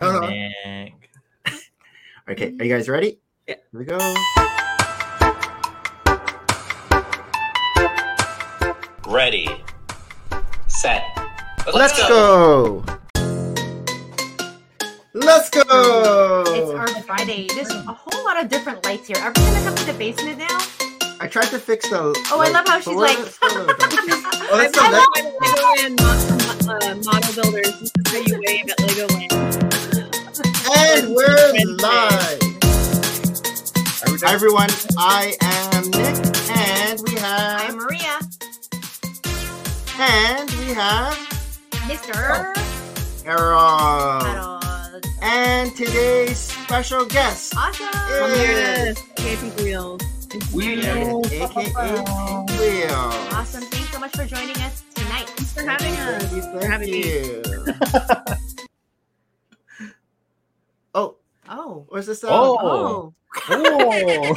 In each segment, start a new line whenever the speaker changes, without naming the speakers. Uh-huh.
Dang.
Okay, are you guys ready?
Yeah.
Here we go.
Ready, set,
Let's go. Let's go.
It's our Friday. There's a whole lot of different lights here. Are we gonna come to the basement now?
I tried to fix the.
Oh, I love how she's like-
Oh, that's so
I
nice.
love-
I'm LEGOLAND mo- uh, model builders. This is how you wave at LEGOLAND.
And we're live. Hi, everyone. I am Nick, and we
I'm
have
Maria,
and we have
Mr.
Oh. Errol.
Harold.
And today's special guest,
I'm
Awesome.
Yay.
Oh, here to escape wheels.
Weird, aka Will.
Awesome. Thanks so much for joining us tonight.
Thanks for having us.
Thank
for having me.
you. oh,
Oh.
where's the sound?
Oh.
Oh.
Oh,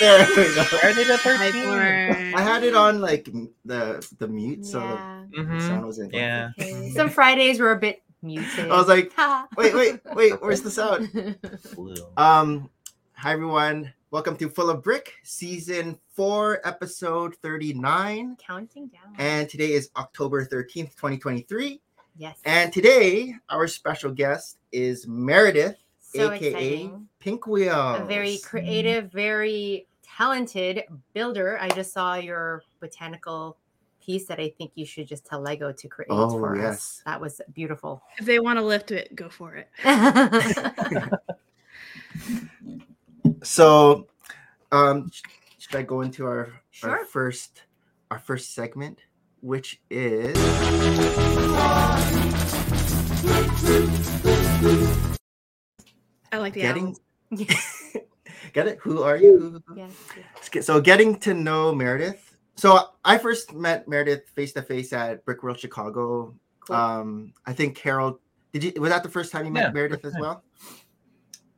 There we go.
Friday the
Hi,
Mm.
13th.
Florence.
I had it on like m- the the mute, so the
Yeah.
Mhm.
Mm-hmm.
sound was in.
Yeah.
Okay. Some Fridays were a bit
I
muted.
was like,
Ha.
wait, wait, wait. Where's the sound?
Blue.
Um, hi everyone. Welcome to Full of Brick, season four, episode thirty-nine.
Counting down.
And today is October thirteenth, twenty twenty-three.
yes.
And today, our special guest is Meredith,
so
aka
exciting.
Pink Wheels.
A very creative, very talented builder. I just saw your botanical piece that I think you should just tell Lego to create
Oh,
for
yes.
us. That was beautiful.
If they want to lift it, go for it.
So, um, sh- should I go into our our
Sure.
first our first segment, which is
I like the
getting
owls.
yes,
get it? Who are you? Who-
yes.
It's get- So getting to know Meredith. So I first met Meredith face to face at Brick World Chicago.
Cool.
Um, I think Harold did you was that the first time you met
Yeah,
Meredith as
time.
well?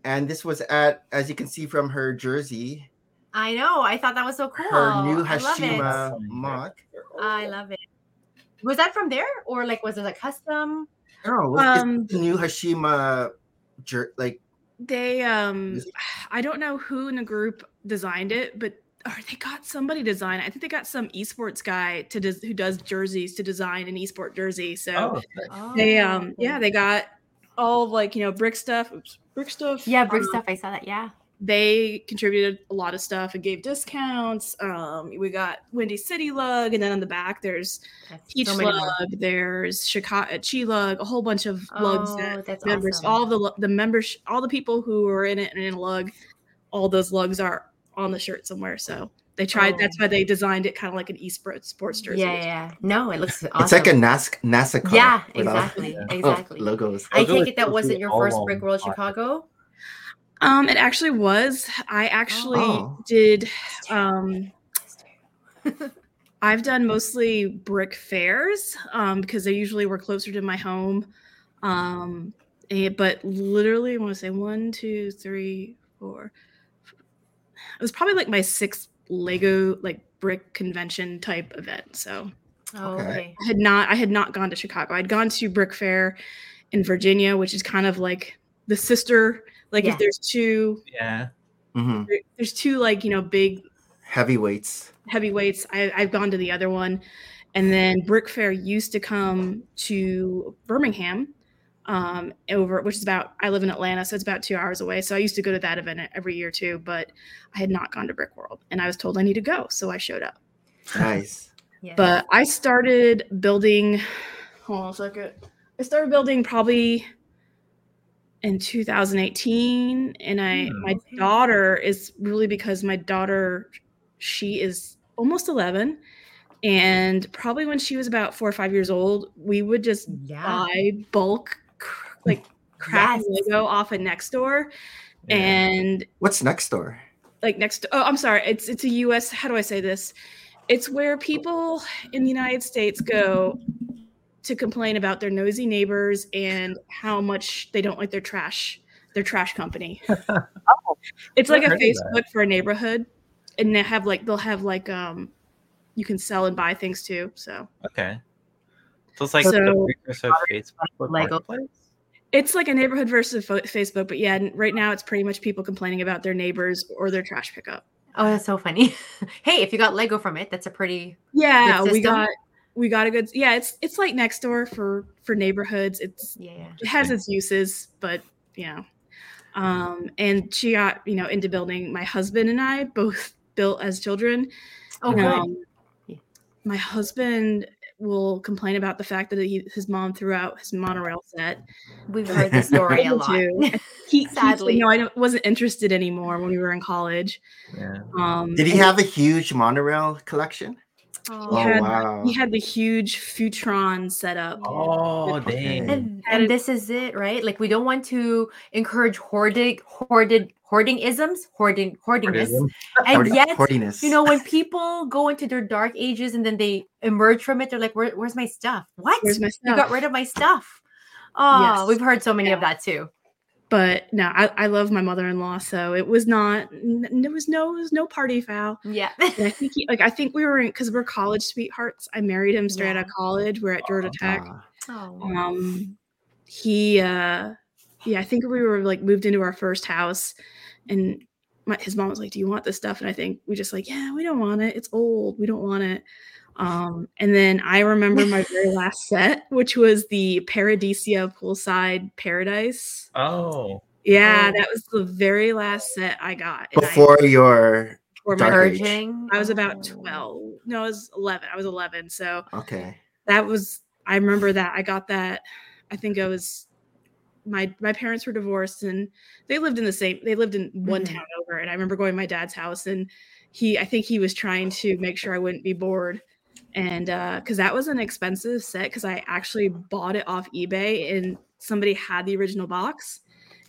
And this was at, as you can see from her jersey,
I know. I thought that was so cool.
her new
I love it.
Hashima mock.
I love it. Was that from there or like was it a custom?
Oh, was
Um,
the new Hashima jer- like
they um,
Is
I don't know who in the group designed it, but or they got somebody design. it. I think they got some esports guy to des- who does jerseys to design an esport jersey. So
Oh,
Oh,
they um, yeah, they got all of, like you know brick stuff. Oops, brick stuff.
yeah, brick
um,
stuff. I saw that. Yeah.
they contributed a lot of stuff and gave discounts. Um, we got Windy City Lug, and then on the back there's
That's
Peach
so many
Lug,
more.
there's Chicago Chi Lug, a whole bunch of lugs
Oh,
that
that's
members,
awesome.
all the lu- the members, all the people who were in it and in a lug, all those lugs are on the shirt somewhere. So they tried.
Oh.
That's why they designed it kind of like an esports sports jersey.
Yeah, yeah, yeah. No, it looks awesome.
it's like a NASC- NASA car
Yeah,
without- oh,
exactly.
Yeah.
Exactly.
logos.
Those
I
are
take
the
it that
two
wasn't your
all
first
on
Brick World
the market.
Chicago.
Um, it actually was. I actually
Oh.
did. Um, I've done mostly brick fairs um, because they usually were closer to my home. Um, eh, but literally, I want to say one, two, three, four. It was probably like my sixth Lego like brick convention type event. So
Oh,
Okay.
okay.
I had not I had not gone to Chicago. I'd gone to Brick Fair in Virginia, which is kind of like the sister. Like
Yeah.
if there's two,
Yeah.
Mhm.
there's two like you know big
Heavyweights.
heavyweights. I, I've gone to the other one. And then Brick Fair used to come to Birmingham, um, over which is about I live in Atlanta, so it's about two hours away. So I used to go to that event every year too, but I had not gone to Brick World, and I was told I need to go, so I showed up.
Nice.
Yeah.
But I started building. Hold on a second. I started building probably in 2018, and I
Hmm.
my daughter is really because my daughter she is almost 11, and probably when she was about four or five years old, we would just
yeah.
buy bulk cr- like crap
Yes.
Lego off of Nextdoor,
yeah.
and
What's next door?
like next oh i'm sorry it's it's a us how do i say this it's where people in the united states go to complain about their nosy neighbors and how much they don't like their trash their trash company it's like
Oh,
a
I've heard of
facebook for a neighborhood and they have like they'll have like um you can sell and buy things too so
Okay. So it's like
So-
the precursor of Facebook
Lego.
Marketplace.
It's like a neighborhood versus fo- Facebook, but yeah, n- right now it's pretty much people complaining about their neighbors or their trash pickup.
Oh, that's so funny. hey, if you got Lego from it, that's a pretty
Yeah, we
system?
got we got a good. Yeah, it's it's like next door for for neighborhoods. It's
yeah.
it has its uses, but you know. Um, and she got you know into building. My husband and I both built as children,
Oh, good.
Um,
Yeah.
my husband will complain about the fact that he, his mom threw out his monorail set.
We've heard the story a
Me
lot.
too. He,
Sadly.
Sadly, no, I don't- wasn't interested anymore when we were in college.
Yeah.
Um,
Did he
and
have a huge monorail collection?
Oh.
Oh
had-
wow!
He had the huge Futron set up.
Oh, dang.
And,
Had
and
it-
this is it, right? Like we don't want to encourage hoarding, hoarded, hoarding isms, hoarding, hoardingness.
Hoardi-
And yet,
hoardiness.
you know, when people go into their dark ages and then they emerge from it, they're like, Where, "Where's my stuff? What?
Where's my
you
stuff?
got rid of my stuff?" Oh,
Yes.
we've heard so many of
Yeah.
that too.
but no, I, I love my mother-in-law, so it was not. N- there was no, it was no party foul.
Yeah. Oh.
And I think he, like I think we were in because we're college sweethearts. I married him straight
Yeah.
out of college. We're at Georgia Tech.
Ah,
oh.
um he uh yeah i think we were like moved into our first house and my, his mom was like do you want this stuff and i think we just like yeah we don't want it it's old we don't want it um and then i remember my very last set which was the paradisia poolside paradise
Oh.
yeah
Oh.
that was the very last set i got and I-
Um, before your
before my
Dark Age.
Purging.
i was about
Oh.
12 no i was 11 i was 11 so
okay.
that was I remember that I got that I think I was my my parents were divorced and they lived in the same they lived in one
Mm-hmm.
Mhm.
town over and I remember going to my dad's house and he I think he was trying to make sure I wouldn't be bored and uh cuz that was an expensive set cuz I actually bought it off eBay and somebody had the original box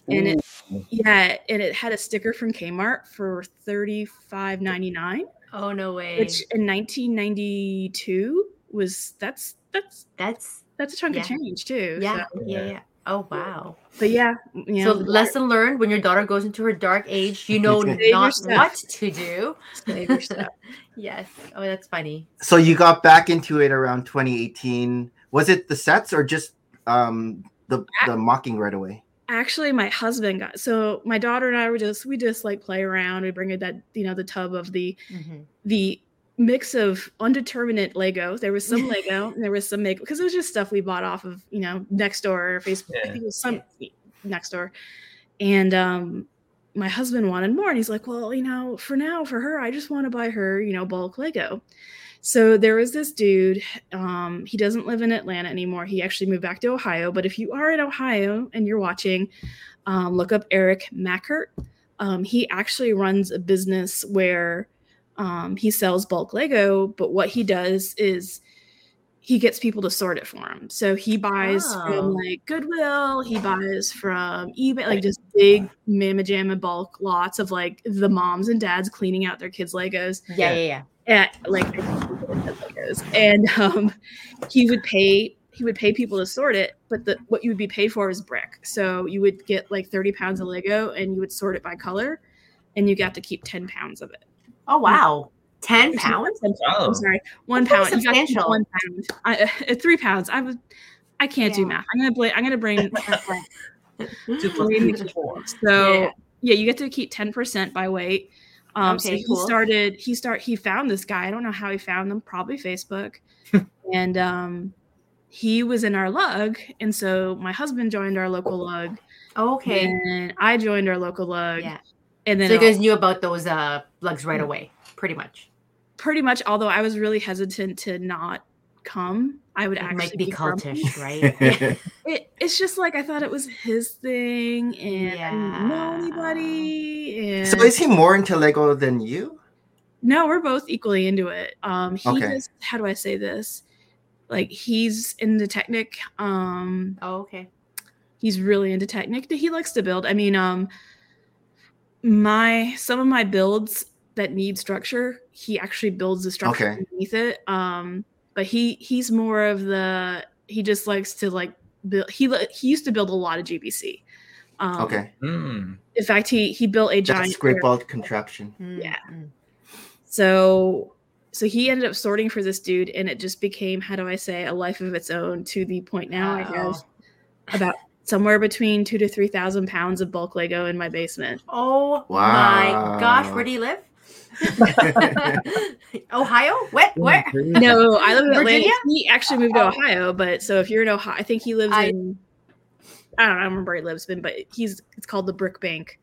and it yeah and it had a sticker from Kmart for 35.99
Oh no way.
which in 1992 was that's that's
That's
that's a chunk
Yeah.
of change too.
yeah,
so-
yeah, yeah. Oh wow.
but yeah, yeah.
So lesson learned: when your daughter goes into her dark age, you know
Save
your
not
stuff.
what to do.
save your stuff.
Yes. Oh, that's funny.
So you got back into it around 2018. Was it the sets or just um the the mocking right away?
Actually, my husband got so my daughter and I were just we just like play around. We bring in that you know the tub of the
Mhm.
the mix of undeterminate Lego. There was some Lego and there was some Lego because it was just stuff we bought off of, you know, Nextdoor or Facebook. I
Yeah.
think it was some Nextdoor. And um my husband wanted more and he's like, "Well, you know, for now for her, I just want to buy her, you know, bulk Lego." So there was this dude, um he doesn't live in Atlanta anymore. He actually moved back to Ohio, but if you are in Ohio and you're watching, um look up Eric Mackert. Um he actually runs a business where um, he sells bulk Lego, but what he does is he gets people to sort it for him. So he buys
Oh.
from like Goodwill, he buys from eBay, like just big mamma jamma bulk lots of like the moms and dads cleaning out their kids' Legos
Yeah, yeah, yeah.
at like their Legos. And um, he would pay he would pay people to sort it, but the, what you would be paid for is brick. So you would get like 30 pounds of Lego and you would sort it by color and you got to keep 10 pounds of it.
Oh wow. Ten
Or two
pounds.
Oh.
I'm sorry, one
That's
pound.
pretty
You got
substantial.
One pound. I, uh, three pounds. I was. I can't do
Yeah.
math. I'm gonna blame. I'm gonna bring.
Two plus
blame the
two is four.
so
Yeah.
yeah. you get to keep ten percent by weight. Um, so
Okay,
he
cool.
started. He start. He found this guy. I don't know how he found them. Probably Facebook. and um, he was in our lug, and so my husband joined our local lug,
Okay.
and I joined our local lug.
Yeah.
And then
So you
all-
guys knew about those uh lugs right away, pretty much.
pretty much, although I was really hesitant to not come, I would
It
actually
might be
grumpy.
cultish, right?
it, it's just like I thought it was his thing, and I didn't know anybody. And
so is he more into Lego than you?
no, we're both equally into it. Um, he
Okay.
just how do I say this? Like he's into Technic. Um,
oh, okay.
he's really into Technic. He likes to build. I mean, um, my some of my builds that need structure, he actually builds the structure
Okay.
underneath it. Um, but he he's more of the he just likes to like build. He li- he used to build a lot of GBC. Um,
Okay,
Mm.
In fact, he he built a
that
giant
scrape ball contraption.
Yeah.
Mm,
So so he ended up sorting for this dude, and it just became how do I say a life of its own to the point now I
Wow.
have about somewhere between two to three thousand pounds of bulk Lego in my basement.
Oh
Wow.
my gosh, where do you live? Ohio? What? Where?
No, I live in Atlanta.
Virginia?
He actually moved to Ohio, but so if you're in Ohio, Oh. I think he lives
I-
in. I don't know, I remember where he lives in, but he's it's called the Brick Bank.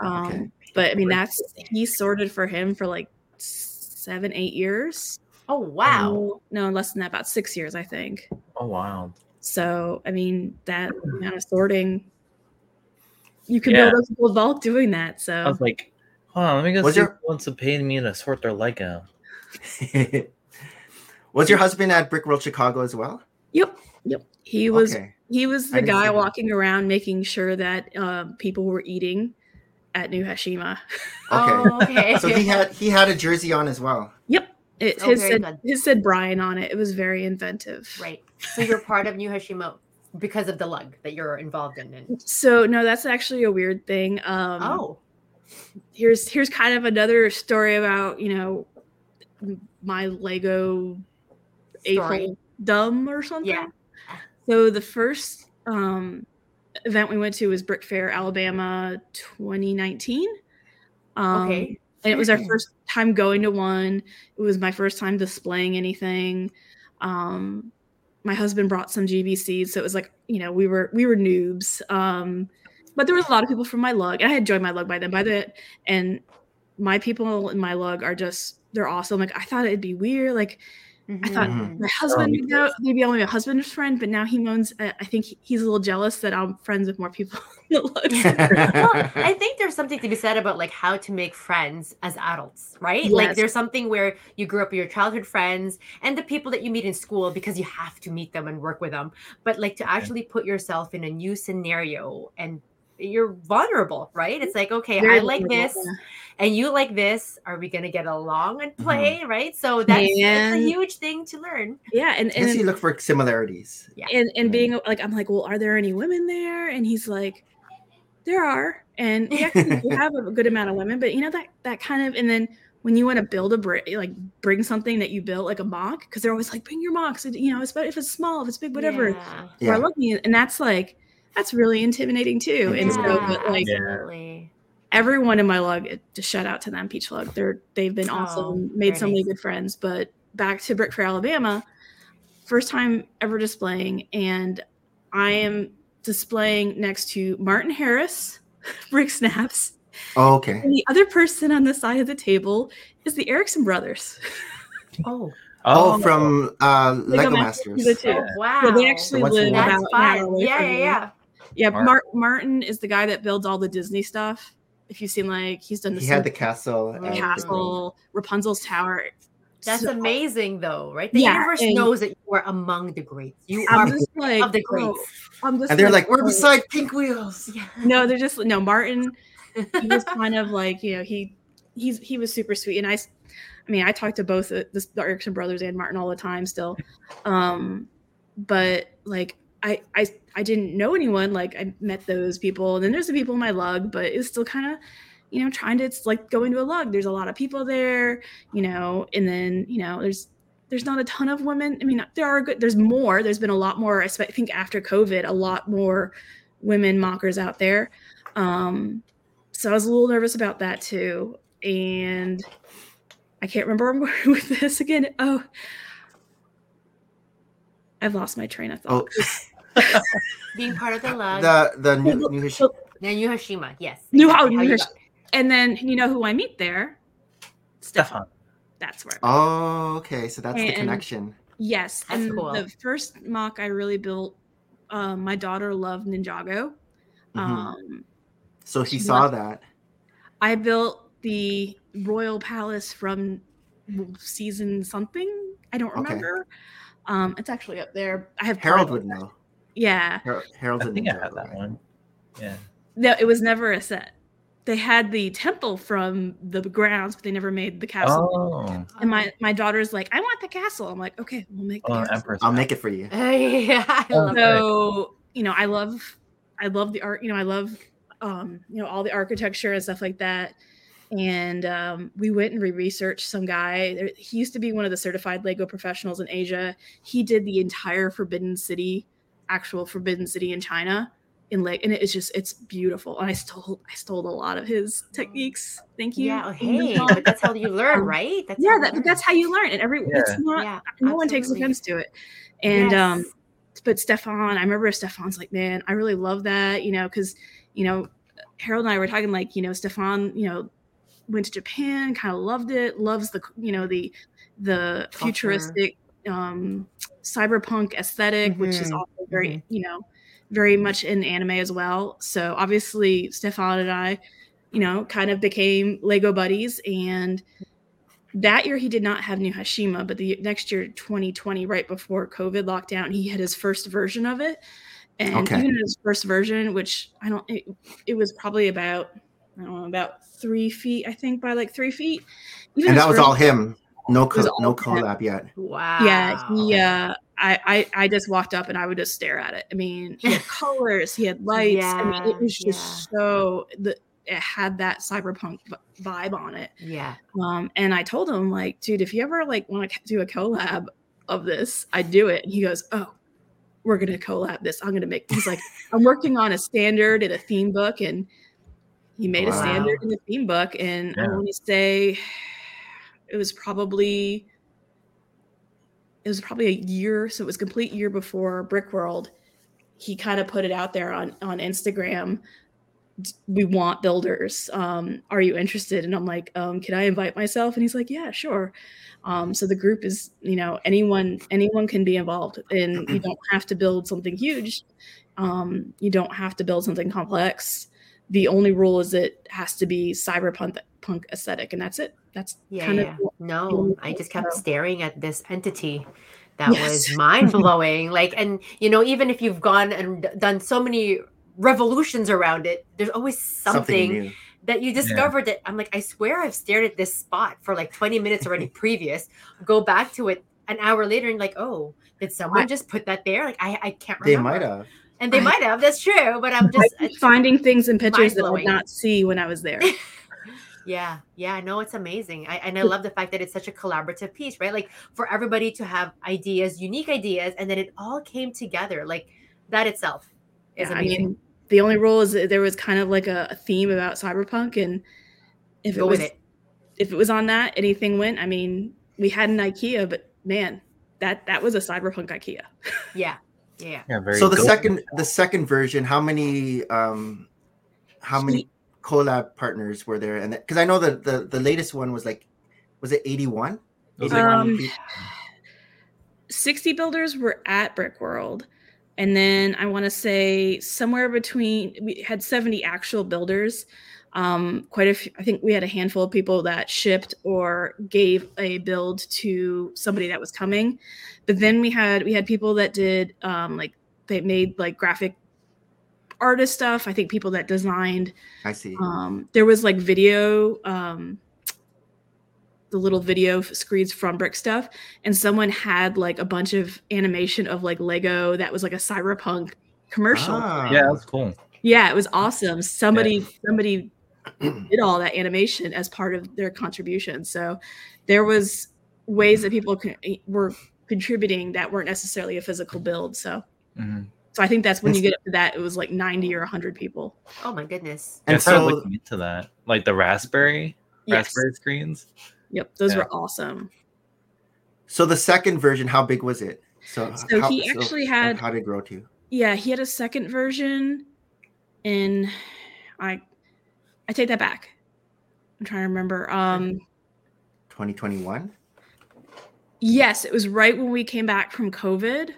Um,
Okay.
But I mean, that's he sorted for him for like seven, eight years.
oh wow.
No, less than that, about six years, I think.
Oh wow.
So I mean, that amount of sorting, you can
Yeah.
build up a whole bulk doing that.
I
So
was like, hold on, let me go
Was
see
there-
who wants to pay me to sort their Lego.
was your husband at Brick World Chicago as well?
yep, yep. He was
okay.
He was
I didn't
the
see
guy
that.
walking around making sure that um, people were eating at New Hashima.
Okay.
Oh, okay.
so he had he had a jersey on as well.
It,
Oh,
his,
very
said,
good.
his said Brian on it. It was very inventive.
right. So you're part of New Hashimo because of the lug that you're involved in. And,
So no, that's actually a weird thing. Um,
oh,
here's here's kind of another story about you know my Lego
Story.
April dumb or something.
Yeah.
So the first um, event we went to was Brick Fair, Alabama, 2019. Um,
Okay.
And it was our first time going to one. It was my first time displaying anything. Um, my husband brought some GBCs, so it was like you know we were we were noobs. Um, but there was a lot of people from my lug, and I had joined my lug by then. By the and my people in my lug are just they're awesome. Like I thought it'd be weird, like I thought
Mm-hmm.
Mhm.
my husband
me
would know, maybe only my husband's friend, but now he moans. I I think he- he's a little jealous that I'm friends with more people. in the lug.
well, I think there's something to be said about like how to make friends as adults, right? Like
Yes.
there's something where you grew up with your childhood friends and the people that you meet in school because you have to meet them and work with them. But like to actually put yourself in a new scenario and you're vulnerable, right? It's like, okay, I
Very
like
little,
this and you like this. Are we gonna get along
Mm-hmm.
and play? Right. So that's, that's a
And-
huge thing to learn.
Yeah, and
I guess you
and
look for similarities.
and, and being like, I'm like, well, are there any women there? And he's like, there are, and we actually do have a good amount of women, but you know that that kind of, and then when you want to build a brick, like bring something that you built, like a mock, because they're always like, bring your mocks, and, you know, it's if it's small, if it's big, whatever.
Yeah.
Yeah.
Yeah.
I love you, and that's like that's really intimidating too. And so,
Yeah,
but like.
absolutely.
everyone in my lug just shout out to them peach lug they're they've been
Oh,
awesome made
very
so many
nice.
good friends but back to brick for alabama first time ever displaying and i am displaying next to martin harris brick snaps
Oh, okay.
and the other person on the side of the table is the erickson brothers
Oh,
Oh, from uh, Lego,
Masters.
Masters.
He's a two.
oh, wow.
so they actually
what's the
live
one?
about
that's
an hour
fun.
away
Yeah,
from
yeah,
me.
yeah.
yeah
Martin.
Mar- martin is the guy that builds all the disney stuff if you've seen like he's done the
He had the
Simpsons
castle. and-
castle rapunzel's tower
Mm-hmm. That's
So-
amazing, though, right? The
Yeah,
universe
and- Um,
knows that you are among the greats. You are
I'm just like
of the
oh,
greats.
I'm just
And they're like, we're
oh."
beside pink wheels.
Yeah.
no, they're just no. Martin, he was kind of like you know he he's he was super sweet and I, s- I mean I talk to both the, the Erickson brothers and Martin all the time still, um, but like I I I didn't know anyone like I met those people and then there's the people in my lug but it's still kind of you know trying to it's like going to a lug there's a lot of people there you know and then you know there's there's not a ton of women i mean there are good there's more there's been a lot more i spe- I think after covid a lot more women mockers out there um so i was a little nervous about that too and i can't remember where i'm going with this again oh i've lost my train of thought
Oh,
Being part of the love.
the the new, new
So-
Now, Yu Hashima, yes.
No,
exactly
oh,
how you
Yu
got it.
and then you know who i meet there stefan
Stefan.
that's where I met
Oh, okay. So that's the
And-
connection.
Yes,
That's
and
cool.
the first mock I really built, um, my daughter loved Ninjago.
Mhm.
Um,
so he
she
saw that.
I built the royal palace from season something. I don't
Okay.
remember. Um, it's actually up there. I have
Harold
photos.
would know.
Yeah,
Har- Harold
I
would
think I
know.
had that one. Yeah.
no, it was never a set. They had the temple from the grounds, but they never made the castle.
Oh,
And my my daughter's like, I want the castle. I'm like, okay, we'll make the
oh,
castle.
Empress.
I'll make it for you.
Oh, yeah, I
Oh,
Um,
love
no.
it.
so you know i love i love the art you know i love um you know all the architecture and stuff like that and um, we went and re-researched some guy There- he used to be one of the certified lego professionals in asia he did the entire forbidden city actual forbidden city in china in leg, and it's just it's beautiful. And I stole I stole a lot of his techniques. Thank you. Um,
Yeah. oh, hey, but that's how you learn, right? That's
yeah,
you
that,
learn.
that's how you learn. And every
Yeah.
it's not
Yeah,
no one takes
absolutely.
offense to it. And um,
Yes.
but Stefan, I remember Stefan's like, man, I really love that, you know, because you know, Harold and I were talking like, you know, Stefan, you know, went to Japan, kind of loved it, loves the, you know, the the
Culture.
futuristic um cyberpunk esthetic which is
Mhm.
also very,
Mhm.
you know, very much in anime as well. So obviously Stefan and I, you know, kind of became Lego buddies and that year he did not have new Hashima, but the next year, 2020, right before COVID lockdown, he had his first version of it. And
Okay.
even his first version, which I don't, it, it was probably about, I don't know, about three feet, I think, by like three feet. Even
and
his
that was
version-
all him. No, co-
was all
no
him.
collab yet.
Wow.
Yeah, he, uh, I, I, I just walked up and I would just stare at it. I mean, he had colors, he had lights. I mean,
Yeah,
it was just so, the, it had that cyberpunk vi- vibe on it.
Yeah.
Um, and I told him, like, dude, if you ever like want to do a collab of this, I do it. And he goes, oh, we're gonna collab this. I'm gonna make. He's like, I'm working on a standard and a theme book, and he made a
Wow.
standard and a theme book. And I
Yeah.
want to say, it was probably, it was probably a year. So it was a complete year before Brick World. He kind of put it out there on on Instagram d- we want builders. Um, are you interested? And I'm like, um, can I invite myself? And he's like, yeah, sure. Um, so the group is, you know, anyone anyone can be involved, and you don't have to build something huge. Um, you don't have to build something complex. The only rule is it has to be cyberpunk punk aesthetic, and that's it. That's
Yeah.
kind
yeah.
of
no, I just kept
so-
staring at this entity that
um, Yes.
was mind blowing. like, and you know, even if you've gone and d- done so many revolutions around it, there's always something,
new.
that you discovered that I'm like, I swear I've stared at this spot for like 20 minutes already previous. Go back to it an hour later and like, oh, did someone
I-
just put that there? Like I, I can't
They
remember.
might have.
And they
I-
might have, that's true. But I'm
I
just
keep finding things in pictures that I
mind-blowing.
did not see when I was there.
Yeah, yeah, no, it's amazing. I, and I love the fact that it's such a collaborative piece, right? Like for everybody to have ideas, unique ideas, and then it all came together. Like that itself is
Yeah, I
amazing.
mean, the only rule is that there was kind of like a, a theme about cyberpunk, and if it
Go
was
with it.
if it was on that, anything went. I mean, we had an IKEA, but man, that that was a cyberpunk IKEA.
Yeah, yeah.
Yeah, very
so the
good.
second the second version, how many um how many
He-
collab partners were there? And because I know that the the latest one was like was it 81?
It was like-
Um,
pe-
Sixty builders were at Brick World, and then I want to say somewhere between we had seventy actual builders. Um, quite a few, I think we had a handful of people that shipped or gave a build to somebody that was coming, but then we had we had people that did um, like they made like graphic artist stuff. I think people that designed
I see.
um there was like video um the little video f- screens from brick stuff and someone had like a bunch of animation of like lego that was like a cyberpunk commercial
Ah.
yeah, that's cool.
yeah it was awesome somebody somebody did all that animation as part of their contribution so there was ways that people con- were contributing that weren't necessarily a physical build so
hmm
so i think that's when you get up to that it was like 90 or 100 people
Oh my goodness.
Yeah, I
And
started
so
looking into that, like the Raspberry
yes
Raspberry screens.
yep those
Yeah.
were awesome
so the second version, how big was it? So,
So he actually had-
how did it grow to?
Yeah, he had a second version, and I, I take that back. I'm trying to remember. Um,
2021?
yes, it was right when we came back from COVID,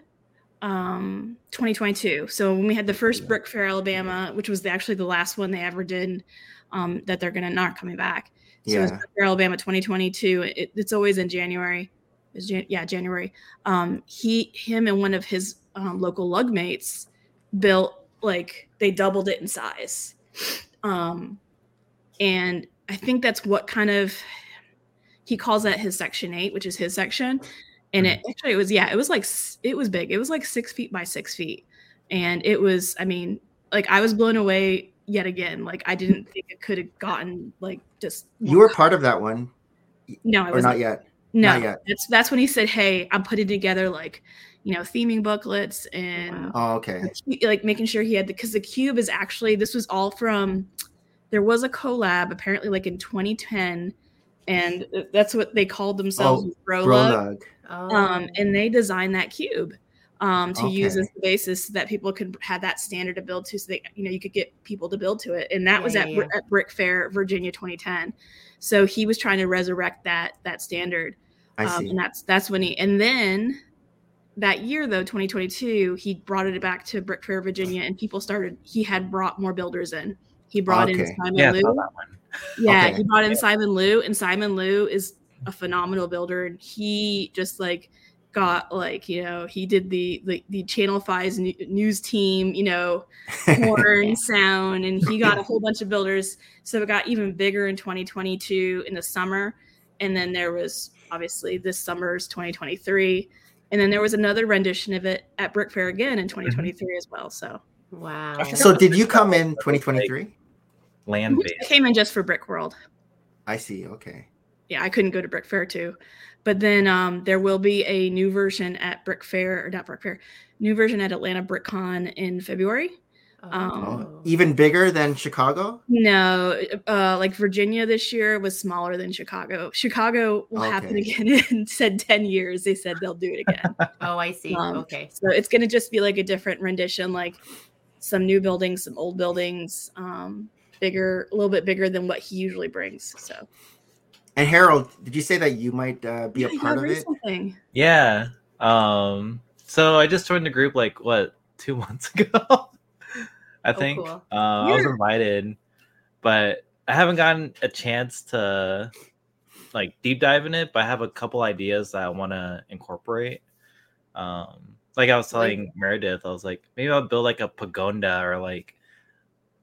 um, 2022. So when we had the first Brick Fair Alabama, which was the, actually the last one they ever did, um, that they're gonna not coming back. So it was
Yeah.
Brick Fair Alabama 2022. It, it's always in January. It's Jan- yeah, January. Um, he, him, and one of his um, local lugmates built like they doubled it in size, um, and I think that's what kind of he calls that his section eight, which is his section. And
Mm-hmm.
it actually it was yeah, it was like s- it was big. It was like six feet by six feet, and it was I mean like I was blown away yet again. Like I didn't think it could have gotten like just
You were part of that one
no, I
or
was
not yet?
no,
Not yet.
that's that's when he said, "Hey, I'm putting together like, you know, theming booklets and
Oh, okay.
a cu- like making sure he had the because the cube is actually this was all from there was a collab apparently like in 2010 and uh, that's what they called themselves
Oh,
Bro Love,
Brolog.
Oh.
um, and they designed that cube um, to use
Okay.
as the basis so that people could have that standard to build to so that you know you could get people to build to it and that
Yeah,
was
yeah,
at, Br- at brick fair virginia 2010 so he was trying to resurrect that that standard
I
um,
see.
and that's that's when he and then that year though 2022 he brought it back to brick fair virginia and people started he had brought more builders in he brought in
Okay.
simon
Yeah, I
Liu.
saw that one.
yeah
Okay.
he brought in simon Liu, and simon Liu is a phenomenal builder and he just like got like you know he did the the, the channel five's nu- news team you know horn sound and he got a whole bunch of builders so it got even bigger in 2022 in the summer and then there was obviously this summer's 2023 and then there was another rendition of it at brick fair again in 2023 as well so
wow.
so did you come in 2023?
Land
i
based.
came in just for brick world
I see. Okay.
yeah i couldn't go to brick fair too but then um, there will be a new version at brick fair or not brick fair new version at atlanta brickcon in february
Oh,
Um,
Oh.
even bigger than Chicago?
No, uh, like Virginia this year was smaller than Chicago. Chicago will happen
Okay.
again in said 10 years. They said they'll do it again.
Oh, I see.
Um,
okay.
so it's going to just be like a different rendition, like some new buildings, some old buildings, um, bigger, a little bit bigger than what he usually brings. So
And Harold, did you say that you might uh, be a
Yeah,
part of
bring
it?
Something.
Yeah. Um. So I just joined the group like what two months ago, I
Oh,
think.
cool.
Uh, I was
Yeah.
invited, but I haven't gotten a chance to like deep dive in it. But I have a couple ideas that I want to incorporate. Um, like I was
Like-
telling Meredith, I was like, maybe I'll build like a pagoda or like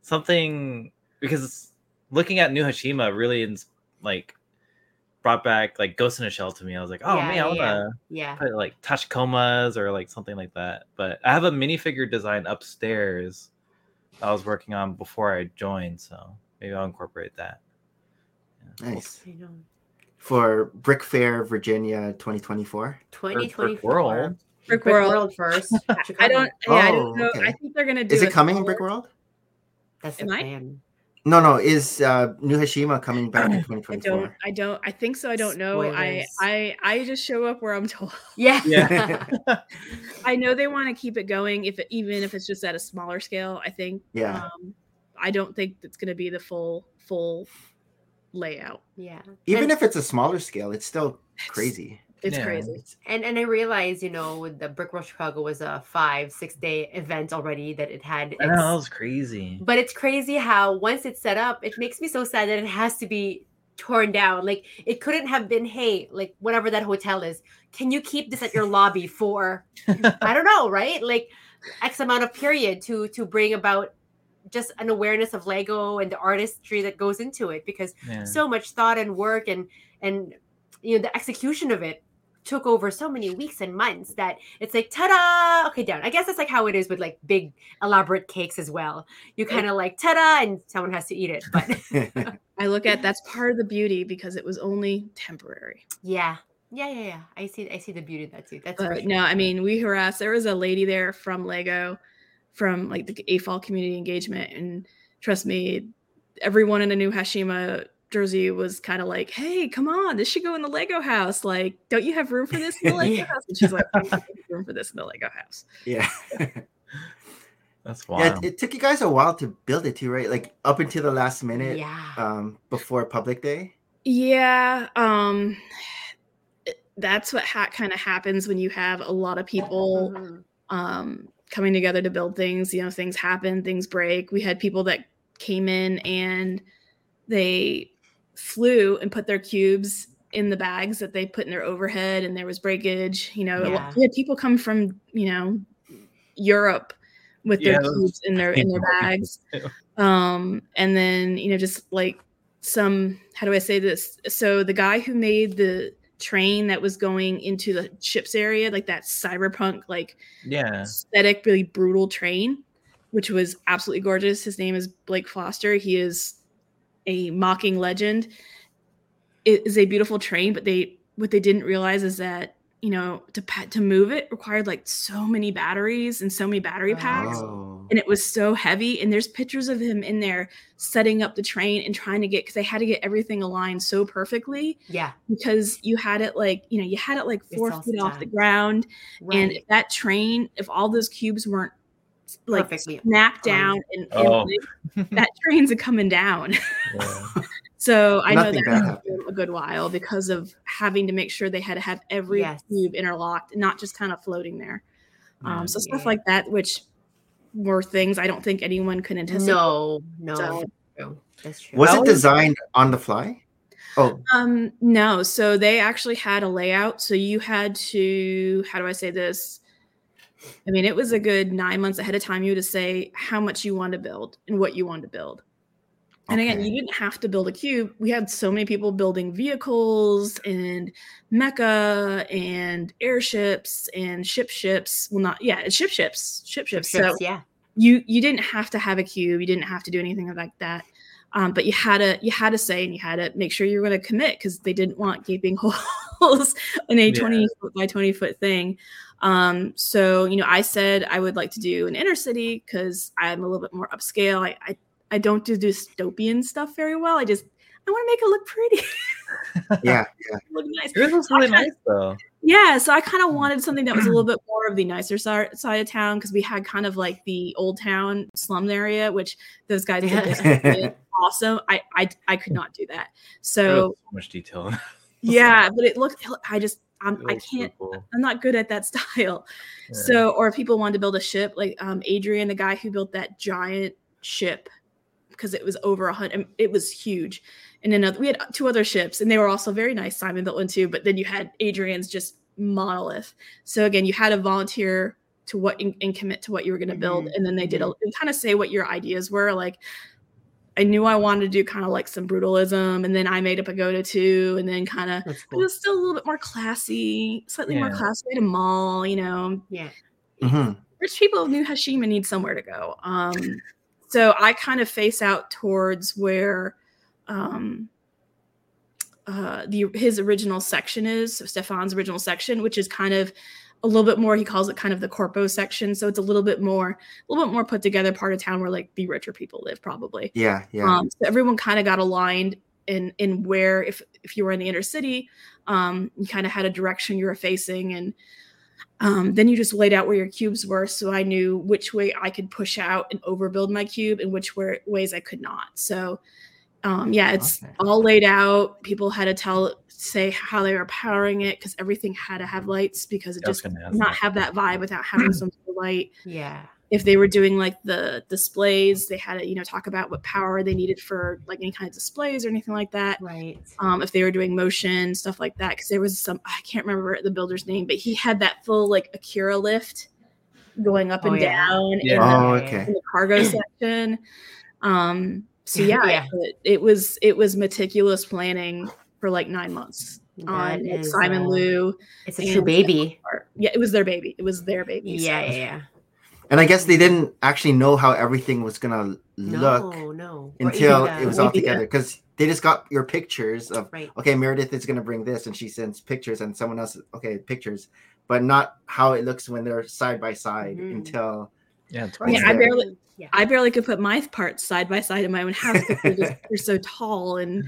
something because looking at New Hashima really ins- like brought back like Ghost in a Shell to me. I was like, oh
Yeah,
man,
yeah,
I want to
yeah. Yeah.
put like Tachikomas or like something like that. But I have a minifigure design upstairs that I was working on before I joined, so maybe I'll incorporate that. Yeah, we'll
Nice.
see.
I know.
For Brick Fair, Virginia 2024?
Brick
2024.
World.
Brick
Brick
World.
World first.
I don't, yeah, I
Oh,
don't know.
okay.
I think they're going to do
Is it
a
coming in
smaller-
Brick World?
That's the
Am I?
plan.
No, no. Is uh, New Hashima coming back in
I don't,
2024?
I don't, I think so. I don't know. I,
Spoilers.
I, I just show up where I'm told.
Yeah.
Yeah.
I know they want to keep it going, if it, even if it's just at a smaller scale. I think.
Yeah.
Um, I don't think it's going to be the full full layout.
yeah.
Even
And-
if it's a smaller scale, it's still
It's-
crazy.
It's
Yeah.
crazy.
And and I realized, you know, with the Brick World Chicago was a five, six day event already that it had.
I know that
its-
was crazy.
but it's crazy how once it's set up, it makes me so sad that it has to be torn down. Like it couldn't have been, hey, like whatever that hotel is, can you keep this at your lobby for I don't know, right? Like X amount of period to to bring about just an awareness of Lego and the artistry that goes into it because
Yeah.
so much thought and work and and you know the execution of it took over so many weeks and months that it's like ta-da okay down i guess that's like how it is with like big elaborate cakes as well you kind of like ta-da and someone has to eat it but
I look at that's part of the beauty because it was only temporary.
yeah yeah yeah yeah i see i see the beauty of that too that's
But
right
no, I mean we harassed. There was a lady there from Lego, from like the AFOL community engagement, and trust me, everyone in a new Hashima jersey was kind of like, "Hey, come on, this should go in the Lego house. Like, don't you have room for this in the Lego
Yeah.
house?" And she's like, "I don't have "Room for this in the Lego house."
yeah.
That's
Yeah,
wild.
it, it took you guys a while to build it too, right? Like up until the last minute
yeah
um, before public day.
Yeah, um it- that's what ha- kind of happens when you have a lot of people
Mhm.
um coming together to build things, you know, things happen, things break. We had people that came in and they flew and put their cubes in the bags that they put in their overhead and there was breakage, you know. a lot-
Yeah.
We had people come from, you know, Europe with
Yeah,
their
those-
cubes in their in their
Yeah.
bags um and then you know just like some how do i say this so the guy who made the train that was going into the ships area like that cyberpunk like
Yeah.
aesthetic really brutal train which was absolutely gorgeous his name is blake foster he is a mocking legend it is a beautiful train but they what they didn't realize is that you know, to pa- to move it required like so many batteries and so many battery packs.
Oh.
And it was so heavy. And there's pictures of him in there setting up the train and trying to get because they had to get everything aligned so perfectly
Yeah.
because you had it like you know you had it like
It's
four
all
feet off the
stacked.
ground. And
Right.
if that train, if all those cubes weren't like
Perfectly.
snapped
Um,
down and, and
Oh.
like, that train's a coming down.
Yeah.
So I know
Nothing
that
bad
took them a good while because of having to make sure they had to have every
Yes.
cube interlocked, not just kind of floating there. Um, so stuff
Yeah.
like that, which were things I don't think anyone could anticipate.
No, no.
So-
that's true. That's true.
Was
Well-
it designed on the fly? Oh,
Um, no. So they actually had a layout. So you had to, how do I say this? I mean, it was a good nine months ahead of time. You had to say how much you want to build and what you want to build. And again,
Okay.
you didn't have to build a cube. We had so many people building vehicles and mecha and airships and ship ships. Well, not yeah, it's ship ships, ship
Trip
ships.
trips,
So
yeah.
you you didn't have to have a cube you didn't have to do anything like that um, but you had to you had to say and you had to make sure you were going to commit because they didn't want gaping holes in a
Yeah.
20 foot by 20 foot thing um, so you know i said i would like to do an inner city because i'm a little bit more upscale I, I i don't do dystopian stuff very well i just i want to make it look pretty
yeah.
look nice
Yours was really nice though.
yeah, so I kind of wanted something that was a little bit more of the nicer si- side of town because we had kind of like the old town slum area, which those guys did this
Yeah.
awesome. I, I I could not do that.
There was
So
so much detail.
yeah, but it looked. I just I'm,
It
I
was so
can't.
cool.
I'm not good at that style.
Yeah.
So or if people wanted to build a ship, like um Adrian, the guy who built that giant ship because it was over a hundred. It was huge. And then we had two other ships, and they were also very nice. Simon built one too, but then you had Adrian's just monolith. So again, you had to volunteer to what and, and commit to what you were going to build,
Mm-hmm.
Mhm,
and then they did a, and kind of say what your ideas were. Like, I knew I wanted to do kind of like some brutalism, and then I made up a go to too, and then kind of
That's
it
cool.
was still a little bit more classy, slightly more
Yeah.
classy at a mall. You know,
Yeah.
Mhm.
rich people of New Hashima need somewhere to go. Um, so I kind of face out towards where um, uh, the his original section is, so Stefan's original section, which is kind of a little bit more. He calls it kind of the corpo section, so it's a little bit more, a little bit more put together part of town where like the richer people live, probably.
Yeah. Yeah.
Um, so everyone kind of got aligned in in where if if you were in the inner city, um, you kind of had a direction you were facing, and um, then you just laid out where your cubes were. So I knew which way I could push out and overbuild my cube, and which where, ways I could not. So um, yeah, it's
Okay.
all laid out. People had to tell say how they were powering it because everything had to have lights because it
I was
just
gonna ask
not
that.
have that vibe without having some sort of light
Yeah.
if they were doing like the displays, they had to, you know, talk about what power they needed for like any kind of displays or anything like that.
Right.
Um, if they were doing motion, stuff like that. Cause there was some, I can't remember the builder's name, but he had that full like Akira lift going up
Oh,
and
yeah.
down in,
Yeah.
the,
Oh,
Yeah.
in
okay.
the cargo section. Um, so yeah,
Yeah.
It, it was, it was meticulous planning for like nine months
That
on like,
is,
Simon
uh,
Liu.
It's a
and
true
Stefan
baby.
Or, yeah, it was their baby. It was their baby. so-
Yeah, yeah, yeah.
And I guess they didn't actually know how everything was gonna
No,
look
no. Or
until
even,
it was
uh,
all
maybe
together because they just got your pictures of
right.
okay, Meredith is gonna bring this, and she sends pictures, and someone else okay pictures, but not how it looks when they're side by side
Mhm.
until
Yeah, it's
Yeah,
cool.
I
barely-
Yeah.
I barely could put my parts side by side in my own house because they're, just, they're so tall and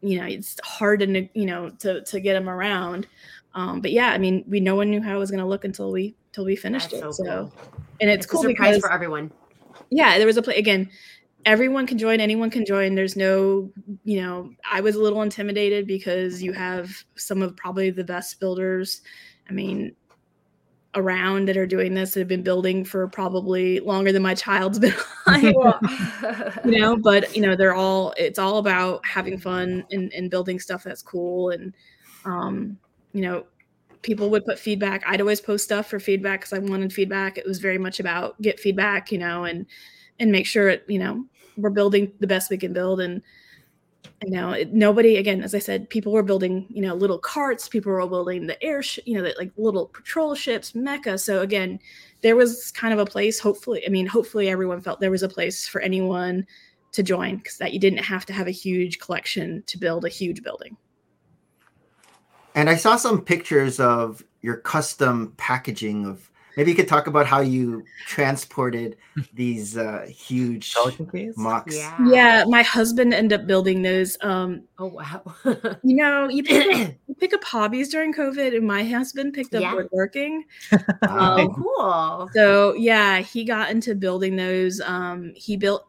you know it's hard to ne- you know to to get them around. Um, but yeah, I mean, we no one knew how it was going to look until we till we finished
That's
it.
so
So,
cool.
and it's,
It's,
cool
a surprise
because
for everyone.
yeah, there was a play again. Everyone can join. Anyone can join. There's no, you know, I was a little intimidated because you have some of probably the best builders. I mean, around that are doing this that have been building for probably longer than my child's been alive you know but you know they're all it's all about having fun and, and building stuff that's cool and um you know people would put feedback i'd always post stuff for feedback because i wanted feedback it was very much about get feedback you know and and make sure it you know we're building the best we can build and you know it, nobody again as i said people were building you know little carts people were building the airship you know the, like little patrol ships mecha so again there was kind of a place hopefully i mean hopefully everyone felt there was a place for anyone to join because that you didn't have to have a huge collection to build a huge building
And I saw some pictures of your custom packaging of. Maybe you could talk about how you transported these uh, huge
Pelican case?
mocks.
Yeah.
Yeah, my husband ended up building those. Um,
Oh wow.
you know, you pick, up, you pick up hobbies during COVID, and my husband picked up
Yeah.
woodworking.
Wow.
Um,
cool.
So yeah, he got into building those. Um, he built.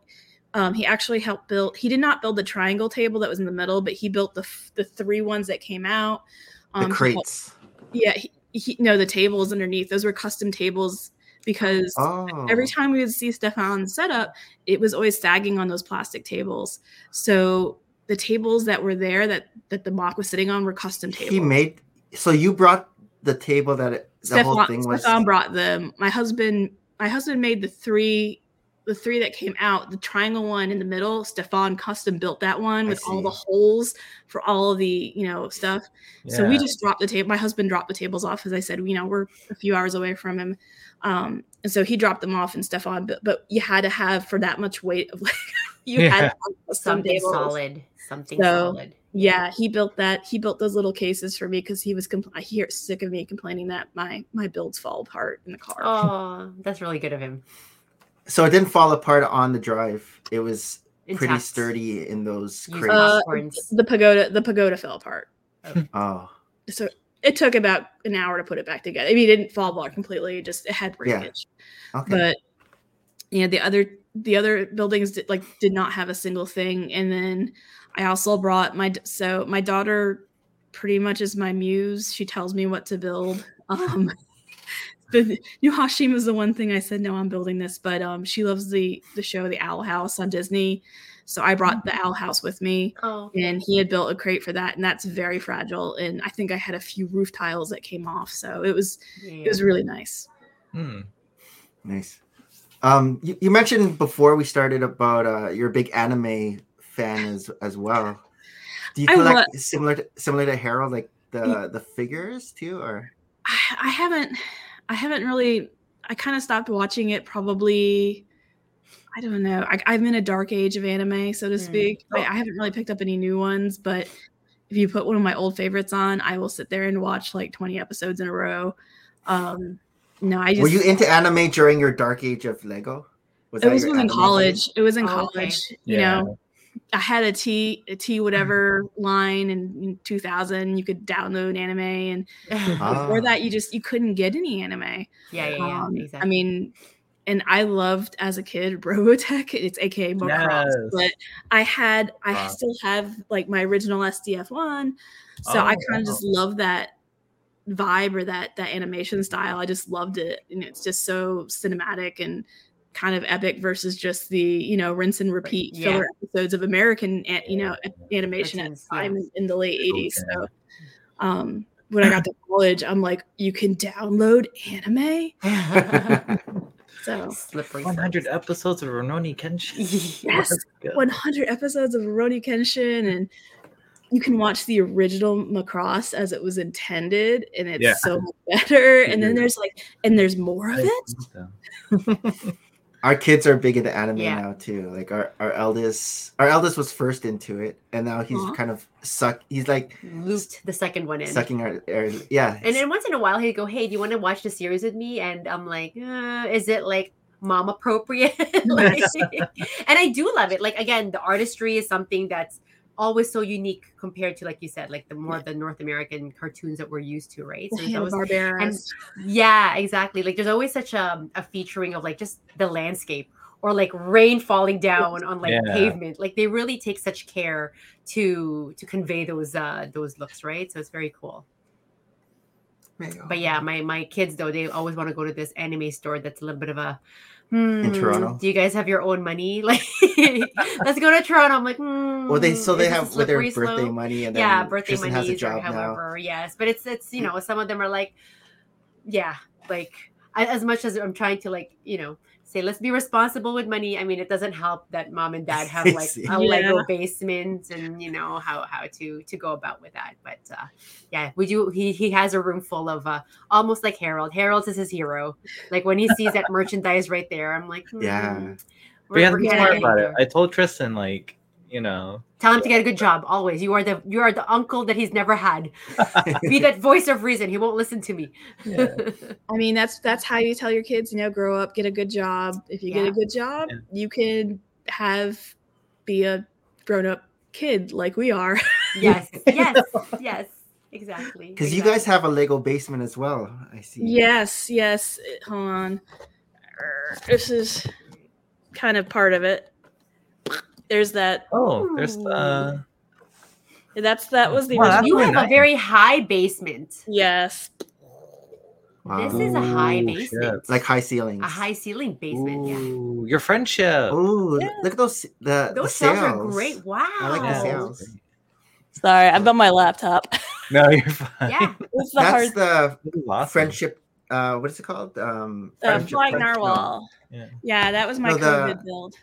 Um, he actually helped build. He did not build the triangle table that was in the middle, but he built the f- the three ones that came out.
the
he helped-
crates.
yeah. He, he, no, the tables underneath. Those were custom tables because
Oh.
every time we would see Stefan set up, it was always sagging on those plastic tables. So the tables that were there that that the mock was sitting on were custom tables.
he made. So you brought the table that it, the whole
Stefan,
thing was.
Stefan brought them. My husband, my husband made the three, the three that came out. The triangle one in the middle. Stefan custom built that one
I
with all the
see.
holes for all the you know stuff. So we
Yeah.
just dropped the table. My husband dropped the tables off, as I said. You know, we're a few hours away from him, um, and so he dropped them off and stuff on. But, but you had to have for that much weight of like you
Yeah.
had to have some
Something
tables.
solid. Something
So,
solid.
Yeah, he built that. He built those little cases for me because he was compl- I hear sick of me complaining that my my builds fall apart in the car.
Oh, that's really good of him.
so it didn't fall apart on the drive. It was pretty
Intact.
sturdy in those
Used
crates.
Uh,
popcorns.
The pagoda the pagoda fell apart.
oh,
So it took about an hour to put it back together. I mean, it didn't fall apart completely. It just it had
Yeah.
breakage.
okay.
But you know, the other the other buildings did, like did not have a single thing. And then I also brought my d- so my daughter pretty much is my muse. She tells me what to build. Um The New Hashim is the one thing I said no, I'm building this, but um, she loves the the show The Owl House on Disney, so I brought the Owl House with me.
oh.
and he had built a crate for that and that's very fragile and i think i had a few roof tiles that came off so it was
yeah.
it was really nice
Hmm.
Nice. Um, you, you mentioned before we started about uh, you're a big anime fan as as well. Do you
I
feel like similar to, similar to Harold, like
Y-
the the figures too, or
i, I haven't i haven't really i kind of stopped watching it probably i don't know I, i'm in a dark age of anime so to
Mm.
speak
Oh.
I, I haven't really picked up any new ones but if you put one of my old favorites on i will sit there and watch like 20 episodes in a row um no i just
were you into anime during your dark age of Lego? Was
it was,
your
was in
anime phase?
college it was in
Oh, okay.
college you know I had a T a
Mm.
T whatever line in, in 2000. You could download anime, and before
Ah.
that, you just you couldn't get any anime.
yeah, yeah, yeah.
Um,
exactly.
I mean, and I loved as a kid Robotech. It's AKA Macross,
Yes.
but I had I
Wow.
still have like my original SDF one, so I
Oh,
kind of
wow.
just love that vibe or that that animation style. I just loved it, and it's just so cinematic and kind of epic versus just the you know rinse and repeat
yeah.
filler episodes of American an- you know animation at
Cartoons,
the time
yeah.
in- in the late
Cool,
80s.
Oh, yeah.
So um when I got to college, I'm like, you can download anime. So
Slippery.
100 episodes of Rononi Kenshin.
slopes.
yes,
Let's go.
100 episodes of Roni Kenshin, and you can watch the original Macross as it was intended, and it's
Yeah.
so much better. And then
Mhm.
there's like, and there's more of it.
Our kids are big into anime
Yeah.
now too. Like our our eldest, our eldest was first into it, and now he's
Uh-huh.
Aw.
kind of suck. He's like
Looped the second one in.
sucking our, our yeah.
And then once in a while, he'd go, "Hey, do you want to watch the series with me?" And I'm like, uh, "Is it like mom appropriate?" Like- and I do love it. Like again, the artistry is something that's always so unique compared to, like you said, like the more of the North American cartoons that we're used to, right? So there's always-
Hanna-Barbera.
and- yeah, exactly. Like there's always such a, a featuring of like just the landscape or like rain falling down on like
Yeah.
pavement. Like they really take such care to to convey those uh those looks, right? So it's very cool. But
Oh.
yeah, my my kids though they always want to go to this anime store that's a little bit of a hmm,
Toronto?
Do you guys have your own money? Like let's go to Toronto. I'm like, hmm,
Well, they so
is
they
this a
have with their
slippery
birthday
slope?"
money and then
yeah, birthday
Tristan has a
monies or
job now.
however, yes. But it's it's you know, some of them are like, yeah, like a- as much as I'm trying to like, you know, say let's be responsible with money. I mean, it doesn't help that mom and dad have like a
Yeah.
Lego basement and you know how how to to go about with that. But uh yeah, we do he he has a room full of uh almost like Harold. Harold is his hero. Like when he sees that merchandise right there, I'm like,
Yeah.
"Hmm,
But yeah, I'm
we're- we're
smart
gonna
about
get
it. I told Tristan like you know.
Tell him to get a good job always. You are the you are the uncle that he's never had. Be that voice of reason. He won't listen to me.
Yeah.
I mean, that's that's how you tell your kids, you know, grow up, get a good job. If you get
Yeah.
a good job,
Yeah.
you can have be a grown up kid like we are.
yes, yes, yes. Exactly.
Because you
exactly.
guys have a Lego basement as well. I see.
yes, yes. It- Hold on. Er, This is kind of part of it. There's that.
Oh, there's uh
That's that was the
Wow,
original.
that's
you
really
have a
nice.
very high basement.
Yes.
Wow.
This is a high
Ooh,
basement.
like high ceilings.
a high ceiling basement. Yeah.
ooh, your friendship.
Ooh,
Yeah.
look at those the the
Those
sales.
sales are great. Wow.
like the
Yeah,
sales.
that's great.
Sorry, I'm on my laptop.
No, you're fine.
Yeah.
it's the hard
That's the
You lost me.
friendship. Uh, what is it called? Um,
uh,
friendship
flying
punch- no.
narwhal.
Yeah.
Yeah, that was my
No, the-
COVID build.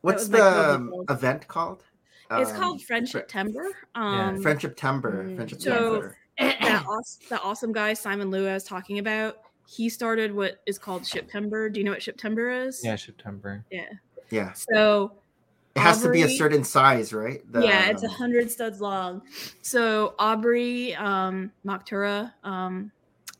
What's
was my COVID
the um,
build.
event called?
it's
Um,
called Friendship Timber. Um,
Friendship Timber.
Mm.
Friendship
So-
Timber.
that, aws- that awesome guy Simon Liu I was talking about. He started what is called Ship Timber. Do you know what Ship Timber is?
Yeah, September.
Yeah,
So
it has to be
Aubrey-
a certain size, right? The- um,
yeah, it's a hundred studs long. So Aubrey um, Moctura um,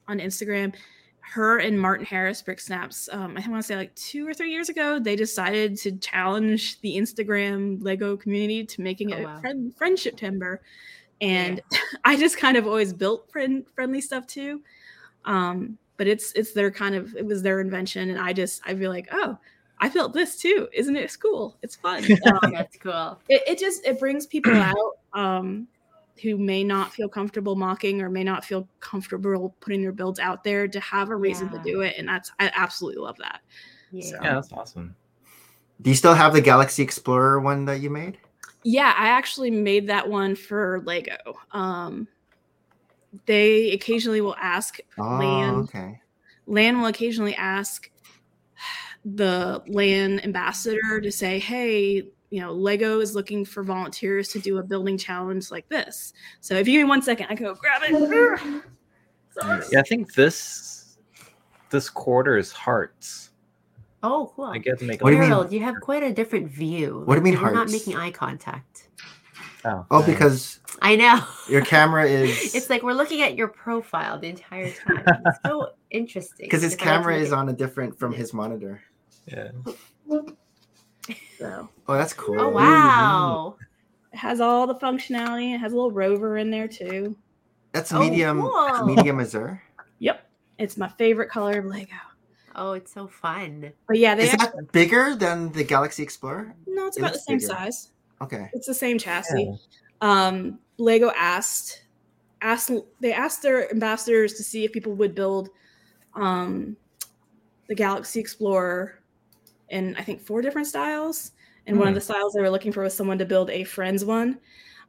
on Instagram, her and Martin Harris Brick Snaps. Um, I want to say like two or three years ago, they decided to challenge the Instagram Lego community to making
Oh,
a
wow.
friend, friendship timber, and I just kind of always built friend friendly stuff too. Um, but it's it's their kind of it was their invention, and I just I feel like oh. I felt this too. Isn't it cool? It's fun. Um,
Oh, That's cool.
it, it just it brings people out um who may not feel comfortable mocking or may not feel comfortable putting their builds out there to have a reason
Yeah.
to do it and that's i absolutely love that
Yeah.
So-
Yeah, that's awesome.
Do you still have the Galaxy Explorer one that you made?
yeah i actually made that one for lego um they occasionally will ask
Oh,
Land.
okay.
lan will occasionally ask the lan ambassador to say hey you know lego is looking for volunteers to do a building challenge like this so if you give me one second i can go grab it Sorry.
Yeah, I think this this quarter is hearts.
Oh, cool.
I get to make a
What do you mean?
Harold, you have quite a different view.
What do you mean
You're not
hearts?
making eye contact.
Oh,
Oh,
uh,
because
I know.
your camera is.
It's like we're looking at your profile the entire time. It's so interesting.
because his
If I had to
camera
make
is
it-
on a different from his monitor.
yeah.
so
Oh, that's cool.
Oh wow!
It has all the functionality. It has a little rover in there too.
That's
Oh,
medium.
cool.
Medium er. Azure.
Yep. It's my favorite color of Lego.
Oh, it's so fun.
But yeah, they
Is
actually,
that bigger than the Galaxy Explorer?
no, it's
it
about the
looks
same
bigger.
size.
Okay.
It's the same chassis. Um, Lego asked asked they asked their ambassadors to see if people would build um the Galaxy Explorer in I think four different styles. And one of
Hmm.
the styles they were looking for was someone to build a friends one.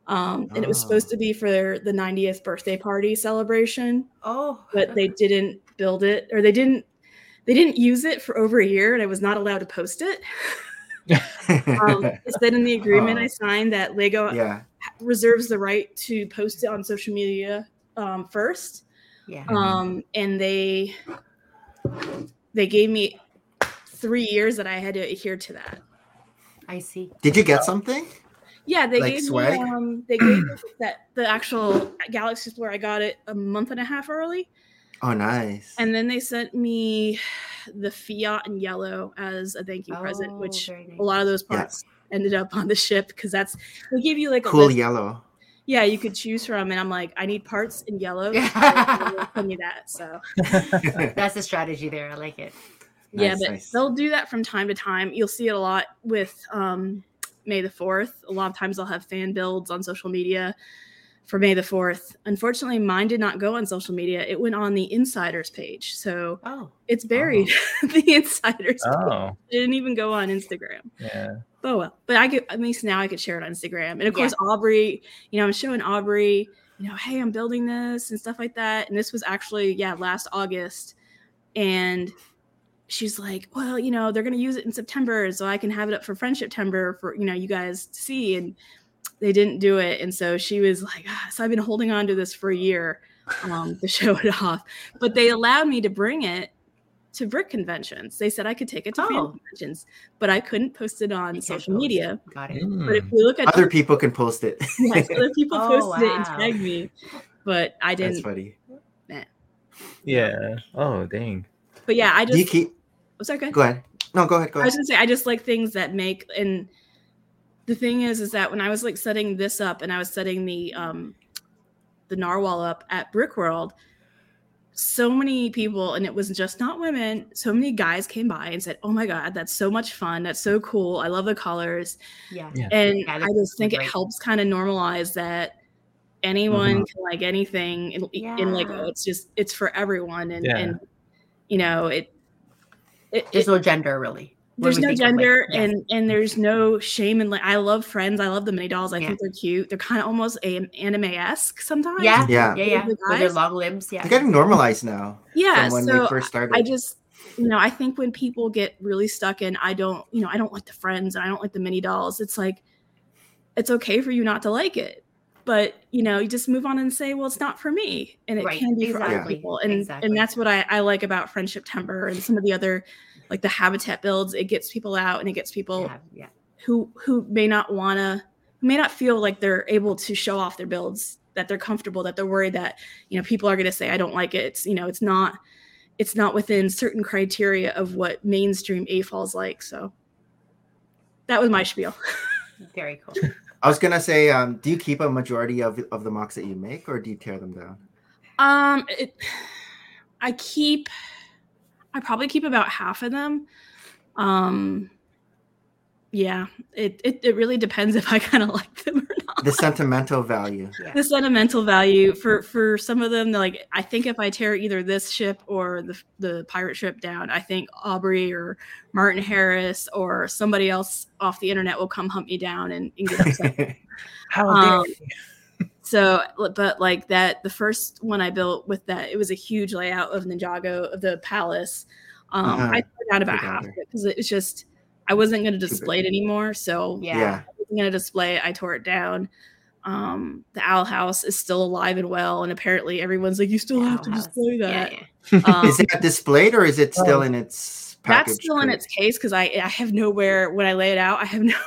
Um, and it was
Ah.
supposed to be for their, the 90th birthday party celebration.
Oh,
but they didn't build it or they didn't they didn't use it for over a year and i was not allowed to post it um, it said in the agreement i signed that lego
yeah.
reserves the right to post it on social media um, first
yeah.
Mm-hmm.
Mhm.
um, and they they gave me three years that i had to adhere to that
I see.
Did you get something?
yeah they
Like
gave
swag?
me um, they gave me that the actual galaxy explorer i got it a month and a half early
Oh, nice.
And then they sent me the Fiat in yellow as a thank you present,
Oh,
which
very nice.
a lot of those
Yeah.
parts ended up on the ship because that's they give you like a
cool
list-
yellow.
yeah you could choose from, and I'm like I need parts in yellow. Send me that. So
That's the strategy there. I like it.
yeah,
Nice,
but
nice.
they'll do that from time to time. You'll see it a lot with um, May the Fourth. A lot of times they'll have fan builds on social media for May the Fourth. Unfortunately, mine did not go on social media. It went on the Insiders page, so
Oh,
it's buried. the Insiders.
Oh,
It didn't even go on Instagram.
yeah.
Oh well, but I could at least now I could share it on Instagram. And of
Yeah.
course, Aubrey, you know, I'm showing Aubrey, you know, hey, I'm building this and stuff like that. And this was actually, yeah, last August. And she's like, well, you know, they're gonna use it in September, so I can have it up for Friendship Timber for you know you guys to see. And they didn't do it, and so she was like, ah, so I've been holding on to this for a year um, to show it off. But they allowed me to bring it to brick conventions. They said I could take it to
Oh.
fan conventions, but I couldn't post it on
You can't
social
post.
media.
Got it.
Hmm.
But if
Mm.
you look at
Hmm. Other people can post it.
yes, other people
Oh,
posted it and
wow.
tagged me, but I
That's
didn't.
funny.
Yeah. Oh dang.
But yeah, I
Do you
just
keep?
I'm sorry, go ahead.
Go ahead. No, go ahead. Go
I was
ahead.
gonna say I just like things that make and the thing is is that when I was like setting this up and I was setting the um the narwhal up at Brick World, so many people and it was just not women, so many guys came by and said, Oh my god, that's so much fun, that's so cool, I love the colors.
Mm-hmm.
Yeah.
Yeah.
And
Yeah,
I
that's
just think it
great. Mm-hmm.
helps kind of normalize that anyone can like anything in, in like
Yeah.
oh it's just it's for everyone and,
Yeah.
and you know it it,
There's
it
no gender really. when
there's
we
no
think of, like,
gender
yes.
and and there's no shame in like I love friends. I love the mini dolls. I
Yeah.
think they're cute. They're kind of almost a, anime esque sometimes.
Yeah.
Yeah,
Yeah, yeah.
With
With their
eyes.
long limbs.
they're
Yeah.
getting normalized now
yeah.
from when
So
they first started.
I just you know I think when people get really stuck in I don't you know I don't like the friends and I don't like the mini dolls. It's like it's okay for you not to like it, but you know you just move on and say well it's not for me and it
Right,
can be for other
exactly,
people and
exactly.
and that's what I, I like about friendship temper and some of the other like the habitat builds. It gets people out and it gets people
Yeah. yeah.
who who may not want to may not feel like they're able to show off their builds that they're comfortable that they're worried that you know people are going to say i don't like it it's you know it's not it's not within certain criteria of what mainstream a falls like so that was my spiel
Very cool.
I was gonna say, um, do you keep a majority of of the mocks that you make, or do you tear them down?
um it, i keep i probably keep about half of them um yeah it it, it really depends if i kind of like them or not
The sentimental value.
Yeah.
the sentimental value for for some of them they're like i think if i tear either this ship or the the pirate ship down i think aubrey or martin harris or somebody else off the internet will come hunt me down and, and get upset
How
Um, so but like that the first one i built with that it was a huge layout of ninjago of the palace um
Uh-huh.
i tore down about
Forgot
half of
her.
it because it was just i wasn't going to display it anymore so
Yeah.
yeah.
wasn't going to display it. I tore it down. Um, the owl house is still alive and well, and apparently everyone's like, "You still have to
Owl house.
display
Yeah,
that."
yeah.
Um,
Is it displayed, or is it still in its package?
that's still in
crate?
its case because I I have nowhere when I lay it out. I have nowhere.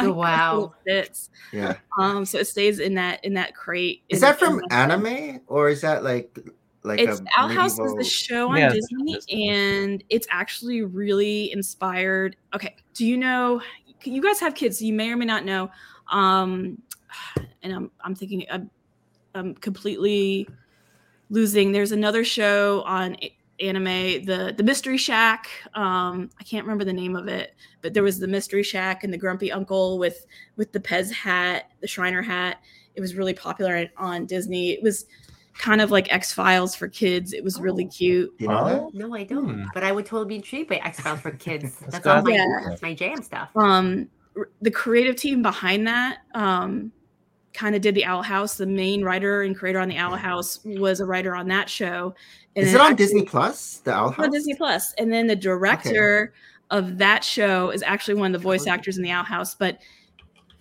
my
Oh, wow.
castle sits.
Yeah.
Um, so it stays in that in that crate.
Is
in-
that from
in that-
anime, or is that like like
It's
a
Owl House was
medieval-
the show on
Yeah, it's on
Disney,
Disney.
and it's actually really inspired. Okay, do you know? You guys have kids, you may or may not know. Um, and I'm I'm thinking I'm, I'm completely losing. There's another show on a- anime, the the Mystery Shack. Um, I can't remember the name of it, but there was the Mystery Shack and the Grumpy Uncle with with the Pez hat, the Shriner hat. It was really popular on Disney. It was kind of like X Files for kids. It was really
Oh.
cute.
Do you know that?
No, I don't.
Hmm.
But I would totally be intrigued by X Files for kids.
Let's
that's
go
all
ahead.
my
Yeah.
that's my jam stuff.
Um, r- the creative team behind that um, kind of did the Owl House. The main writer and creator on the Owl House was a writer on that show. And
Is it
then
on
actually-
Disney Plus? The Owl
It's on
House.
Disney Plus. And then the director of that show is actually one of the voice actors in the Owl House, but.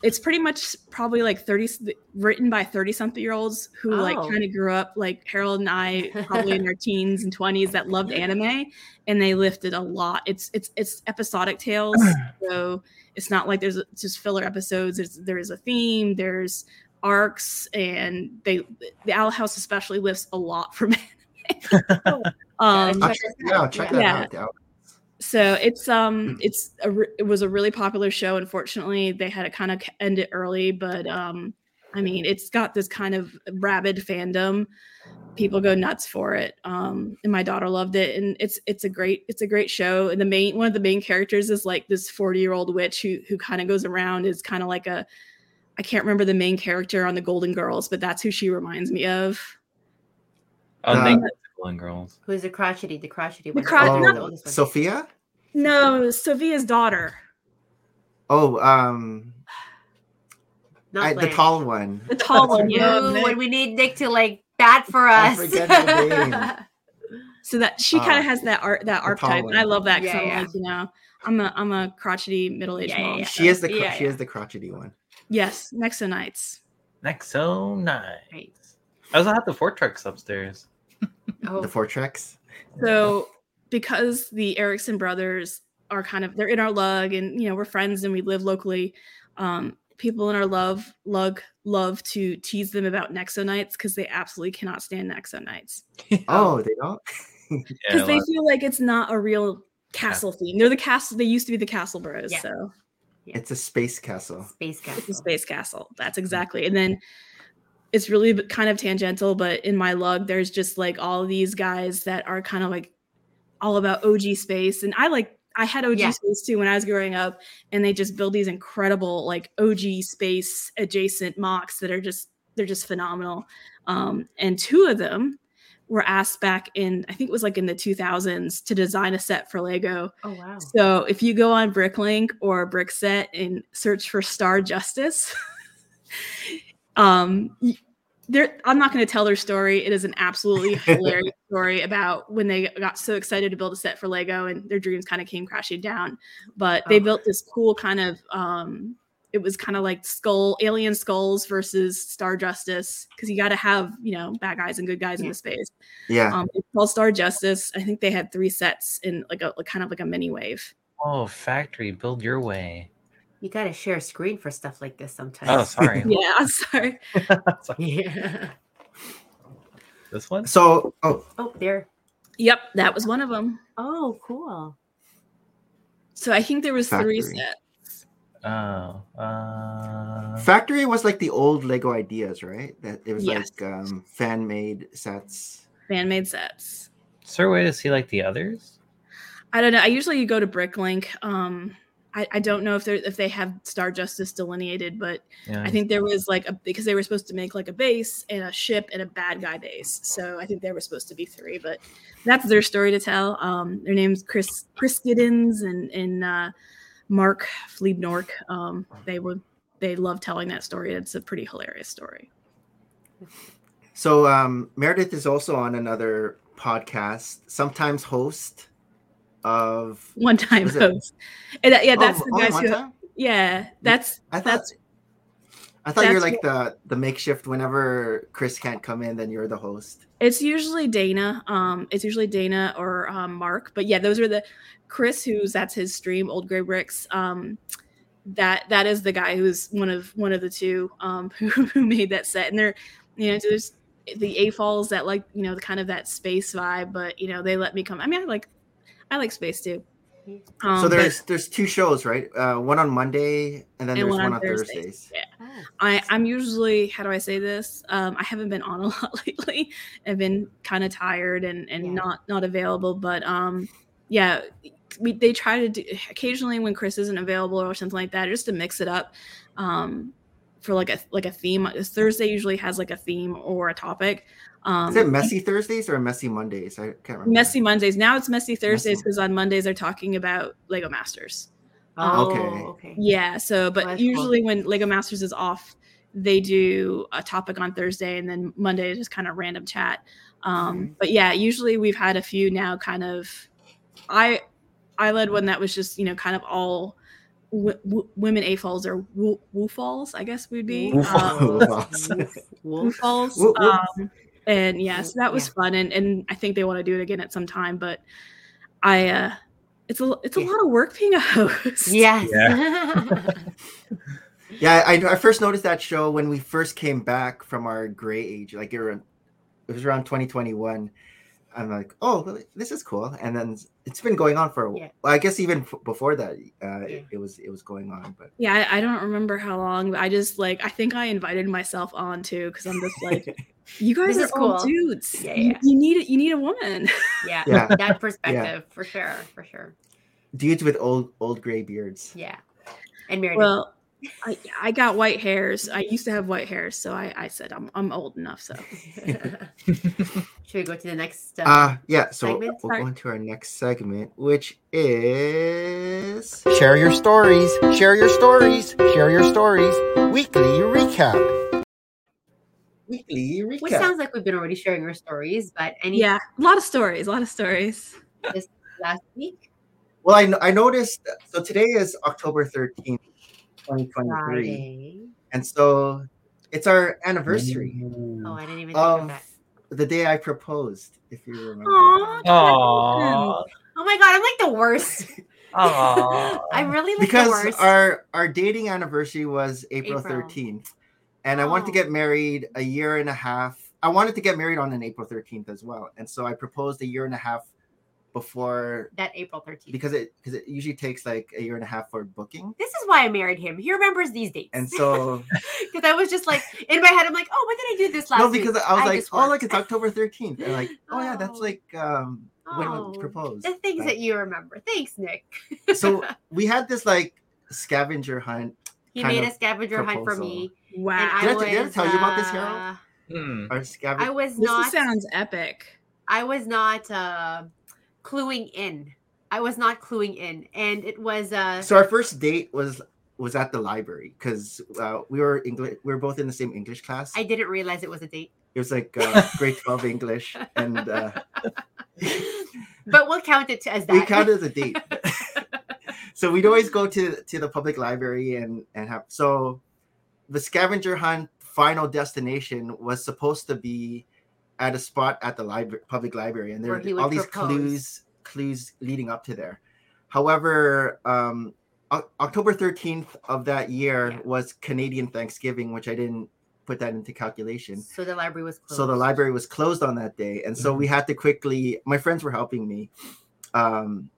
It's pretty much probably like 30 written by 30 something year olds who like
Oh.
kind of grew up like Harold and I probably in their teens and 20s that loved anime and they lifted a lot. It's it's it's episodic tales, so it's not like there's just filler episodes. There's there is a theme. There's arcs, and they the Owl House especially lifts a lot from anime. um,
I'll
Check
check
this
it out.
out,
Check
yeah.
that
Yeah.
out. The Owl-
so it's um it's a, re- it was a really popular show. Unfortunately, they had to kind of end it early, but um I mean it's got this kind of rabid fandom. People go nuts for it. Um and my daughter loved it and it's it's a great it's a great show. And the main one of the main characters is like this 40-year-old witch who who kind of goes around is kind of like a I can't remember the main character on the Golden Girls, but that's who she reminds me of.
oh,
Uh,
thank you, Golden Girls.
Who's the crotchety? The crotchety one.
crotch-
oldest-
oh,
oldest one.
Sophia.
No, Sophia's daughter.
Oh, um,
Not
I- the
Blair.
tall one.
The tall one,
Ooh,
yeah.
when we need Nick to like bat for
I
us.
forget her name.
so that she kind
Ah,
of has that art that archetype, and I
Apollo.
love that because
Yeah,
I'm
yeah.
like, you know, I'm a I'm a crotchety middle aged
Yeah, yeah,
mom.
yeah.
She is the cro-
Yeah,
she
yeah.
is the crotchety one.
Yes, Nexonites.
Nexo nine.
Right.
I also have the four trucks upstairs.
Oh,
The four tracks.
So because the Erickson brothers are kind of they're in our lug and you know we're friends and we live locally um people in our love lug love to tease them about nexonites because they absolutely cannot stand nexonites
Oh, they don't.
because
Yeah,
they
like-
feel like it's not a real castle theme they're the castle they used to be the castle bros
Yeah.
so
It's a space castle.
Space
it's a
Castle.
space castle that's exactly and then it's really b- kind of tangential but in my lug there's just like all these guys that are kind of like all about og space and i like i had og
Yeah.
space too when i was growing up and they just build these incredible like og space adjacent mocks that are just they're just phenomenal um, and two of them were asked back in i think it was like in the 2000s to design a set for lego
Oh wow.
so if you go on Bricklink or Brickset and search for Star Justice, um, y- there I'm not going to tell their story. It is an absolutely hilarious story about when they got so excited to build a set for Lego and their dreams kind of came crashing down. But they
Oh.
built this cool kind of um, it was kind of like skull alien skulls versus Star Justice because you got to have you know bad guys and good guys in
Yeah.
the space.
Yeah.
Um, it's called Star Justice. I think they had three sets in like a like kind of like a mini wave.
oh, factory, build your way.
You gotta share a screen for stuff like this
Oh,
sometimes.
sorry.
Yeah, I'm sorry.
yeah.
this
Um,
one?
So, oh,
Oh, there.
Yep, that was one of them.
Oh, cool.
So I think there was three
Factory.
sets.
Oh, uh,
factory was like the old Lego ideas, right? That it was
Yes.
like um, fan made sets.
fan-made sets.
is there a way to see like the others?
I don't know. I usually go to Bricklink. Um, I, I don't know if they if they have Star Justice delineated, but
Yeah.
I think there was like a because they were supposed to make like a base and a ship and a bad guy base. So I think there were supposed to be three, but that's their story to tell. Um, their names Chris Chris Giddens and and uh, Mark Fleebnork. Um, they would they love telling that story. It's a pretty hilarious story.
So um, Meredith is also on another podcast, sometimes host of.
one time
Was it-
host. And that, yeah,
Oh,
that's the
only
guys
one
who.
time?
Yeah, that's
I thought.
that's-
I thought you're
that's
like the the makeshift. Whenever Chris can't come in, then you're the host.
it's usually Dana. Um, it's usually Dana or um, Mark. But yeah, those are the Chris, who's that's his stream, Old Gray Bricks. Um, that that is the guy who's one of one of the two um, who, who made that set, and they're you know there's the A falls that like you know the kind of that space vibe, but you know they let me come. I mean, I like I like space too. Um,
so
but-
there's there's two shows, right? Uh, one on Monday, and then
And
there's
one
one,
on
on
Thursdays.
Thursdays.
Oh,
I, I'm usually, how do I say this? Um, I haven't been on a lot lately. I've been kind of tired and, and
Yeah.
not not available. But um, yeah, we, they try to do occasionally when Chris isn't available or something like that, just to mix it up um, for like a like a theme. Thursday usually has like a theme or a topic. Um,
Is it messy Thursdays or messy Mondays? I can't remember.
messy Mondays? Now it's messy Thursdays
Messy.
because on Mondays they're talking about Lego Masters.
oh
okay.
okay.
Yeah. So, but
that's cool.
usually when Lego Masters is off, they do a topic on Thursday and then Monday is just kind of random chat. Um,
Mm-hmm.
But yeah, usually we've had a few now kind of. I I led one that was just you know kind of all w- w- women a falls or woo woo falls I guess would be
Woo falls.
um,
Wolf.
Wolf,
woo
wolf.
falls.
Woo- woo.
Um, and yeah, so that was
Yeah.
fun and and I think they want to do it again at some time. But I uh, it's a it's a
Yeah.
lot of work being a host.
Yes.
Yeah, I, I first noticed that show when we first came back from our gray age. Like it, were- it was around 2021. I'm like, oh, really? this is cool. And then it's been going on for a while.
Yeah.
Well, I guess even f- before that, uh,
Yeah.
it, it was it was going on. But
Yeah, I, I don't remember how long, but I just like I think I invited myself on too because I'm just like, you guys
This
are
is
all
cool.
dudes.
Yeah,
You-
yeah.
You, need it. You need a woman.
yeah.
Yeah.
That perspective for sure. For sure.
dudes with old old gray beards.
Yeah. And Meredith.
well, I, I got white hairs. I used to have white hairs, so I, I said I'm I'm old enough. So
Should we go to the next uh,
Uh yeah, so
Segment?
we'll
Sorry.
go into our next segment, which is
Share your stories, share your stories, share your stories. Weekly recap.
weekly recap.
which sounds like we've been already sharing our stories, but any
yeah, a lot of stories. A lot of stories.
last week?
well, I, no- I noticed so today is October 13th, 2023,
Friday.
and so it's our anniversary.
Oh, I didn't even think of
of
that.
Mm.
the day I proposed, if you remember.
Aw,
Aww.
Oh my god, I'm like the worst. I'm
Aww.
really like the
because
worst.
our our dating anniversary was April
April.
thirteenth, and I wanted to
Oh.
get married a year and a half. I wanted to get married on an April thirteenth as well, and so I proposed a year and a half before
that April 13th.
because it because it usually takes like a year and a half for booking,
this is why I married him. He remembers these dates.
and so
because I was just like in my head, I'm like, oh, what did I do this last?
no, because
week?
I was like,
just
oh
worked."
look, it's October thirteenth, and like oh yeah, that's
Oh.
like um when
Oh,
we proposed.
the things
Like,
that you remember. Thanks, Nick.
so we had this like scavenger hunt.
He
kind
made a
of
scavenger hunt for
proposal.
me.
Wow.
And I
Did I
was,
t- did I tell you about this, Harold?
uh,
Hmm.
Our
I
scavenger.
was
this
not.
sounds epic.
I was not uh, cluing in. I was not cluing in, and it was uh,
so our first date was was at the library because uh, we were English. We were both in the same English class.
I didn't realize it was a date.
it was like uh, grade twelve English, and uh,
but we'll count it as that.
we counted as a date. so we'd always go to to the public library and and have so the scavenger hunt final destination was supposed to be at a spot at the library public library and there
Where he
were
would
all these
propose.
clues clues leading up to there however um O- october 13th of that year
Yeah.
was canadian thanksgiving which i didn't put that into calculation
so the library was closed.
so the library was closed on that day and so we
Mm-hmm.
had to quickly my friends were helping me um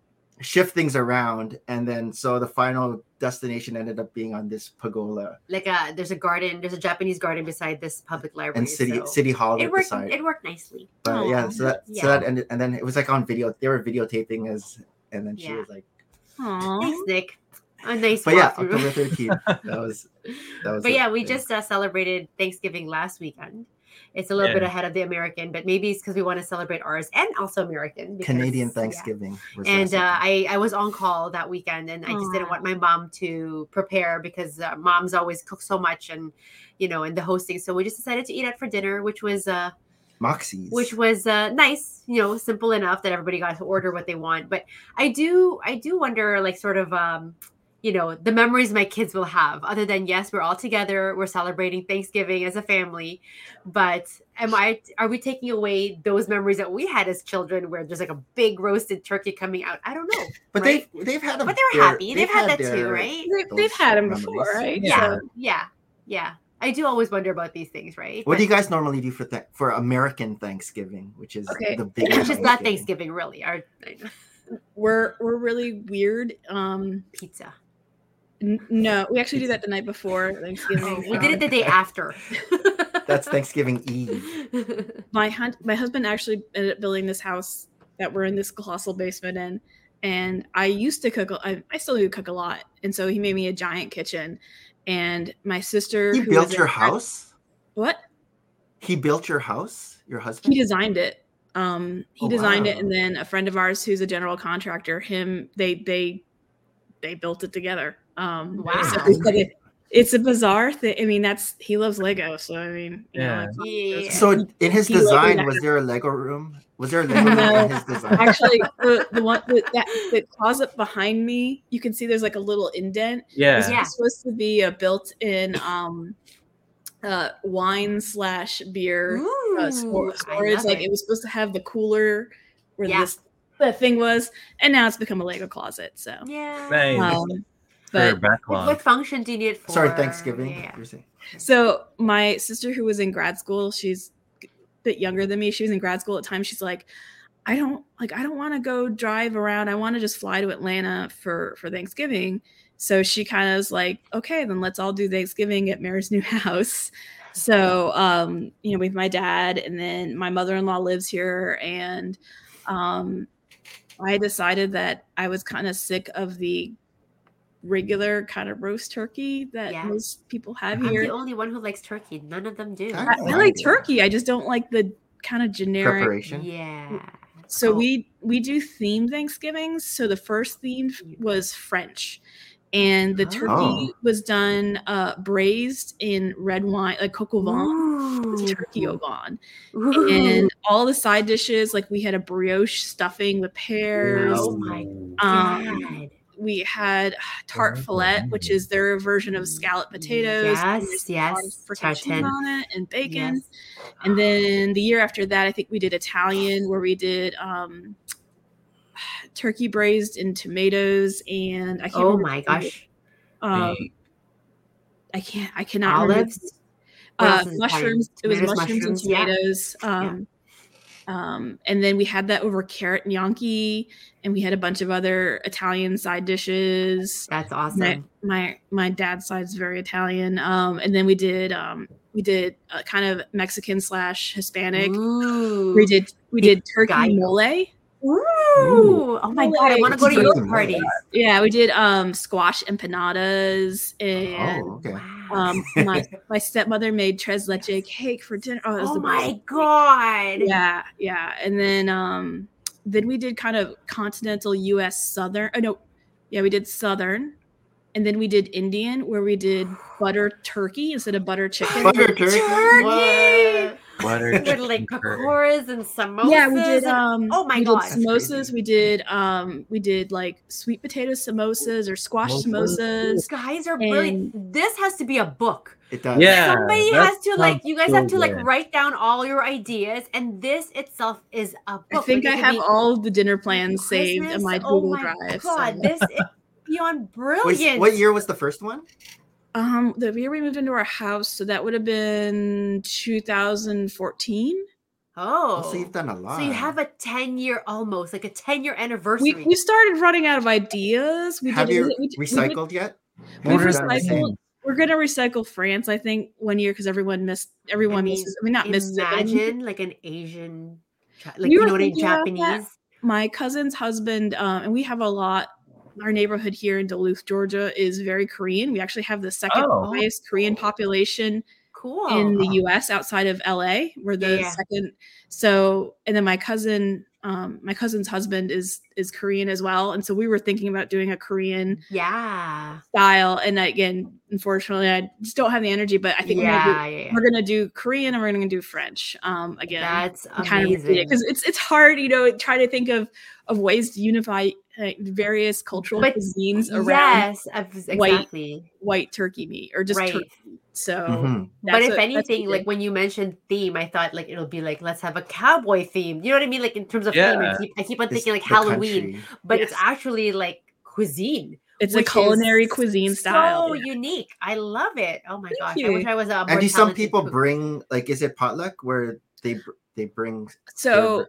shift things around and then so the final destination ended up being on this pagola
like uh there's a garden there's a japanese garden beside this public library
and city
so
city hall
it
right
worked
beside
it worked nicely
but yeah so that
yeah.
so that ended and then it was like on video they were videotaping as and then she
Yeah.
was like
Aw.
thanks nick a nice
but yeah
walkthrough.
october 13th that was that was
but
it,
yeah we just uh, celebrated thanksgiving last weekend it's a little bit
Yeah.
ahead of the american but maybe it's because we want to celebrate ours and also american because-
canadian
yeah.
thanksgiving was
and
last
uh,
weekend.
I, I was on call that weekend and i just didn't
Aw.
want my mom to prepare because uh, moms always cook so much and you know and the hosting so we just decided to eat out for dinner which was uh
moxie's
which was uh, nice you know simple enough that everybody got to order what they want but i do i do wonder like sort of um you know the memories my kids will have other than yes we're all together we're celebrating thanksgiving as a family but am i are we taking away those memories that we had as children where there's like a big roasted turkey coming out i don't know
but
right?
they they've had a,
but they were
their-
happy they've, had, that too
their-
right
They,
those
they've had them
memories.
before, right?
Yeah.
So-
yeah yeah i do always wonder about these things right
What do you guys normally do for th- for American Thanksgiving, which is
Okay.
the
But-
big
which is not thanksgiving really our I know,
we're we're really weird. Um,
pizza
n- no, we actually do that the night before Thanksgiving.
Oh, we did it the day after.
That's Thanksgiving Eve.
Thanksgiving.
my hun- my husband actually ended up building this house that we're in this colossal basement in and i used to cook a- I I still do cook a lot and so he made me a giant kitchen and my sister
He
who
built
was
your
in-
house.
what
He built your house. Your husband.
he designed it um he
Oh,
designed it
wow.
and then a friend of ours who's a general contractor him they they they built it together um
Wow.
so- but it- it's a bizarre thing i mean that's he loves lego so i mean you
Yeah.
know, it's-
Yeah.
so in his
He wrote
design,
that.
was there a Lego room? Was there a Lego room
No.
in his design?
Actually, the, the one the, that the closet behind me, you can see there's like a little indent. It's
Yeah.
Yeah.
supposed to be a built-in um, uh, wine slash beer uh,
Ooh,
stor-
I
storage.
love
Like it. was supposed to have the cooler where
Yeah.
this the thing was, and now it's become a Lego closet. So,
Yeah.
Nice.
um,
Her
but
What,
backlog.
what function do you need it for?
Sorry, Thanksgiving.
Yeah, yeah.
You're saying.
So my sister who was in grad school, she's a bit younger than me. She was in grad school at the time. She's like, I don't like I don't want to go drive around. I want to just fly to Atlanta for for Thanksgiving. So she kind of was like, okay, then let's all do Thanksgiving at Mary's new house. So um, you know, with my dad and then my mother-in-law lives here and um I decided that I was kind of sick of the regular kind of roast turkey that
Yeah.
most people have
I'm
here.
the only one who likes turkey. None of them do.
I
I,
don't
I like
it.
turkey. I just don't like the kind of generic.
Preparation.
Yeah.
So
Oh.
we we do themed Thanksgivings. So the first theme was French, and the turkey
Oh.
was done uh, braised in red wine, like coq au vin,
Ooh.
turkey au vin,
Ooh.
and all the side Oh dishes. Like we had a brioche stuffing with pears.
Oh my
Um,
Oh, God.
we had tart fillet, which is their version of scallop potatoes. and
Yes,
there's a lot of
yes,
freaking
tartan.
cheese on it and bacon.
Yes.
And then the year after that, I think we did Italian, where we did um, turkey braised in tomatoes, and I can't.
Oh
remember
my
what we did.
gosh.
Um,
Hey,
I can't. I cannot. remember
Olives. What
uh,
else is Italian?
mushrooms. It was
Tomatoes,
mushrooms, and
mushrooms, yeah.
tomatoes. Um, um, and then we had that over carrot gnocchi, and we had a bunch of other Italian side dishes.
That's
My,
awesome.
my my dad's side's very Italian. Um, and then we did um, we did uh kind of Mexican slash Hispanic.
Ooh.
We did we did turkey
Gallo.
mole.
Ooh. Oh my god, I want to go to
Mole.
your parties.
Yeah, we did um, squash empanadas and.
Oh, okay.
Wow.
Um, my, my stepmother made tres leche cake for dinner. Oh, it was
oh
the best.
my god.
yeah yeah and then um then we did kind of continental us southern oh no yeah we did southern and then we did indian where we did butter turkey instead of butter chicken
Butter turkey.
Turkey!
butter,
With like
chicken curry.
pakoras and samosas.
yeah we did
and-
um
oh my
we
God.
did
That's
samosas
crazy.
we did um we did like sweet potato samosas or squash
Samosas.
samosas
guys are brilliant. This has to be a book.
It does.
Yeah,
Somebody
that
has to like
sounds
you guys
so
have to like
good.
write down all your ideas and this itself is a book.
i think
Like,
i
it could
have
be
all the dinner plans saved
Christmas.
in my
Oh
google drive so-
God, this is beyond
Was-
brilliant.
what year was the first one?
um the year we moved into our house so that would have been 2014
Oh.
so you've done a lot.
So you have a 10 year almost, like a 10 year
we,
anniversary.
we started running out of ideas. We
have
did,
you
we- we- we-
recycled yet?
We've
Haven't done the
recycled.
same.
We're gonna recycle France, I think, one year because everyone missed. Everyone
mean,
misses. I mean, not misses. it, but
Imagine like an Asian, chi- like
We
you
were
know what in
thinking about that.
Japanese.
my cousin's husband, um, and we have a lot. Our neighborhood here in Duluth, Georgia, is very Korean. We actually have the second
Oh.
highest Korean population
Cool.
in the U.S. outside of L.A. We're the
Oh. Yeah, yeah.
second. So, and then my cousin, um, my cousin's husband is is Korean as well, and so we were thinking about doing a Korean
yeah.
style. And again, unfortunately, I just don't have the energy. But I think we're, gonna
yeah, yeah,
do,
yeah.
we're gonna do Korean and we're gonna do French. Um, again,
That's
and kind of
amazing.
because it's it's hard, you know, try to think of of ways to unify uh, various cultural
But-
cuisines around
yes, ex-
white
exactly.
white turkey meat or just
Right.
turkey. So,
Mhm.
that's
But if
what- that's what we
anything, like
did.
when you mentioned theme, I thought like it'll be like let's have a cowboy theme. You know what I mean? Like in terms of theme, I
Yeah.
keep, I keep on
It's
thinking like
the
Halloween,
country.
but it's
Yes.
actually like cuisine.
it's a
which is
culinary cuisine style.
So unique. I love it. Oh my
Thank
gosh. I wish
you.
I was a more
And do some
talented
people
cook.
bring like is it potluck where they br- they bring
So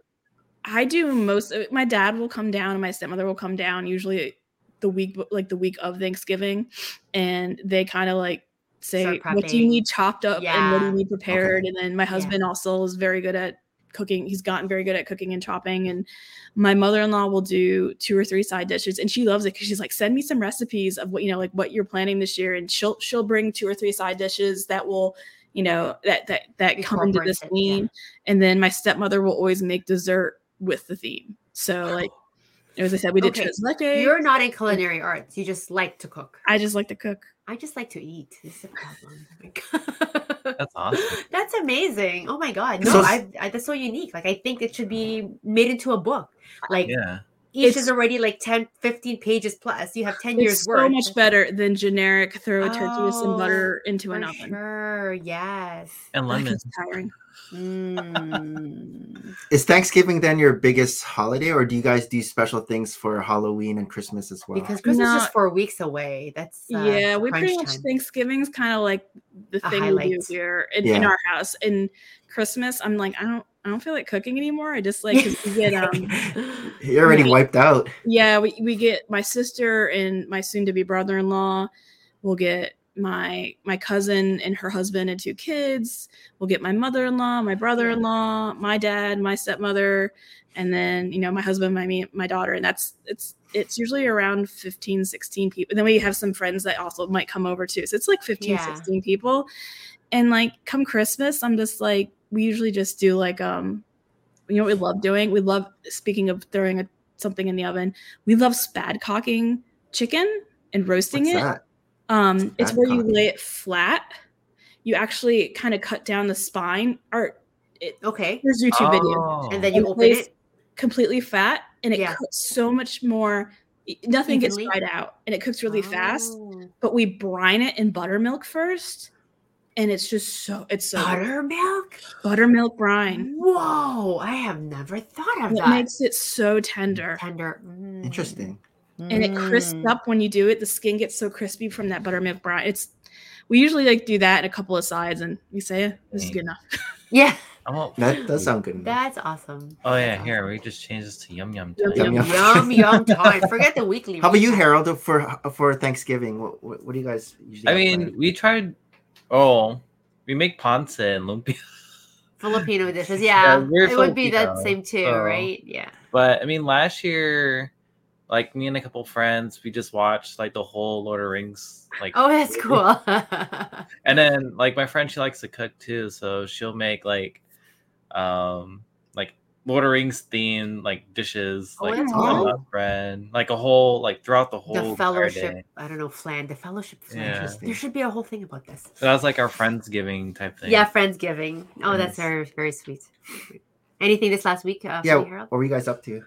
I do most of it. My dad will come down and my stepmother will come down usually the week, like the week of Thanksgiving. And they kind of like say,
Start
what do you
prepping.
need chopped up and what do
Yeah.
you need prepared? And then my husband also is very good at cooking. He's gotten very good at cooking and chopping. And my mother-in-law will do two or three side dishes and she loves it because she's like, send me some recipes of what, you know, like what you're planning this year. And she'll, she'll bring two or three side dishes that will, you know, that, that, that come into the
Incorporate it, yeah.
scene and then my stepmother will always make dessert with the theme. So like as I said, we did
Okay,
tres leches.
You're not in culinary arts. You just like to cook.
I just like to cook.
I just like to eat. This is a problem. Oh my God.
That's awesome.
that's amazing. Oh my god. No,
Uh-huh. So-
I, I that's so unique. Like I think it should be made into a book. Like
Yeah.
each
It's-
is already like 10 15 pages plus. You have 10
It's
years
so
worth.
much better than generic throw a turkey with some
Oh,
butter into
For
an oven.
sure. Yes.
And
Like,
lemon.
it's tiring.
Mm.
Is Thanksgiving then your biggest holiday, or do you guys do special things for Halloween and Christmas as well?
Because Christmas is
No.
just four weeks away. That's uh,
yeah, we pretty
crunch
much
time.
Thanksgiving's kind of like the
A
thing we do
highlight.
here in, in
Yeah.
our house. And Christmas, I'm like, I don't, I don't feel like cooking anymore. I just like 'cause we get um,
you're already wiped out.
Yeah, we, we get my sister and my soon to be brother in law. We'll get my my cousin and her husband and two kids. We'll get my mother in law, my brother in law, my dad, my stepmother, and then you know my husband, my me, my daughter, and that's it's it's usually around 15 16 people. And then we have some friends that also might come over too. So it's like 15
Yeah.
16 people. And like come Christmas, I'm just like we usually just do like um you know what we love doing? We love speaking of throwing a, something in the oven. We love spadcocking chicken and roasting
What's
it.
that?
Um, it's where you
Spadcocking?
lay it flat. You actually kind of cut down the spine. Or
okay.
there's YouTube videos
Oh.
And then you
Oh.
open it.
completely fat, and it
Yeah.
cooks so much more nothing gets
Evenly?
dried out and it cooks really fast.
Oh.
But we brine it in buttermilk first, and it's just so it's so good.
Buttermilk?
buttermilk brine.
Whoa, I have never thought of
It
that.
makes it so tender.
Tender.
Interesting.
Mm.
and it crisps
Mm.
up when you do it. The skin gets so crispy from that buttermilk brine. It's we usually like do that in a couple of sides, and we say "Eh, this is good enough.
Yeah,
I'm all-
That does sound good. man.
that's awesome.
oh yeah,
That's
here
awesome.
we just change this to yum yum.
Yum
time.
Yum, yum.
Yum yum time. Forget the weekly.
How about you,
recap.
Harold, for for Thanksgiving? What what, what do you guys usually?
I
have
mean,
planned?
we tried. Oh, we make ponce and lumpia,
Filipino dishes? Yeah,
we're
it would be that
Filipino,
same too,
so-
right? Yeah.
but I mean, last year, like me and a couple friends, we just watched like the whole Lord of Rings. Like,
Oh, that's cool.
and then like my friend, she likes to cook too, so she'll make like, um, like Lord of Rings themed like dishes,
Oh,
like
that's
all
cool.
about bread, like a whole like throughout the whole
the
entire
fellowship.
day.
I don't know, flan. The fellowship. Flan.
Yeah.
Interesting.
There should be a whole thing about this.
So that was like our friendsgiving type thing.
Yeah, friendsgiving. Oh, that's
Yes.
very very sweet. Anything this last week? Uh, yeah.
yeah.
Harold?
What were you guys up to?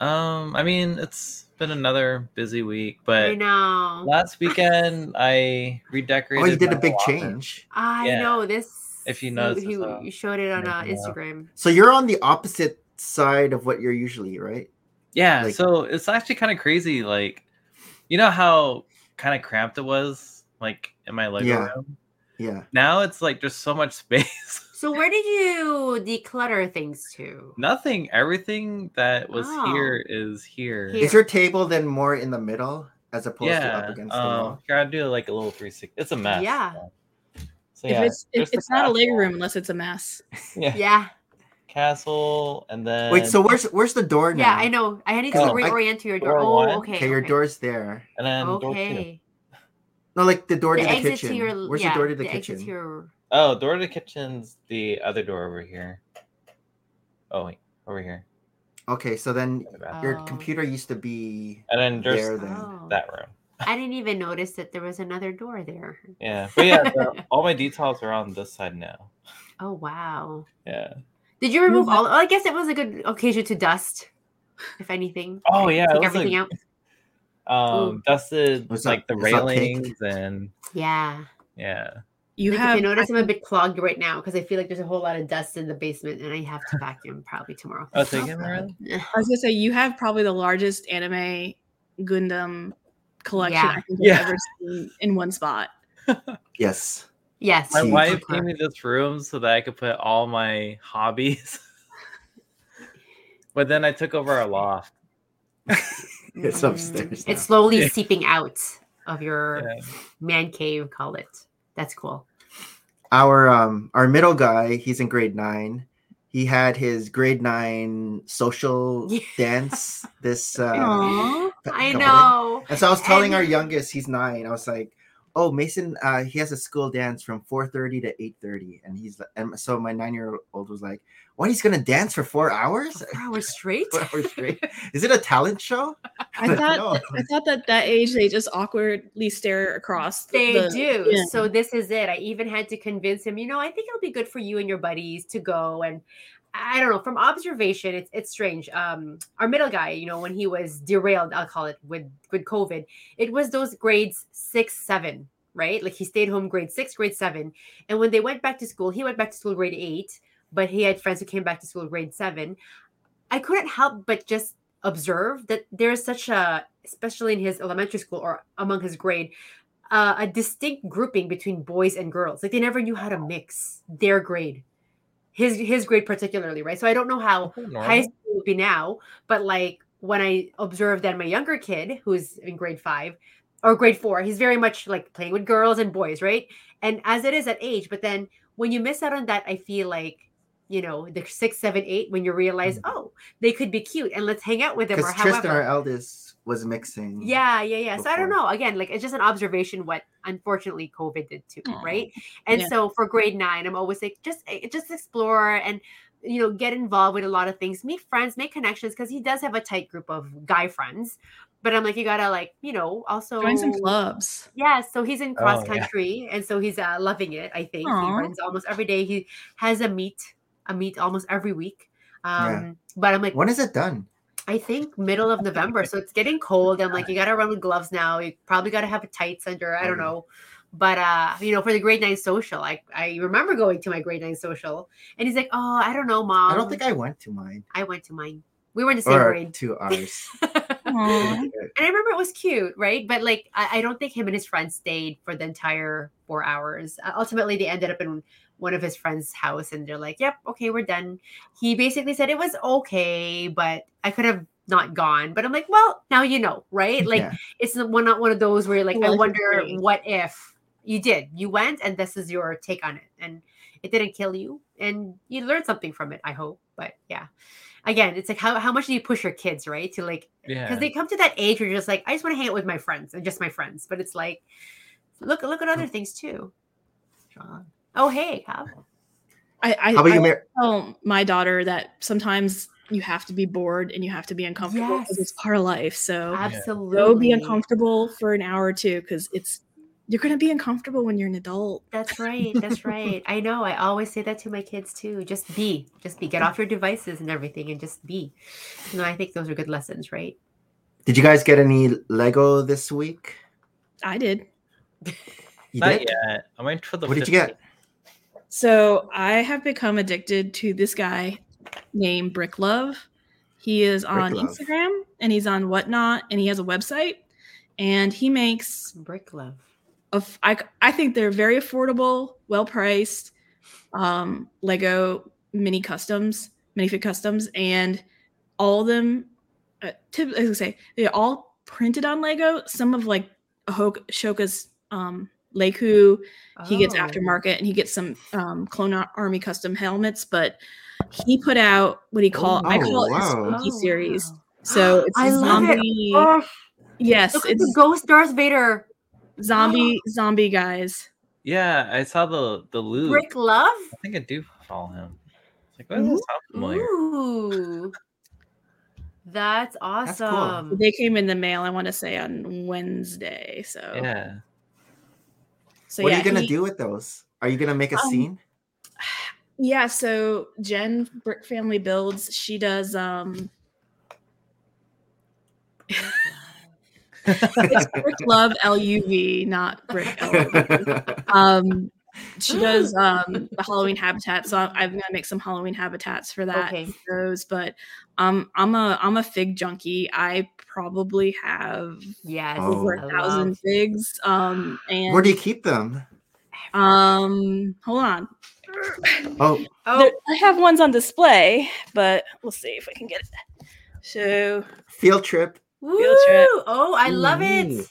Um, I mean, it's been another busy week,
I
but
know.
last weekend I redecorated.
Oh, you did
my
a big
whole office.
change.
I
Yeah.
know this.
If you notice,
you,
it's, uh,
you showed it on uh,
making out.
Instagram.
So you're on the opposite side of what you're usually, right?
Yeah,
Like-
so it's actually kind of crazy. Like, you know how kind of cramped it was, like in my Lego
Yeah.
room.
Yeah.
Now it's like there's so much space.
So where did you declutter things to?
Nothing. Everything that was
Ah.
Oh.
here is here.
Here.
Is your table then more in the middle as opposed to up
Yeah.
against the
Um,
wall?
here I do like a little 360. It's a mess.
Yeah.
so- So yeah,
if it's if
there's the
it's not a
castle-
leg room unless it's a mess.
Yeah.
Yeah,
Castle, and then
Wait. So where's where's the door now?
Um, yeah, I know. I need to
Oh,
I-
reorient to your door.
door
Oh,
one.
okay.
Okay, your door's there.
and then door two.
Okay.
No, like the door
The
to the
exit
kitchen.
to your.
Where's
yeah,
the door to the,
exit
kitchen?
to your-
Oh, door to the kitchen's the other door over here. Oh wait, over here.
Okay, so then
In the bathroom.
your
Oh.
computer used to be
and then there's
there then.
Oh.
that room.
I didn't even notice that there was another door there.
Yeah, but yeah, the, all my details are on this side now.
Oh wow!
Yeah.
Did you remove
that-
all? Oh, I guess it was a good occasion to dust, if anything.
Oh yeah, it
Take
was,
everything
like,
out.
Um, dusted
It's
like the
not- it's not caked.
railings and
Yeah.
yeah.
You
Like, if
have
you notice, I'm a bit clogged right now because I feel like there's a whole lot of dust in the basement, and I have to vacuum probably tomorrow.
Oh, so you
not
can
bad.
really?
I was gonna say you have probably the largest anime Gundam collection
Yeah.
I think
Yeah.
I've ever seen in one spot.
yes.
Yes.
My
Huge.
wife
Okay.
gave me this room so that I could put all my hobbies. but then I took over our loft.
It's
Mm.
upstairs now.
It's slowly
Yeah.
seeping out of your
Yeah.
man cave, call it. That's cool.
Our um our middle guy, he's in grade nine. He had his grade nine social
Yeah.
dance this uh p-
I
couple
know.
days. And so I was telling our
And-
youngest, he's nine. I was like, Oh, Mason, uh, he has a school dance from 4:30 to 8:30. And he's li- and so my nine-year-old was like, What he's gonna dance for four hours?
Four hours straight.
Four hours straight? Is it a talent show?
I thought
No.
that- I thought that that age they just awkwardly stare across.
They
the-
do.
yeah.
So this is it. I even had to convince him, you know, I think it'll be good for you and your buddies to go and I don't know, from observation, it's it's strange. Um our middle guy, you know, when he was derailed, I'll call it with with COVID, it was those grades 6 7, right? Like he stayed home grade 6, grade 7, and when they went back to school, he went back to school grade 8, but he had friends who came back to school grade 7. I couldn't help but just observe that there is such a especially in his elementary school or among his grade uh, a distinct grouping between boys and girls. Like they never knew how to mix their grade, his his grade particularly, right? So I don't know how high
Normal.
school would be now, but like when I observed that my younger kid, who's in grade five or grade four, he's very much like playing with girls and boys, right? And as it is at age, but then when you miss out on that, I feel like you know the six, seven, eight when you realize, oh, they could be cute and let's hang out with them or
Mm. Because
however.
Tristan, our eldest, was mixing.
Mm-hmm.
Yeah, yeah, yeah. So I don't
before.
know. Again, like it's just an observation what unfortunately COVID did too,
Aw.
right? And
Mm-hmm. Yeah.
so for grade nine, I'm always like just eh, just explore and you know get involved with a lot of things, meet friends, make connections because he does have a tight group of guy friends. But I'm like, you gotta like you know also
Join some clubs.
yeah, so he's in
Oh,
cross
yeah.
country, and so he's uh, loving it. I think he
Aw.
runs almost every day. He has a meet, a meet almost every week. Um,
Yeah.
But I'm like,
When is it done?
I think middle of November. so it's getting cold. I'm like, you gotta run with gloves now. You probably gotta have a tights under. I don't
Okay.
know. But uh, you know, for the grade nine social, I I remember going to my grade nine social, and he's like, "Oh, I don't know, mom.
I don't
um,
think I went to mine
I went to mine. We were in the same
or
grade."
to ours.
Aw.
and I remember it was cute, right? But like, I, I don't think him and his friend stayed for the entire four hours. Uh, ultimately, they ended up in one of his friend's house, and they're like, "Yep, okay, we're done." He basically said it was okay, but I could have not gone. But I'm like, well, now you know, right? Like,
Yeah.
it's the one not one of those where you're like,
Well,
I
if
wonder
it's me.
what if you did, you went, and this is your take on it, and it didn't kill you, and you learned something from it. I hope, but yeah. Again, it's like how, how much do you push your kids, right? To like
Yeah.
because they come to that age where you're just like, I just want to hang out with my friends and just my friends. But it's like, look, look at other things too. Sean. Oh hey, Cobb.
I, I,
How about
I
you, Mar-
tell my daughter that sometimes you have to be bored and you have to be uncomfortable. 'cause It's
Yes.
part of life. So
absolutely.
go be uncomfortable for an hour or two because it's you're gonna be uncomfortable when you're an adult.
That's right. That's right. I know. I always say that to my kids too. Just be, just be. Get off your devices and everything, and just be. No, I think those are good lessons, right?
Did you guys get any Lego this week?
I did.
You
Not
did.
yet. I'm waiting for the.
What did you get?
So I have become addicted to this guy named Brick Love. He is on
Love.
Instagram and he's on Whatnot and he has a website and he makes
Brick love.
of I, I think they're very affordable, well priced um, Lego mini customs, minifig customs, and all of them. Uh, tip, I was gonna say they're all printed on Lego. Some of like Ahok- Ashoka's um, Leku, he gets
Oh.
aftermarket and he gets some um, Clone Ar- Army custom helmets, but he put out what he called I
wow.
call it his
Oh,
spooky series.
wow.
So it's
I
a
love it.
zombie.
Oh,
Yes,
look at the
it's
ghost Darth Vader.
zombie zombie guys.
Yeah, I saw the the loot.
Brick love.
I think I do follow him. It's like, what does this sound familiar?
Ooh. That's
cool.
awesome.
They came in the mail. I want to say on Wednesday. So
Yeah.
so
what
yeah,
are you gonna
he-
do with those? Are you gonna make a
Um,
scene?
Yeah, so Jen Brick Family Builds. She does um it's Brick Love L U V, not Brick L U V. um she does um the halloween habitat so I- i'm gonna make some halloween habitats for that
Okay.
for those but um i'm a i'm a fig junkie i probably have
Yes.
Oh.
over
I
a
love-
thousand figs um and
Where do you keep them?
um hold on
Oh,
Oh,
There- i have ones on display but we'll see if we can get it so
field trip.
field trip.
woo! Oh, I love
Ooh.
it.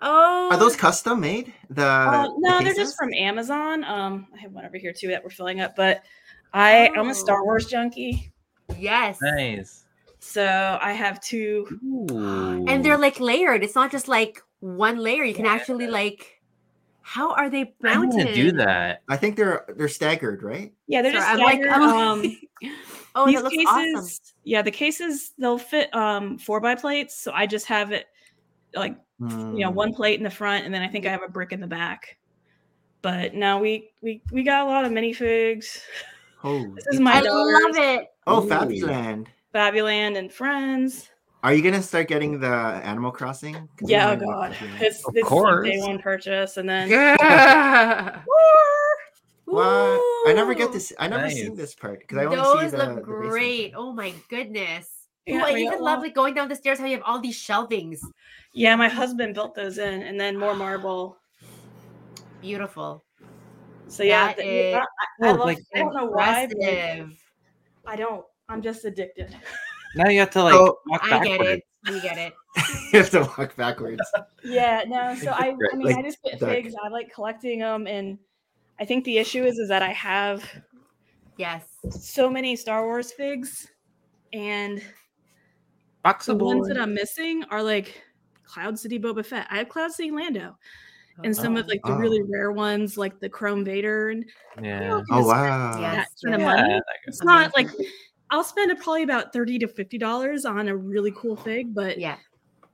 Oh,
Are those custom made? The
Um, uh, no
the
they're just
cases?
from amazon um i have one over here too that we're filling up but i i'm a star
Oh.
wars junkie
yes.
Nice.
so i have two
Ooh.
And they're like layered. It's not just like one layer. You can actually like. How are they
I'm
mounted?
gonna do that.
I think they're they're staggered, right?
Yeah, they're
Sorry,
just
I'm like,
staggered,
I'm
um,
like- oh, and
these
it looks
cases.
awesome.
Yeah, the cases they'll fit um four by plates. So I just have it like you know
Mm.
one plate in the front, and then I think I have a brick in the back. But no, we we we got a lot of minifigs.
Holy-
This is my
I
daughter's
love it.
oh,
Ooh.
Fabland.
Fabuland and friends.
Are you gonna start getting the Animal Crossing? 'Cause we
Yeah, oh
might
god,
want to do that.
it's
Of
this
course.
day one purchase, and then
Yeah.
What? I never get
Ooh.
this. I never seen
Nice.
this part because I only see
Those
the,
look
the basement.
great. Oh my goodness.
Yeah,
oh, I
we
even
got a
love
lot.
like going down the stairs how you have all these shelvings.
yeah, my husband built those in, and then more marble.
Beautiful.
So yeah,
That is
th- I, I
Oh,
love,
like-
I don't know why, but
Impressive.
I don't. I'm just addicted.
Now you have to like
Oh.
walk
I get
backwards.
it. We get it.
Oh
you have to walk backwards.
Yeah, no. So I,
Right,
I mean, I
like,
just get
duck.
figs. I like collecting them, and I think the issue is is that I have
Yes.
so many Star Wars figs, and the ones that
Boxable.
I'm missing are like Cloud City Boba Fett. I have Cloud City Lando, and some of
Oh.
like the
Oh.
really rare ones, like the Chrome Vader, and I
Yeah.
don't
Oh
just
wow.
Yeah.
that
Yes,
kind of
yeah.
money.
that goes-
It's not like I'll spend probably about thirty to fifty dollars on a really cool fig, but
Yeah.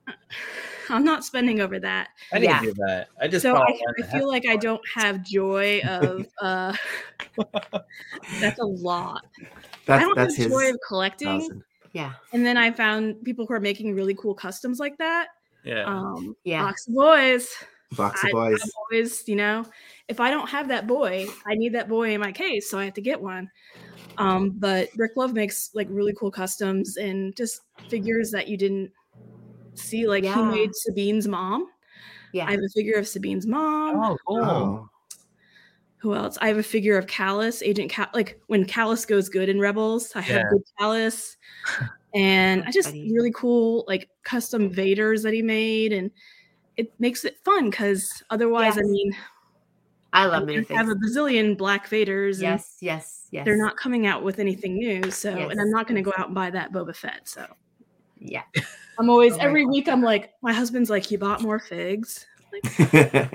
I'm not spending over that.
I didn't
Yeah.
do that. I just
so
bought
I,
one
I
that
feel like I don't have joy of uh that's a lot. I
That's
don't
that's
have
his
joy of collecting.
thousand.
Yeah.
And then I found people who are making really cool customs like that.
Yeah.
Um,
Yeah.
Box of Boys.
Box
I-
of boys.
I'm always, you know, if I don't have that boy, I need that boy in my case, so I have to get one. Um, but Rick Love makes like really cool customs and just figures that you didn't see. Like he
Yeah.
made Sabine's mom.
Yeah.
I have a figure of Sabine's mom.
Oh, cool.
Oh,
Who else? I have a figure of Callus, Agent Cal. Like when Callus goes good in Rebels, I have
Yeah.
good Callus, and I just
Funny.
really cool like custom Vaders that he made, and it makes it fun because otherwise, I
Yes.
mean,
I
I
love many
have a
things.
bazillion Black Vaders, and
Yes, yes, yes.
they're not coming out with anything new. So, and I'm
Yes.
not going to go out and buy that Boba Fett. So,
Yeah.
I'm always
Oh my
every week I'm like, my husband's like, you bought more figs.
Oh.
We're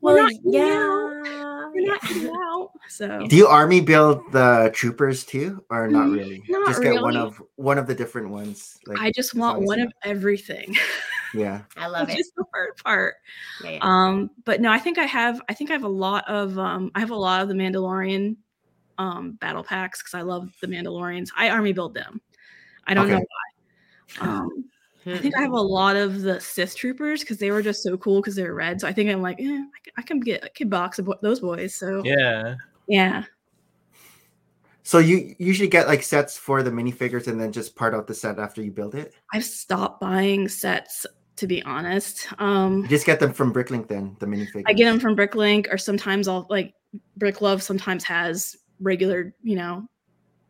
Well,
not eating
yeah.
out. You're not
yeah.
eating out. So,
Do you army build the troopers too, or not
Mm,
really?
not
Just get one
really.
of one of the different ones. Like
I just want
long as
one
you-
of everything.
yeah,
I love
which
it.
is the hard part.
Yeah, yeah.
Um, but no, I think I have. I think I have a lot of. Um, I have a lot of the Mandalorian um, battle packs because I love the Mandalorians. I army build them. I don't know
Okay.
why. Um,
Hmm.
I
Mm.
think I have a lot of the Sith troopers because they were just so cool because they're red. So I think I'm like, eh, I, c- I can get a kid box of bo- those boys. So yeah.
Yeah.
So you usually get like sets for the minifigures, and then just part out the set after you build it.
I've stopped buying sets to be honest. Um,
You just get them from Bricklink. Then the minifigures.
I get them from Bricklink or sometimes I'll like Brick Love sometimes has regular, you know,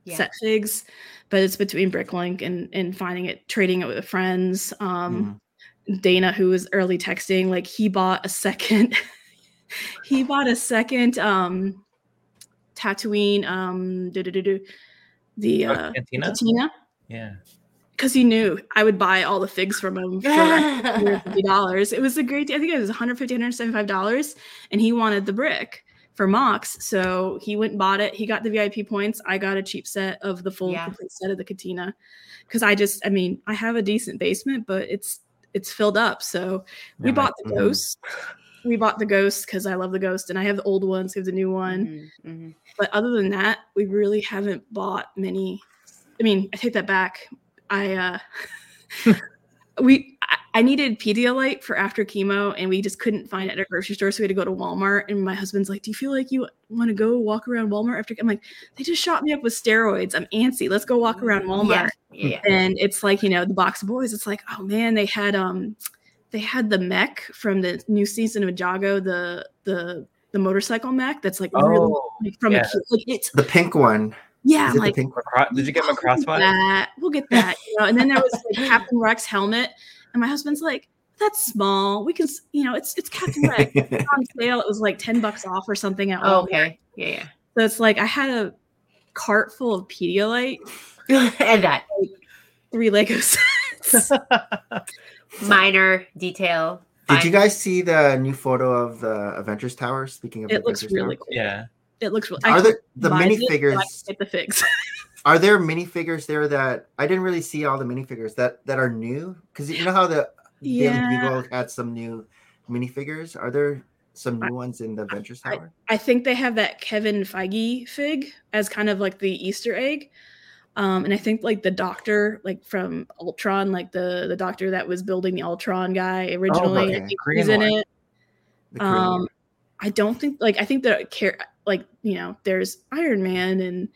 Yeah.
set figs, but it's between Bricklink and and finding it trading it with friends. Um,
Mhm.
Dana, who was early texting, like he bought a second, he bought a second um Tatooine um do do do do the
Oh,
uh
Cantina?
Katina
Yeah.
because he knew I would buy all the figs from him for fifty dollars. It was a great deal. I think it was 150 dollars, and he wanted the brick for Mox, so he went and bought it. He got the VIP points. I got a cheap set of the full
Yeah.
complete set of the Katina because I just, I mean, I have a decent basement, but it's it's filled up. So we
Yeah, my-
bought the
mhm.
ghost. We bought the ghost because I love the ghost, and I have the old ones. I have the new one.
Mhm, mhm.
But other than that, we really haven't bought many. I mean, I take that back. I uh we I, I needed Pedialyte for after chemo and we just couldn't find it at a grocery store, so we had to go to Walmart. And my husband's like, Do you feel like you want to go walk around Walmart after I'm like, they just shot me up with steroids. I'm antsy. Let's go walk around Walmart
Yeah, yeah, yeah.
and it's like you know the box of boys it's like oh man they had um they had the mech from the new season of Jago the the the motorcycle mech that's like really
Oh,
like, from
yeah.
a cute, like it's
the pink one.
yeah
Is
I'm
it
like
the pink one?
Macro- Did you get
"We'll
my crossbody?
that. we'll get that you know and then there was like Captain Rex helmet and my husband's like that's small we can s- you know it's it's Captain Rex It's on sale it was like 10 bucks off or something at
Oh,
all
okay. Yeah,
so it's like I had a cart full of Pedialyte
yeah. and that
three Lego sets
minor detail.
Did you
fine.
guys see the new photo of the Avengers Tower? Speaking of,
it
the
looks
Avengers
really cool
Yeah.
it looks really
Tower.
I
Are there the
buys it,
minifigures?
but I just get the figs.
are there minifigures there that I didn't really see all the minifigures that that are new? Because you know how the
Yeah.
Daily Bugle had some new minifigures. Are there some new ones in the Avengers
I-
Tower?
I think they have that Kevin Feige fig as kind of like the Easter egg. Um, and I think like the doctor, like from Ultron, like the the doctor that was building the Ultron guy originally,
okay.
I think
Green
he's in
one.
it.
The Korean
Um,
one.
I don't think like I think that care like you know there's Iron Man and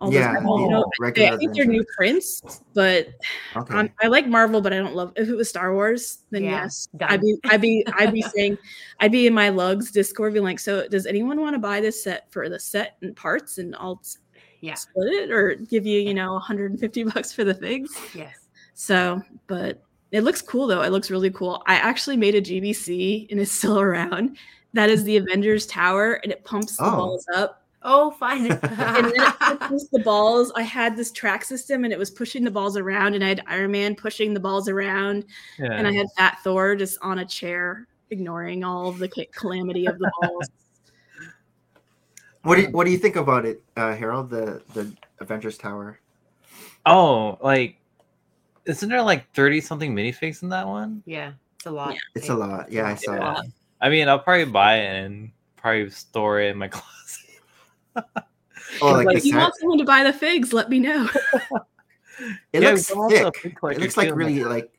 all
yeah,
those.
oh,
you know,
regular
I think they're new
Avengers.
prints, but
Okay.
Um, I like Marvel, but I don't love. If it was Star Wars, then
Yeah,
yes,
done.
I'd be, I'd be, I'd be saying, I'd be in my lugs Discord, being like, so does anyone want to buy this set for the set and parts, and I'll s-
Yeah.
split it or give you, you know, 150 bucks for the figs.
Yes.
So, but it looks cool though. It looks really cool. I actually made a GBC and it's still around. That is the Avengers Tower, and it pumps the
Oh.
balls up
Oh, fine.
and then it pushes the balls. I had this track system, and it was pushing the balls around, and I had Iron Man pushing the balls around, and I
Yeah.
had Fat Thor just on a chair, ignoring all of the ca- calamity of the balls.
what do you, What do you think about it, uh, Harold? The the Avengers Tower.
Oh, like, isn't there like 30 something minifigs in that one?
yeah, it's a lot.
It's a lot. Yeah, I saw. it.
Yeah. I mean, I'll probably buy it and probably store it in my closet.
Oh, like,
like,
the
if you
set.
want someone to buy the figs, let me know.
It
Yeah,
looks
I'm also a
thick.
food collector
It looks like
too.
really like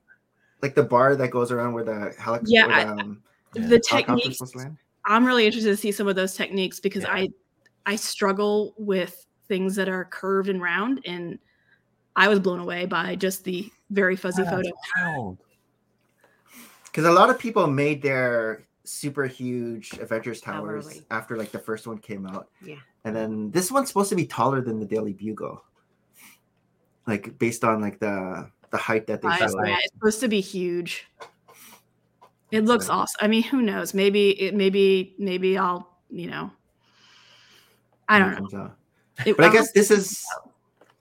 like the bar that goes around where the helic-
Yeah,
where
I- uh,
the, um,
Yeah.
The
helicopter's
techniques
supposed to land.
I'm really interested to see some of those techniques because
Yeah.
I I struggle with things that are curved and round and I was blown away by just the very fuzzy
Ah,
Wow.
photo.
Wow.
Because a lot of people made their super huge Avengers towers
Hourly.
after like the first one came out.
Yeah.
And then this one's supposed to be taller than the Daily Bugle. Like based on like the the height that they
I-
showed.
like-
it's supposed to be huge. It looks
Yeah.
awesome. I mean, who knows? Maybe it maybe maybe I'll, you know. I don't know.
know.
It-
But I
I'll-
guess this is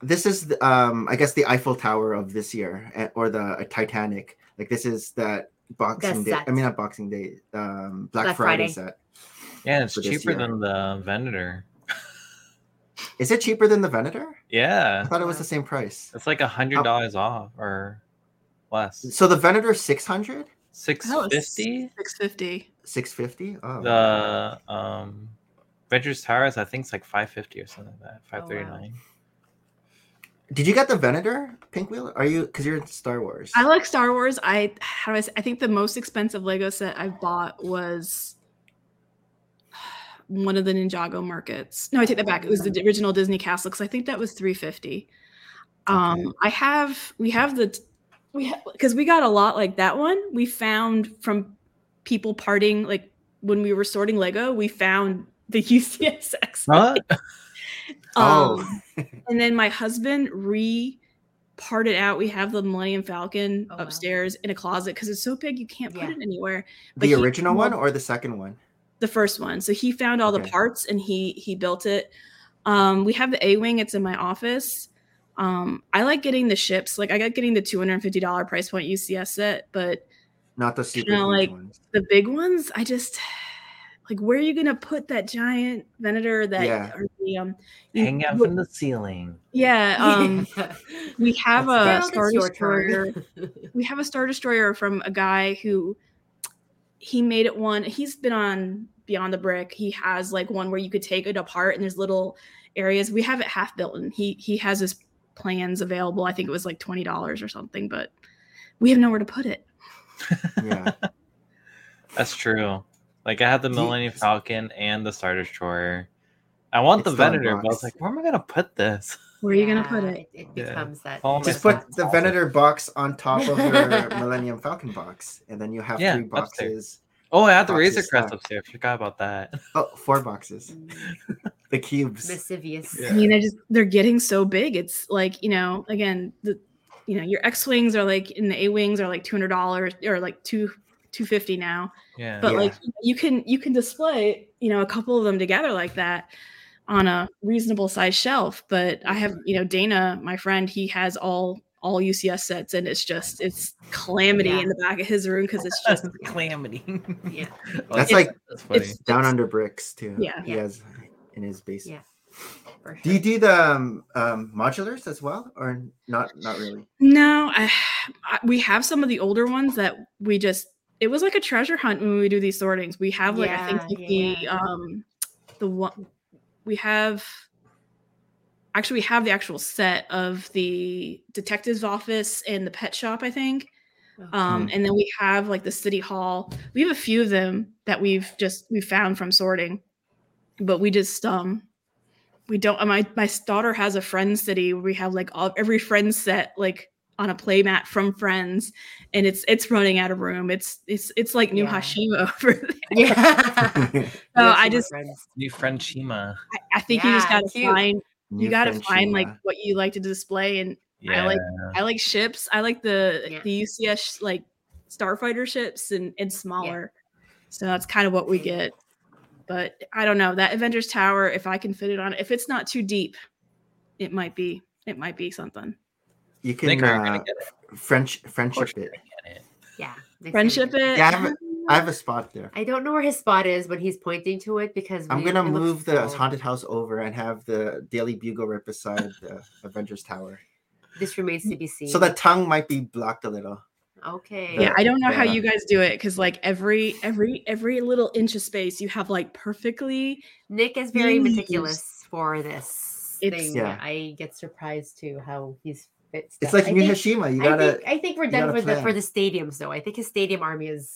this is the, um I guess the Eiffel Tower of this year eh, or the Titanic. Like this is that Boxing Day.
set.
I mean not Boxing Day. Um Black,
Black
Friday,
Friday.
set.
Yeah, it's
For this
cheaper
year.
than the Venator.
Is it cheaper than the Venator? I
Yeah,
thought it was the same price.
it's like a
Oh.
hundred dollars off or less.
So the Venator 600?
Six
Oh, it's
fifty.
650.
650? Oh.
The um, Avengers Towers, I think it's like five fifty or something like that.
Oh,
Five thirty nine.
Did you get the Venator pink wheel? Are you because you're in Star Wars?
I like Star Wars. I how do I, s- I think the most expensive Lego set I bought was one of the Ninjago markets. No, I take that back. It was the d- original Disney Castle because I think that was three fifty. Um, I have we have the t- we have because we got a lot like that one. We found from people parting like when we were sorting Lego, we found the UCSX.
What?
oh,
Um, and then my husband re parted out. We have the Millennium Falcon
Oh, wow.
upstairs in a closet because it's so big you can't
Yeah.
put it anywhere. but
the
he-
original one or the second one?
The first one. So he found all
Okay.
the parts and he he built it. Um, we have the A Wing, it's in my office. Um, I like getting the ships, like I got getting the $250 price point UCS set, but
Not the super
know,
huge
like-
ones.
the big ones, I just like where are you gonna put that giant Venator that
Yeah.
or the, um, you-
Hang out
you-
from the ceiling.
yeah, um we have a
Gerald,
Star
it's your
Destroyer
turn.
we have a star destroyer from a guy who he made it one he's been on beyond the brick he has like one where you could take it apart and there's little areas we have it half built and he he has his plans available i think it was like $20 or something but we have nowhere to put it
Yeah.
That's true. Like I had the
Ye-
Millennium Falcon and the Star Destroyer. I want the
It's not
Venator, but I was
boxed.
like, where am I gonna put this?
where are you going to put
Yeah,
it
It,
Yeah.
becomes that.
All my
Just
That's
put the Venator box on top of your Millennium Falcon box, and then you have
Yeah,
three
upstairs.
boxes.
Oh, I had the
Boxes
Razor Crest
stacked.
upstairs. Forgot about that.
Oh, four boxes. The cubes.
Mischievous.
i mean i just they're getting so big it's like you know again the you know your x wings are like in the a wings are like $200 or like 2 250 now
Yeah.
but
Yeah.
like you can you can display you know a couple of them together like that on a reasonable size shelf but i have you know dana my friend he has all all ucs sets and it's just it's calamity
Yeah.
in the back of his room because it's just
calamity. Oh,
Yeah.
That's
It's-
like-
that's funny.
it's
Down under bricks too.
Yeah.
He
Yeah.
has in his basement.
Yeah, for
Do you do the um, um, modulars as well, or not? Not really.
no I, I we have some of the older ones that we just it was like a treasure hunt when we do these sortings we have like i think
Yeah,
like
yeah,
the
yeah.
um the one we have actually we have the actual set of the detective's office and the pet shop i think
Hmm.
um, and then we have like the city hall we have a few of them that we've just we found from sorting but we just um we don't uh, my my daughter has a friend city where we have like all every friend set like on a playmat from friends and it's it's running out of room it's it's it's like new
Yeah.
hashima over there
yeah.
so
Yes, you
i
were
just
friends.
New friend Shima.
i, I think you just
Yeah,
gotta
cute.
find you
New uh,
gotta
friend
find like
Sheena.
what you like to display and
Yeah.
like- I like ships. I like the
Yeah.
the UCS like starfighter ships and and smaller. So that's kind of what we get. But I don't know that Avengers Tower. If I can fit it on, if it's not too deep, it might be. It might be something.
you
I think
can
we're gonna
uh,
get it.
French
course
friendship it.
Yeah. they
Friendship
said-
it.
Yeah, I have, I have a spot there.
I don't know where his spot is, but he's pointing to it because
I'm
we-
gonna
it looks
move the
so-
haunted house over and have the Daily Bugle right beside the Avengers Tower.
This remains to be seen.
So the tongue might be blocked a little.
okay.
yeah, I don't know how
Yeah.
you guys do it because like every every every little inch of space you have like perfectly.
Nick is very
Please.
meticulous for this
It's-
thing.
Yeah.
I get surprised too how he's fits.
It's
that.
like
I think-
Miyashima. You
I
gotta.
think, I think we're
you
done
gotta
for the for
plan.
the stadiums though. I think his stadium army is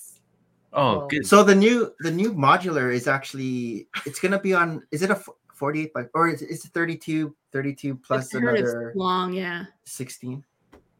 Oh,
Well,
good.
So the new the new modular is actually it's gonna be on. Is it a fo- 48 by or is it's 32 32 plus
I've heard it's
another
long, yeah.
16?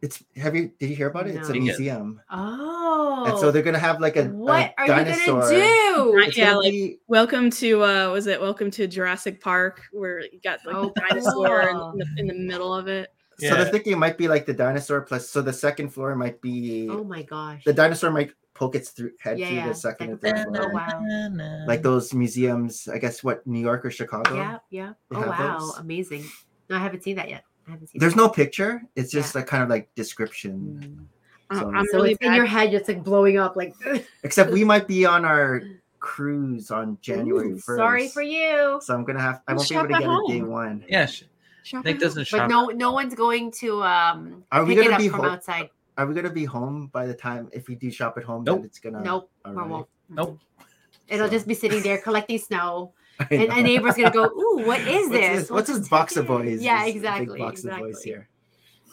It's have you did you hear about it? It's a
No.
Think it-
museum,
oh.
and so they're gonna have like a, a
what are
dinosaur.
you gonna do?
Right,
It's
yeah,
gonna
like
be-
welcome to uh was it welcome to Jurassic Park where you got like
Oh,
the dinosaur in-
cool.
in, the, in the middle of it.
so
Yeah.
they're thinking it might be like the dinosaur plus. So the second floor might be
Oh my gosh.
the dinosaur might poke its through, head
Yeah,
through
yeah,
the second and
second
third
floor.
floor.
Oh, wow.
Like those museums, I guess what New York or Chicago.
yeah, yeah.
They
Oh
have
wow,
those.
amazing. No, I haven't seen that yet. I haven't seen
There's
that.
no picture. It's just like kind of like description.
Mm.
I-
So-
I'm
So
really
it's in your
bad.
head, it's like blowing up. Like,
Except we might be on our cruise on January
ooh,
first.
sorry for you.
So I'm gonna have. I
We'll
won't be able to get
shop at
it day
home.
one.
Yeah, sh-
Shop
Nick
around.
doesn't shop.
But no, no one's going to um
Are we
pick it
gonna
up
be
from
hol-
outside.
Are we gonna be home by the time if we do shop at home?
Nope.
Then it's gonna.
nope,
all
we
right.
won't.
Nope.
It'll
So-
just be sitting there collecting snow,
I
and
know.
a neighbor's gonna go, "Ooh, what is
What's
this?
this?
We'll
What's this
just
box
take
of
it."
boys?
Yeah,
This big
exactly.
box
exactly.
of boys here.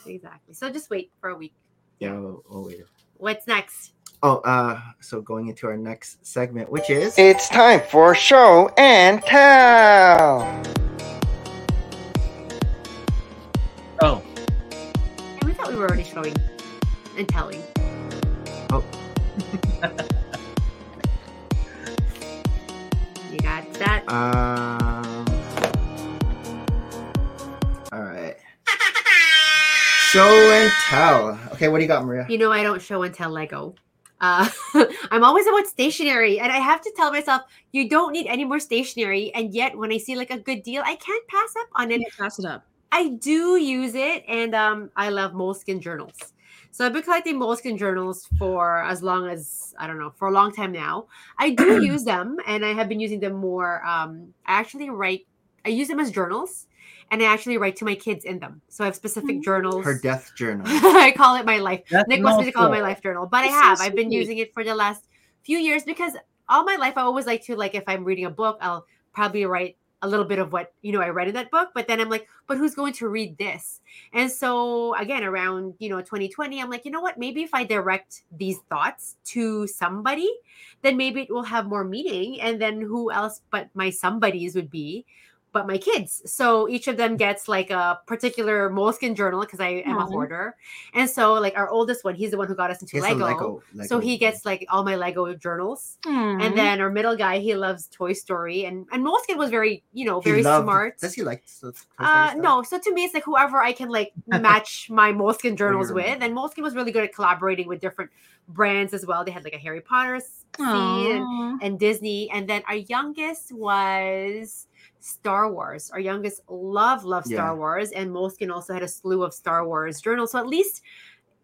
Exactly. So just wait for a week.
Yeah. We'll, we'll wait.
What's next?
Oh, uh, so going into our next segment, which is
It's time for show and tell.
Oh,
Yeah, we thought we were already showing and telling.
Oh.
you got that?
um. All right. Show and tell. Okay, what do you got, Maria?
You know, I don't show and tell Lego. Uh, I'm always about stationery, and I have to tell myself, you don't need any more stationery. And yet, when I see like a good deal, I can't pass up on it.
Yeah, pass it up.
I do use it, and um, I love moleskin journals. So I've been collecting moleskin journals for as long as I don't know for a long time now. I do use them, and I have been using them more. Um, I actually write. I use them as journals, and I actually write to my kids in them. So I have specific journals.
Her death journal.
I call it my life.
that's
Nick wants me to call it my
awful.
life journal, but I
It's so
have. I've been
sweet.
using it for the last few years because all my life I always like to like if I'm reading a book, I'll probably write a little bit of what you know I read in that book, but then I'm like, but who's going to read this? And so again, around you know 2020, I'm like, you know what? Maybe if I direct these thoughts to somebody, then maybe it will have more meaning. And then who else but my somebodies would be but my kids. So each of them gets like a particular moleskin journal because I am a
Aw.
hoarder. And so like our oldest one, he's the one who got us into
It's a
Lego. So he
Lego.
gets like all my Lego journals.
Aw.
And then our middle guy, he loves Toy Story and and Moleskin was very, you know,
He
very
loved-
smart.
Does he like? the Toy Story
Uh,
stuff?
no. So to me, it's like whoever I can like match my Moleskin journals
you're-
with, and Moleskin was really good at collaborating with different brands as well. They had like a Harry Potter s- scene, and-
Aw.
and Disney, and then our youngest was Star Wars. Our youngest loved loved
Yeah.
Star Wars, and Moleskin also had a slew of Star Wars journals. So at least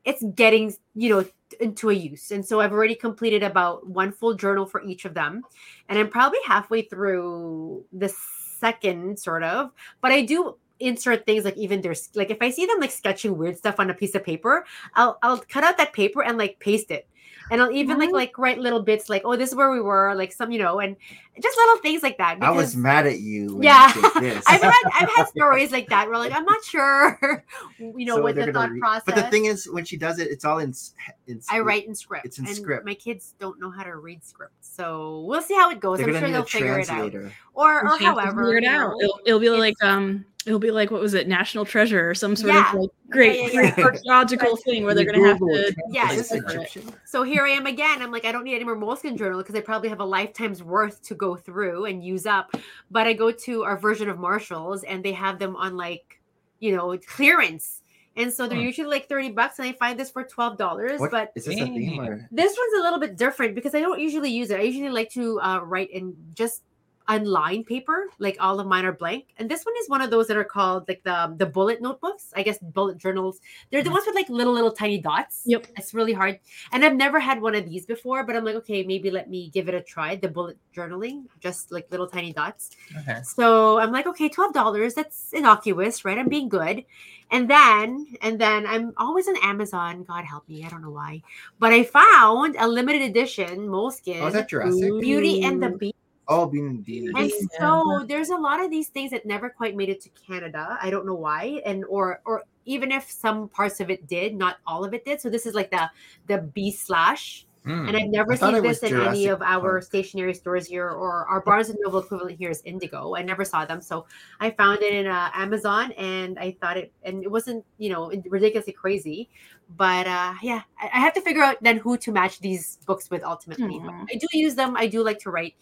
it's getting you know into a use. And so I've already completed about one full journal for each of them, and I'm probably halfway through the second sort of. But I do insert things like even there's like if I see them like sketching weird stuff on a piece of paper, I'll I'll cut out that paper and like paste it. And I'll even like
Mhm.
like write little bits like, oh, this is where we were, like some, you know, and just little things like that.
I was mad at you. When
Yeah.
you did this.
I've had I've had stories like that where like I'm not sure, you know,
So
what
they're
the
gonna
thought
re-
process.
But the thing is, when she does it, it's all in. s- in s-
I write in script.
it's in
and
script.
My kids don't know how to read script, so we'll see how it goes.
They're
I'm
gonna
sure
need
they'll
a
figure it out,
translator.
or or
You have to
however.
figure it
you
out.
know.
It'll, it'll be
it's-
like um it'll be like what was it, National Treasure or some sort
Yeah.
of like great
yeah,
great
yeah.
archaeological thing where they're gonna have
Google
to
Yeah,
Is this
it's-
Egyptian?
So here I am again. I'm like, I don't need any more Moleskine journal because I probably have a lifetime's worth to go through and use up. But I go to our version of Marshalls and they have them on like, you know, clearance. And so they're
Hmm.
usually like 30 bucks and I find this for $12.
What-
But
is this a theme or?
this one's a little bit different because I don't usually use it. I usually like to uh, write in just online paper, like all of mine are blank. And this one is one of those that are called like the the bullet notebooks, I guess bullet journals. They're the ones with like little little tiny dots.
Yep.
it's really hard. And I've never had one of these before, but I'm like, okay, maybe let me give it a try. The bullet journaling, just like little tiny dots.
Okay.
So I'm like, okay, twelve dollars. That's innocuous, right? I'm being good. And then, and then I'm always on Amazon. God help me, I don't know why, but I found a limited edition moleskin
Oh, is that Jurassic?
Beauty and the Beast.
Oh, Beauty and the Beast.
And
Beast.
so there's a lot of these things that never quite made it to Canada. I don't know why, and or or even if some parts of it did, not all of it did. So this is like the the B slash.
Hmm.
And I've never
I thought
seen
it
this
was
in any
Jurassic
of our
Park.
stationary stores here or our Barnes and Noble equivalent here is Indigo. I never saw them, so I found it in uh, Amazon, and I thought it, and it wasn't you know ridiculously crazy, but uh, yeah, I, I have to figure out then who to match these books with ultimately.
Hmm.
But
Aw.
I do use them. I do like to write,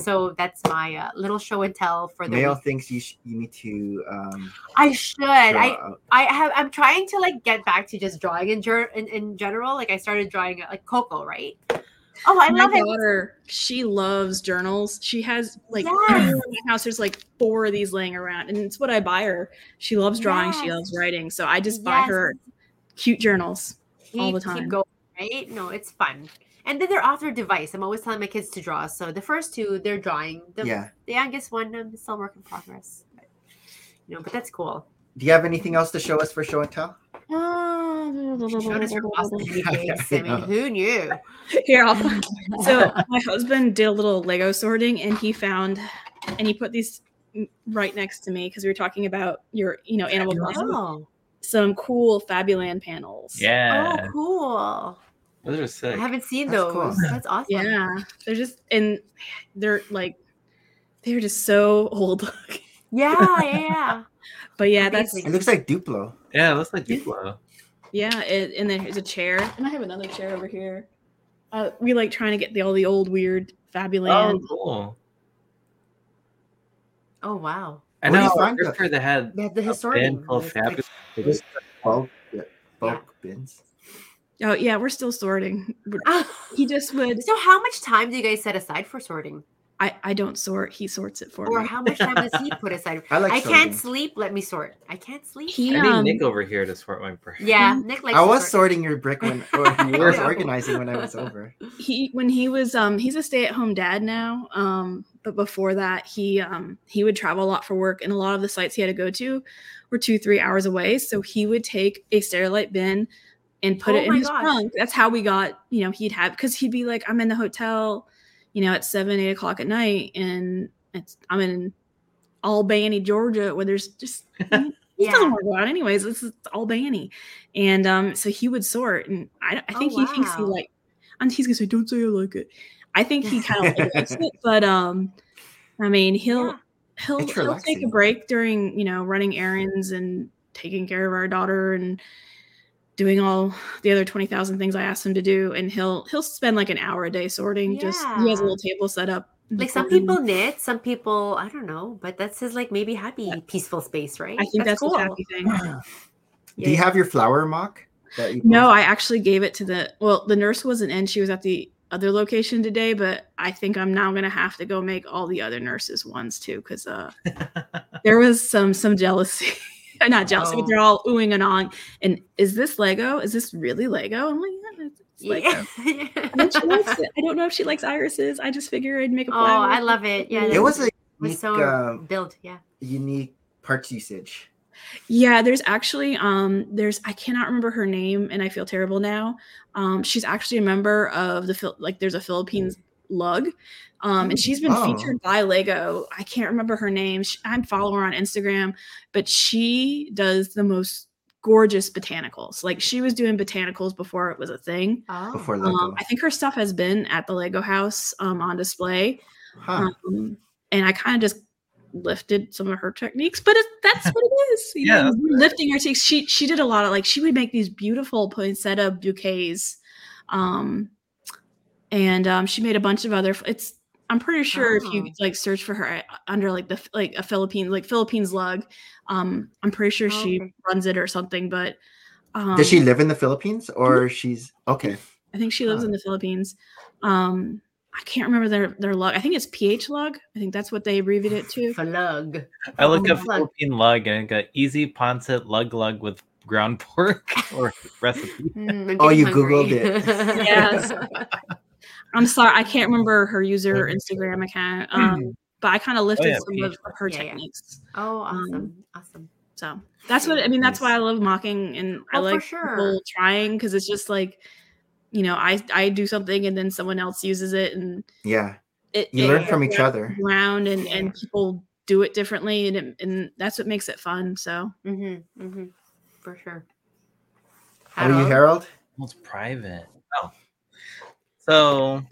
so that's my uh, little show and tell for the.
Mail
week.
thinks you sh- you need to um
I should. I
draw out.
I have I'm trying to like get back to just drawing in, ger- in in general. Like I started drawing uh, like Coco, right? Oh, I
my
love it.
daughter, she loves journals. She has like
Yes.
everywhere in my house. There's like four of these laying around, and it's what I buy her. She loves drawing. She
Yes.
loves writing. So I just buy
Yes.
her cute journals.
Keep,
all the
Keep
time.
going, right? No, it's fun. And then they're off their device. I'm always telling my kids to draw. So the first two, they're drawing. The,
yeah.
the youngest one, um, still work in progress. But, you know, but that's cool.
Do you have anything else to show us for show and tell?
Ah,
Showed us your awesome guinea pigs.
I
I mean,
know.
who knew?
Here, I'll so my husband did a little lego sorting and he found and he put these m- right next to me because we were talking about your you know animal blossom
Oh,
some cool fabuland panels
oh,
Yeah,
cool.
those are
I
sick.
haven't seen
That's
those.
cool.
That's awesome.
yeah they're just and they're like they're just so old looking.
Yeah, yeah, yeah.
but yeah that's
Amazing.
It looks like Duplo.
Yeah, it looks like Duplo.
yeah it, and then here's a chair and i have another chair over here uh, we like trying to get the all the old weird fabuland
Oh, cool.
Oh, wow.
I
Where do
know.
you
I
find that?
remember they had
Yeah, the
a
historian.
band called
was
Fabulous.
like-
Pigs.
Bulk, yeah, bulk bins.
oh yeah we're still sorting We're-
Ah,
he just would
so, how much time do you guys set aside for sorting?
I, I don't sort. He sorts it for
Or
me.
how much time does he put aside?
I like.
I
sorting.
can't sleep. Let me sort. I can't sleep.
He
I need
um,
Nick over here to sort my brain.
yeah, Nick likes.
I
to
was
sort.
sorting your brick when, or you
I
were
know.
organizing when I was over.
he when he was um he's a stay-at-home dad now. Um, but before that, he um he would travel a lot for work, and a lot of the sites he had to go to were two three hours away. So he would take a Sterilite bin and put
Oh
it in
my
his
gosh.
trunk. That's how we got you know he'd have because he'd be like I'm in the hotel, you know at seven eight o'clock at night, and it's I'm in Albany, Georgia, where there's just He doesn't
Yeah.
work out anyways. This is all Banny. And um, so he would sort. And I, I
Oh,
think he thinks he
wow.
like, and he's going to say, don't say I like it. I think he kind of likes it. But um, I mean, he'll,
Yeah.
he'll,
It's
he'll take a
relaxing.
break during, you know, running errands and taking care of our daughter and doing all the other 20,000 things I asked him to do. And he'll, he'll spend like an hour a day sorting. Just, he has a
Yeah.
little table set up. in the
Like some
corner.
people knit, some people I don't know, but that's his like maybe happy, peaceful space, right?
I think that's, the happy thing.
Do you
Yeah.
have your flower mock? That you
No,
posted?
I actually gave it to the well, the nurse wasn't in. She was at the other location today, but I think I'm now gonna have to go make all the other nurses ones too, because uh there was some some jealousy. Not jealousy,
Oh.
but they're all oohing and ahhing. And is this Lego? Is this really Lego? I'm like, uh, yeah, it's- it's Lego.
Yeah.
And then she likes it. I don't know if she likes irises. I just figure I'd make a
oh,
flower.
I love it. Yeah,
It was a
was
unique,
so
uh,
build. Yeah.
unique parts usage.
Yeah, there's actually um there's I cannot remember her name and I feel terrible now. Um she's actually a member of the Phil like there's a Philippines lug. Um and she's been
Oh.
featured by Lego. I can't remember her name. She, I'm follow her on Instagram, but she does the most gorgeous botanicals. Like she was doing botanicals before it was a thing.
Oh.
Before Lego.
Um, I think her stuff has been at the Lego house um, on display.
Huh.
Um, and I kind of just lifted some of her techniques, but it, that's what it is. You
Yeah,
know,
that's
we're lifting her techniques. She she did a lot of like she would make these beautiful poinsettia bouquets, um, and um, she made a bunch of other. It's I'm pretty sure if you
Oh.
like search for her uh, under like the like a Philippine like Philippines lug, um, I'm pretty sure
Oh,
she
okay.
runs it or something. But um,
Does she live in the Philippines or she's okay?
I think she lives
Huh.
in the Philippines. Um, I can't remember their their lug. I think it's PH lug. I think that's what they abbreviate it to.
Flug.
I look
Oh,
up
Lug.
Philippine lug and I got easy ponset lug lug with ground pork or recipe.
Mm, I'm
Oh,
getting
you Googled
hungry.
Yes. I'm sorry, I can't remember her user Instagram account.
Hmm.
Um, but I kind of
Oh,
lifted
yeah,
some of her
Yeah, yeah.
techniques.
Oh,
Um,
awesome. Awesome.
So that's what I mean. That's why I love mocking and I
Oh, for
like
sure.
people trying because it's just like, you know, I I do something and then someone else uses it and
Yeah.
it.
You
it
learn from
gets
each other.
Around and
Yeah.
and people do it differently and it, and that's what makes it fun. So
Mm-hmm, mm-hmm. for sure.
How are Oh, you, Harold?
Well, it's private. Oh. So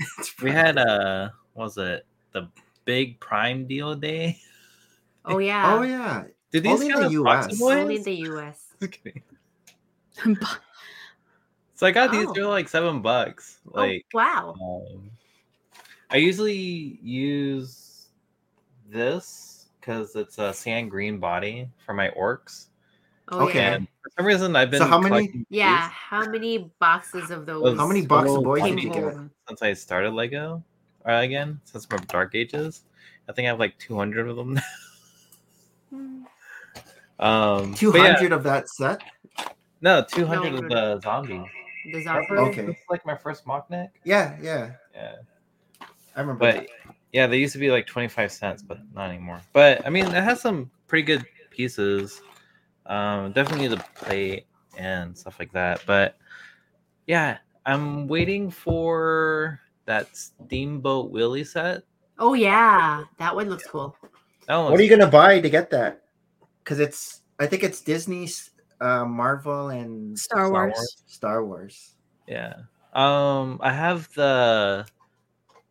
we had uh what was it? The big prime deal day.
Oh yeah.
Oh yeah.
Did these
Only in
count
the
as Proxy
US.
Boys?
Only in the U.S.
Just kidding.
But-
So I got these
Oh.
for like seven bucks. Like
oh, wow.
um, I usually use this because it's a sand green body for my orcs.
Oh,
Okay.
Yeah.
And for some reason I've been
how many-
collecting these
Yeah, How many boxes of those?
those
How many box of
little
boys
came
did you get?
home?
since I started Lego uh, again, since my Dark Ages. I think I have like 200 of them.
Hmm.
now. um,
Two
but yeah,
hundred of that set.
no, 200 of
No.
the zombie.
The
Remember?
Zomfer?
Okay.
It's like my first mock neck.
Yeah, yeah.
Yeah.
I remember.
But yeah, they used to be like 25 cents, but not anymore. But I mean, it has some pretty good pieces. Um, definitely the plate and stuff like that. But yeah, I'm waiting for that Steamboat Willie set.
Oh yeah, that one looks cool.
That one
What
was
are you gonna buy to get that? Because it's, I think it's Disney's, uh, Marvel, and
Star Wars.
Star Wars.
Yeah. Um, I have the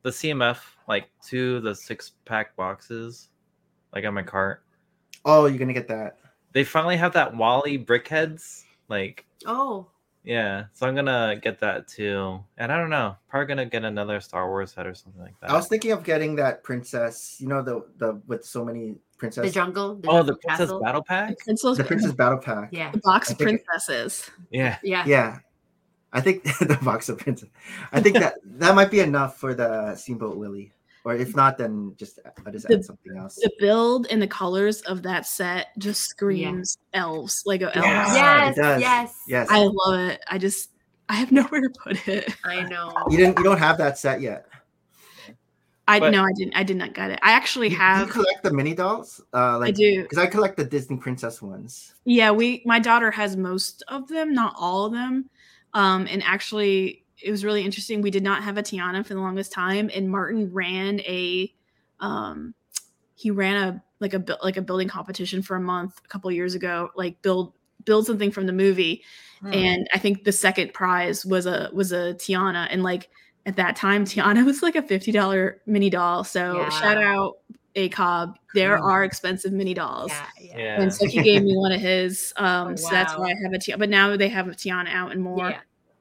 the CMF like two of the six pack boxes, like on my cart.
Oh, you're gonna get that.
They finally have that Wally brickheads. Like,
Oh,
yeah. So I'm gonna get that too. And I don't know, probably gonna get another Star Wars set or something like that.
I was thinking of getting that princess. You know the the with so many
the
princess.
jungle. The
oh, the
jungle
Princess
castle.
Battle Pack.
it's those
the princess battle pack.
Yeah.
the box
I
of
think it-
princesses.
Yeah.
Yeah.
Yeah. I think the box of princess. I think that that might be enough for the Steamboat Willie. Or if not, then just I'll just add
The-
something else.
The build and the colors of that set just screams elves, Lego elves.
Yeah.
Yes.
it does.
Yes.
Yes.
I love it. I just I have nowhere to put it.
I know.
you didn't you don't have that set yet.
I
But-
no, I didn't. I did not get it. I actually
Do you-
have.
do you collect the mini dolls? Uh
I
like
do.
because I collect the Disney princess ones.
Yeah, we my daughter has most of them, not all of them. Um, and actually it was really interesting. We did not have a Tiana for the longest time, and Martin ran a um he ran a like a bu- like a building competition for a month a couple years ago, like build build something from the movie. And I think the second prize was a was a Tiana. And like at that time, Tiana was like a $50 mini doll. So
Yeah.
shout out A Cobb. There
Mm.
are expensive mini dolls.
Yeah. Yeah. Yeah.
Yeah.
And so he gave me one of his. Um,
Oh,
So that's
wow.
why I have a Tiana. But now they have a Tiana out and more.
yeah.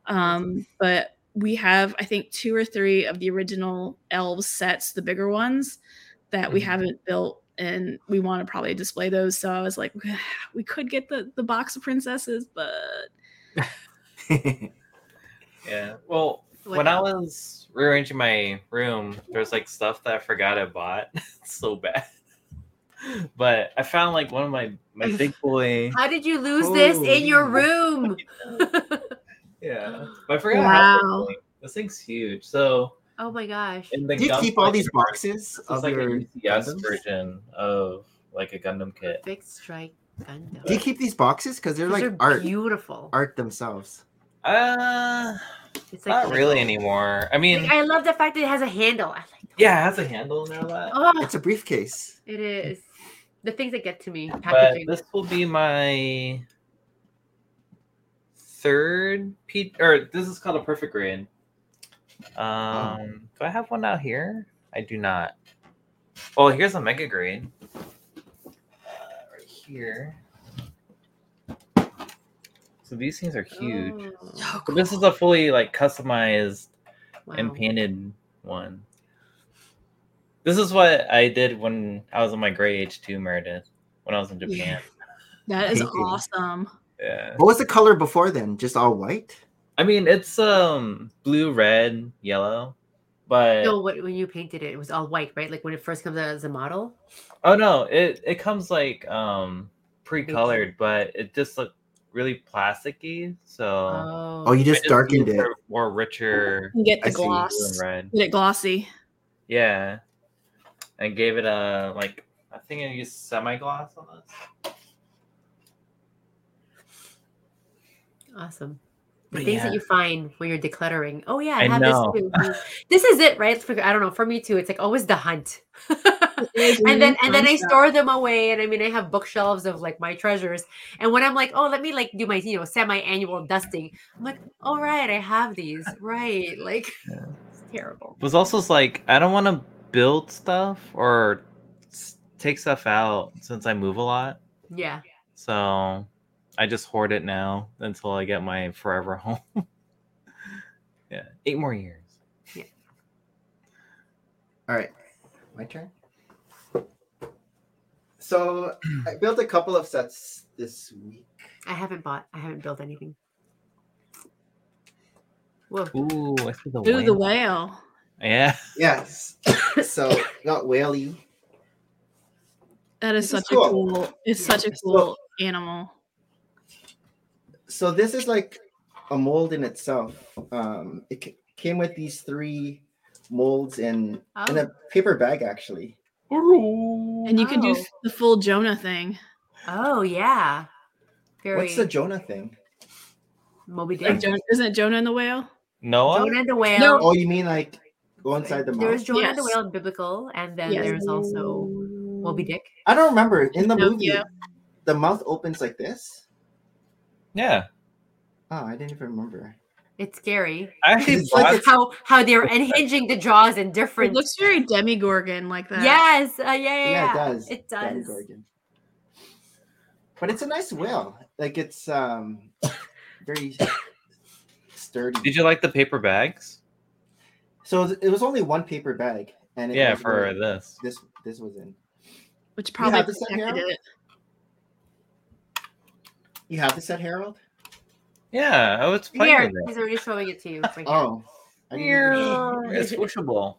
Um, but we have, I think, two or three of the original elves sets, the bigger ones that we
Mhm.
haven't built. And we want to probably display those. So I was like, we could get the, the box of princesses, but
Yeah. Well,
What
when I was rearranging my room, there was like stuff that I forgot I bought. It's so bad. But I found like one of my my big boy.
How did you lose this in your
Holy-
room?
Yeah. But I forgot how
Wow.
big thing. This thing's huge. So
oh my gosh.
in the
Do you
gun
keep all these
collection,
boxes
This
of
is like
your
a UCS
Gundams?
version of like a Gundam kit.
Big strike Gundam.
Do you keep these boxes? Because they're
Those
like
are
art
beautiful.
art themselves.
Uh
It's like
not really
Lego.
anymore. I mean
Like, I love the fact that it has a handle. I like that.
yeah, it has a handle and all that.
Oh,
It's a briefcase.
it is. The things that get to me.
but
Packaging.
this will be my third P or this is called a perfect grade. Um, do I have one out here? I do not. Well, here's a mega grade. Uh, right here. So these things are huge.
Oh,
But this is a fully like customized
wow.
and painted one. This is what I did when I was on my grade age two Meredith when I was in
Yeah.
Japan.
that is
Thank you.
awesome.
Yeah.
What was the color before then? Just all white?
I mean, it's um blue, red, yellow, but
No, what, when you painted it, it was all white, right? Like when it first comes out as a model.
oh no, it it comes like um pre-colored, but it just looked really plasticky. So I
Oh,
Oh, you just darkened
used
it.
a More richer
You get the
I see. Blue
blue
gloss.
and red.
Get it glossy.
Yeah, and gave it a like. I think I used semi-gloss on this.
awesome. The
But
things
yeah.
that you find when you're decluttering. Oh yeah, I,
I
have
know.
this too. this is it, right? For, I don't know. For me too, it's like always the hunt. and then and then I store them away. And I mean, I have bookshelves of like my treasures. And when I'm like, oh, let me like do my you know semi-annual dusting, I'm like, all right, I have these, right? Like, it's terrible.
was also like I don't want to build stuff or s- take stuff out since I move a lot.
Yeah,
So I just hoard it now until I get my forever home. yeah, eight more years.
All right, my turn. So I built a couple of sets this week.
I haven't bought, I haven't built anything. Whoa.
Ooh, I see the,
Ooh, the
whale.
whale.
Yeah,
Yes. so not whaley.
That is
This is
such a
cool.
cool. It's such a
So-
cool animal.
So this is like a mold in itself. Um, it c- came with these three molds in
Oh.
in a paper bag actually.
And you can do
Wow.
f- the full Jonah thing.
Oh yeah, very
What's the Jonah thing?
Moby
Like
Dick.
Jonah, isn't it Jonah and the whale?
Noah.
Jonah the whale.
Oh, you mean like go inside the
There's
mouth?
Jonah the
Yes.
whale in biblical, and then
Yes.
there's also Moby Dick.
I don't remember. In the
No,
movie,
yeah.
the mouth opens like this.
Yeah,
Oh, I didn't even remember.
It's scary.
I actually
It's
bought.
like-
Like how how they're unhinging the jaws in
It
different.
looks very demigorgon like that.
yes, uh, yeah, yeah,
Yeah,
yeah.
it does.
It
Danny
does.
Gorgon. But it's a nice whale. Like it's um very sturdy.
Did you like the paper bags?
So it was only one paper bag, and it
Yeah,
was
for
really-
this.
this this was in.
Which probably
have the same
protected
arrow?
it.
You have this at Harold?
Yeah, I was playing
Here,
with it.
he's already showing it to you. Right here.
Oh, I didn't even-
It's switchable.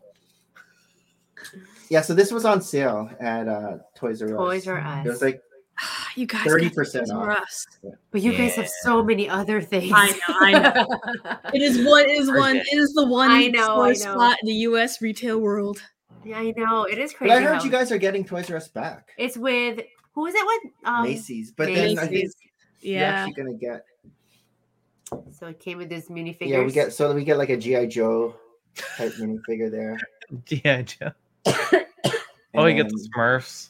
yeah. So this was on sale at uh, Toys R Us.
Toys R Us.
It was like
You guys,
30%
got
off.
us.
but you guys have so many other things.
I know, I know. It is one. It is
Or
one.
dead.
It is the one
I know,
sore
I know.
spot in the U.S. retail world.
Yeah, I know. It is
But
crazy.
I heard
how-
you guys are getting Toys R Us back.
It's with who is it with? Um,
Macy's, but then I think
Macy's.
you're
Yeah,
actually gonna get.
So it came with these mini figures.
Yeah, we get so we get like a GI Joe type minifigure there.
Yeah, Joe. Oh, you
and
get the
then-
Smurfs.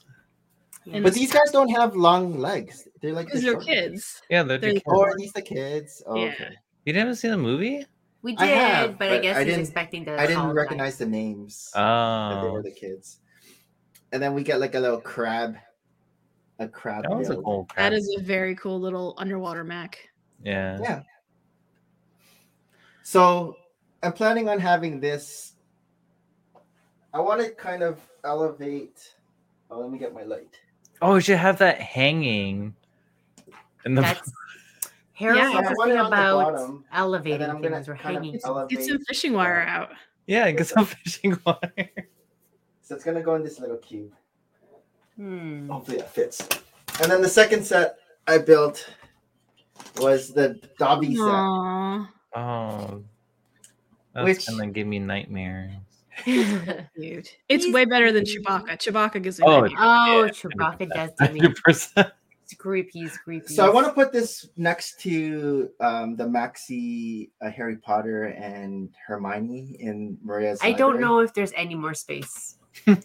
And
But these guys don't have long legs. They're like
because
the
they're
short-
kids.
Yeah, they're.
They're-
Kids.
Oh, are these the kids? Oh,
Yeah.
okay.
You didn't see the movie?
We did,
I have,
but, I
but
guess
I
I was
didn't-
expecting the.
I didn't
solid
recognize the names. that they
Oh,
were the kids. And then we get like a little crab, a crab.
that was a
build.
cool.
That
crap.
is a very cool little underwater Mac.
Yeah.
Yeah. So I'm planning on having this. I want to kind of elevate. Oh, let me get my light.
Oh, you should have that hanging. In the
line. That's Harold
Yeah,
has
I
this
want it
thing
on the
about
bottom, and then
elevating
I'm gonna
things or
kind of
hanging. things.
elevate.
Get some fishing wire out.
yeah, get some fishing wire.
So it's gonna go in this little cube.
Hmm.
Hopefully that fits. And then the second set I built was the Dobby set.
Aww.
Oh, that's
Which-
gonna give me nightmares.
Cute. It's
He's
way better than Chewbacca. Chewbacca gives me.
Oh,
nightmares.
oh, Chewbacca does to me.
Hundred percent.
It's creepy, it's creepy.
So I want to put this next to um, the Maxi uh, Harry Potter and Hermione in Maria's.
I don't
library.
know if there's any more space.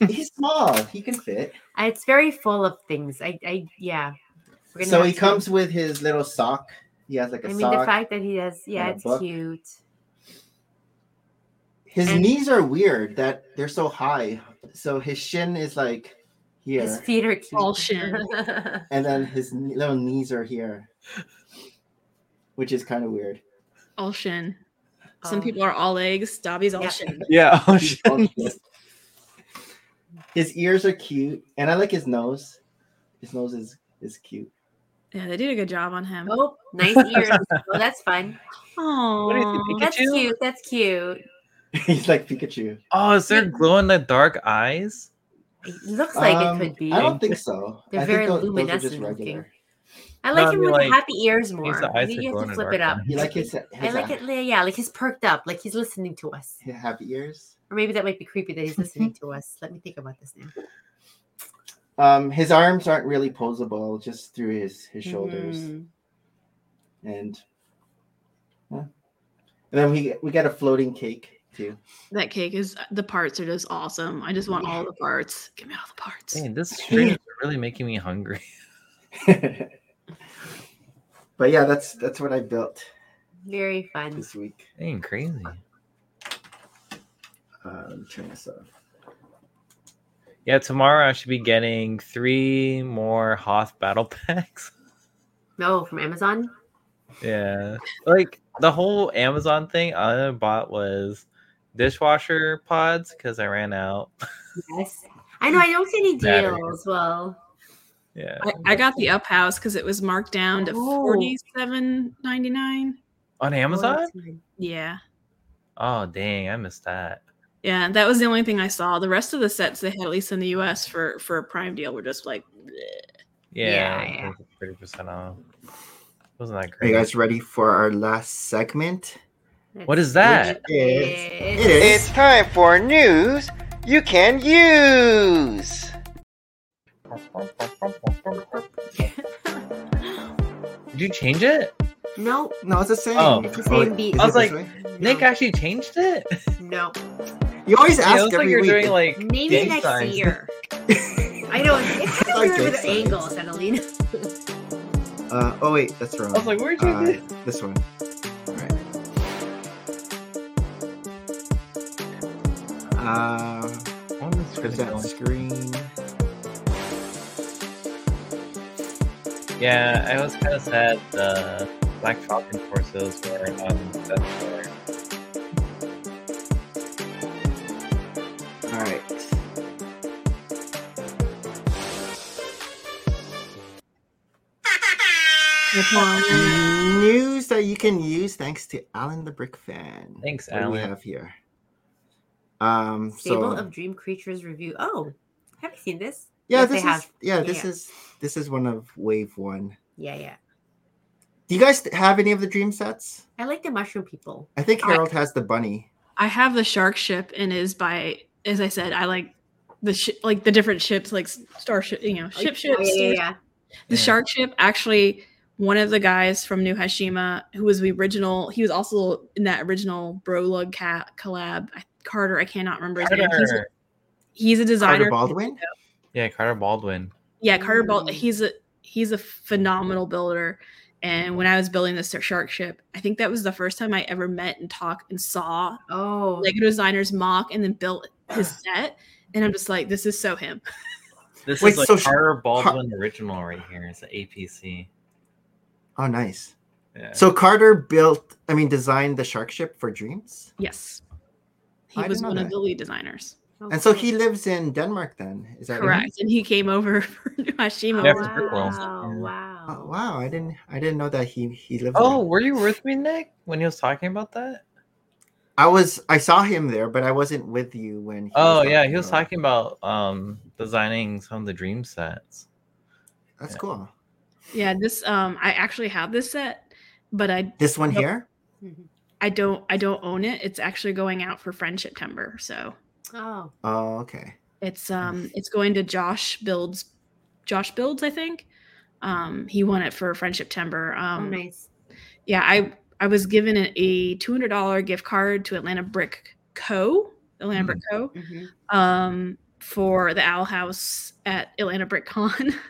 He's small. He can fit.
Uh, It's very full of things. I, I yeah. We're gonna
So
have
he
to-
comes with his little sock. He has like a
I mean,
sock.
the fact that he has, yeah,
and a
it's
book.
cute.
his
and-
knees are weird. That they're so high. So his shin is like here,
His feet are cute.
All shin.
and then his kn- little knees are here, which is kind of weird.
All shin. Some
Oh.
people are all eggs. Dobby's all
Yeah.
shin.
Yeah. Oh,
He's
shit.
all cute. his ears are cute, and I like his nose. His nose is is cute.
Yeah, they did a good job on him.
Oh, nice ears. Oh, that's fun.
Oh,
do you think?
That's
Pikachu?
cute. That's cute.
He's like Pikachu.
Oh, is there glow in the dark eyes?
It looks like
Um,
it could be.
I don't think so.
They're
I
very
think tho-
luminescent looking. I like
No, I
him
mean,
with
like,
the happy ears more.
the eyes
Maybe
that
you
glow
have
in a
to flip
dark
it up.
eye.
You like his, his uh,
I like it. Yeah, like he's perked up, like he's listening to us.
it. Happy ears.
Or maybe that might be creepy that he's listening to us. Let me think about this now.
Um, his arms aren't really posable, just through his his shoulders,
Mhm. Mm-hmm.
and yeah. and then we we get a floating cake. too.
That cake is the parts are just awesome. I just want all the parts. Give me all the parts.
Dang, this stream is really making me hungry.
but yeah, that's that's what I built
Very fun.
this week.
Dang, crazy.
Um, turn this off.
Yeah, tomorrow I should be getting three more Hoth battle packs.
No, Oh, from Amazon.
Yeah. Like the whole Amazon thing all I bought was dishwasher pods because I ran out.
Yes. I know. I don't see any
Batteries.
deals. Well,
Yeah.
I, I got the up house because it was marked down to
Oh.
forty seven ninety nine.
On Amazon?
Yeah.
Oh dang, I missed that.
Yeah, that was the only thing I saw. The rest of the sets they had, at least in the US for for a prime deal, were just like bleh.
Yeah.
Yeah, yeah.
Thirty percent off. Wasn't that
Are you
great?
guys ready for our last segment?
What is that?
It
It's,
is.
It's time for news you can use.
Did you change it?
no,
No, it's the same.
Oh.
it's the same beat.
is
I was
it this
like-
way?
No,
Nick actually changed it.
no.
you always
Yeah, it
ask
looks like
every
you're
week.
doing like
Maybe
gang
next
signs.
year. I don't. It's kind
Like
of weird with
gang
the angles, Adelina.
uh, oh wait, that's wrong.
I was like, where'd you
Uh,
do?
this one. All right. Uh, put that on screen.
Yeah, I was kind of sad the Black Falcon torsos were um, on that floor.
All right. News that you can use thanks to Alan the Brick Fan.
Thanks,
What do we
Alan.
have here? Um,
Stable
so
of Dream Creatures review. Oh, have you seen this?
yeah,
Yes,
this is
they have.
yeah, this
Yeah.
is this is one of Wave One.
Yeah, yeah.
Do you guys have any of the dream sets?
I like the mushroom people.
I think
I-
Harold has the bunny.
I have the shark ship and is by as I said, I like the sh- like the different ships like s- starship, you know, ship ships.
Oh, yeah, yeah, yeah.
The
Yeah.
shark ship actually one of the guys from New Hashima who was the original, he was also in that original Brolug ca- collab. I- Carter, I cannot remember his name. He's,
Carter.
he's a
Carter
designer.
Baldwin.
Yeah, Carter Baldwin.
Yeah, Carter Bald.
Mm.
He's a he's a phenomenal builder. And when I was building this shark ship, I think that was the first time I ever met and talked and saw
Oh,
Lego designers mock and then built his set. And I'm just like, this is so him.
This
Wait,
is like
so sh-
Carter Baldwin original right here. It's an APC.
Oh, nice.
Yeah.
So Carter built, I mean, designed the shark ship for dreams,
Yes, he
I
was
didn't know
one of
that.
the lead designers.
oh,
and so he lives in Denmark. Then is that right?
Correct, and he came over for New Hashima.
Yeah,
Oh,
for
with-
Brick Walls.
wow,
Yeah.
Oh,
wow.
wow, I didn't, I didn't know that he he lived.
oh,
there.
were you with me, Nick, when he was talking about that?
I was, I saw him there, but I wasn't with you when. He
Oh yeah, he was
about it.
talking about um designing some of the dream sets.
That's cool.
yeah, this um, I actually have this set, but I
This one
Yep.
here.
Mhm.
I don't I don't own it. It's actually going out for Friendship Timber, so
Oh,
Oh, okay.
It's um it's going to Josh Builds Josh Builds, I think. Um he won it for Friendship Timber.
oh,
Um
nice.
yeah, I I was given a- a $200 gift card to Atlanta Brick Co. Atlanta Brick Co.
Mhm.
um for the Owl House at Atlanta Brick Con.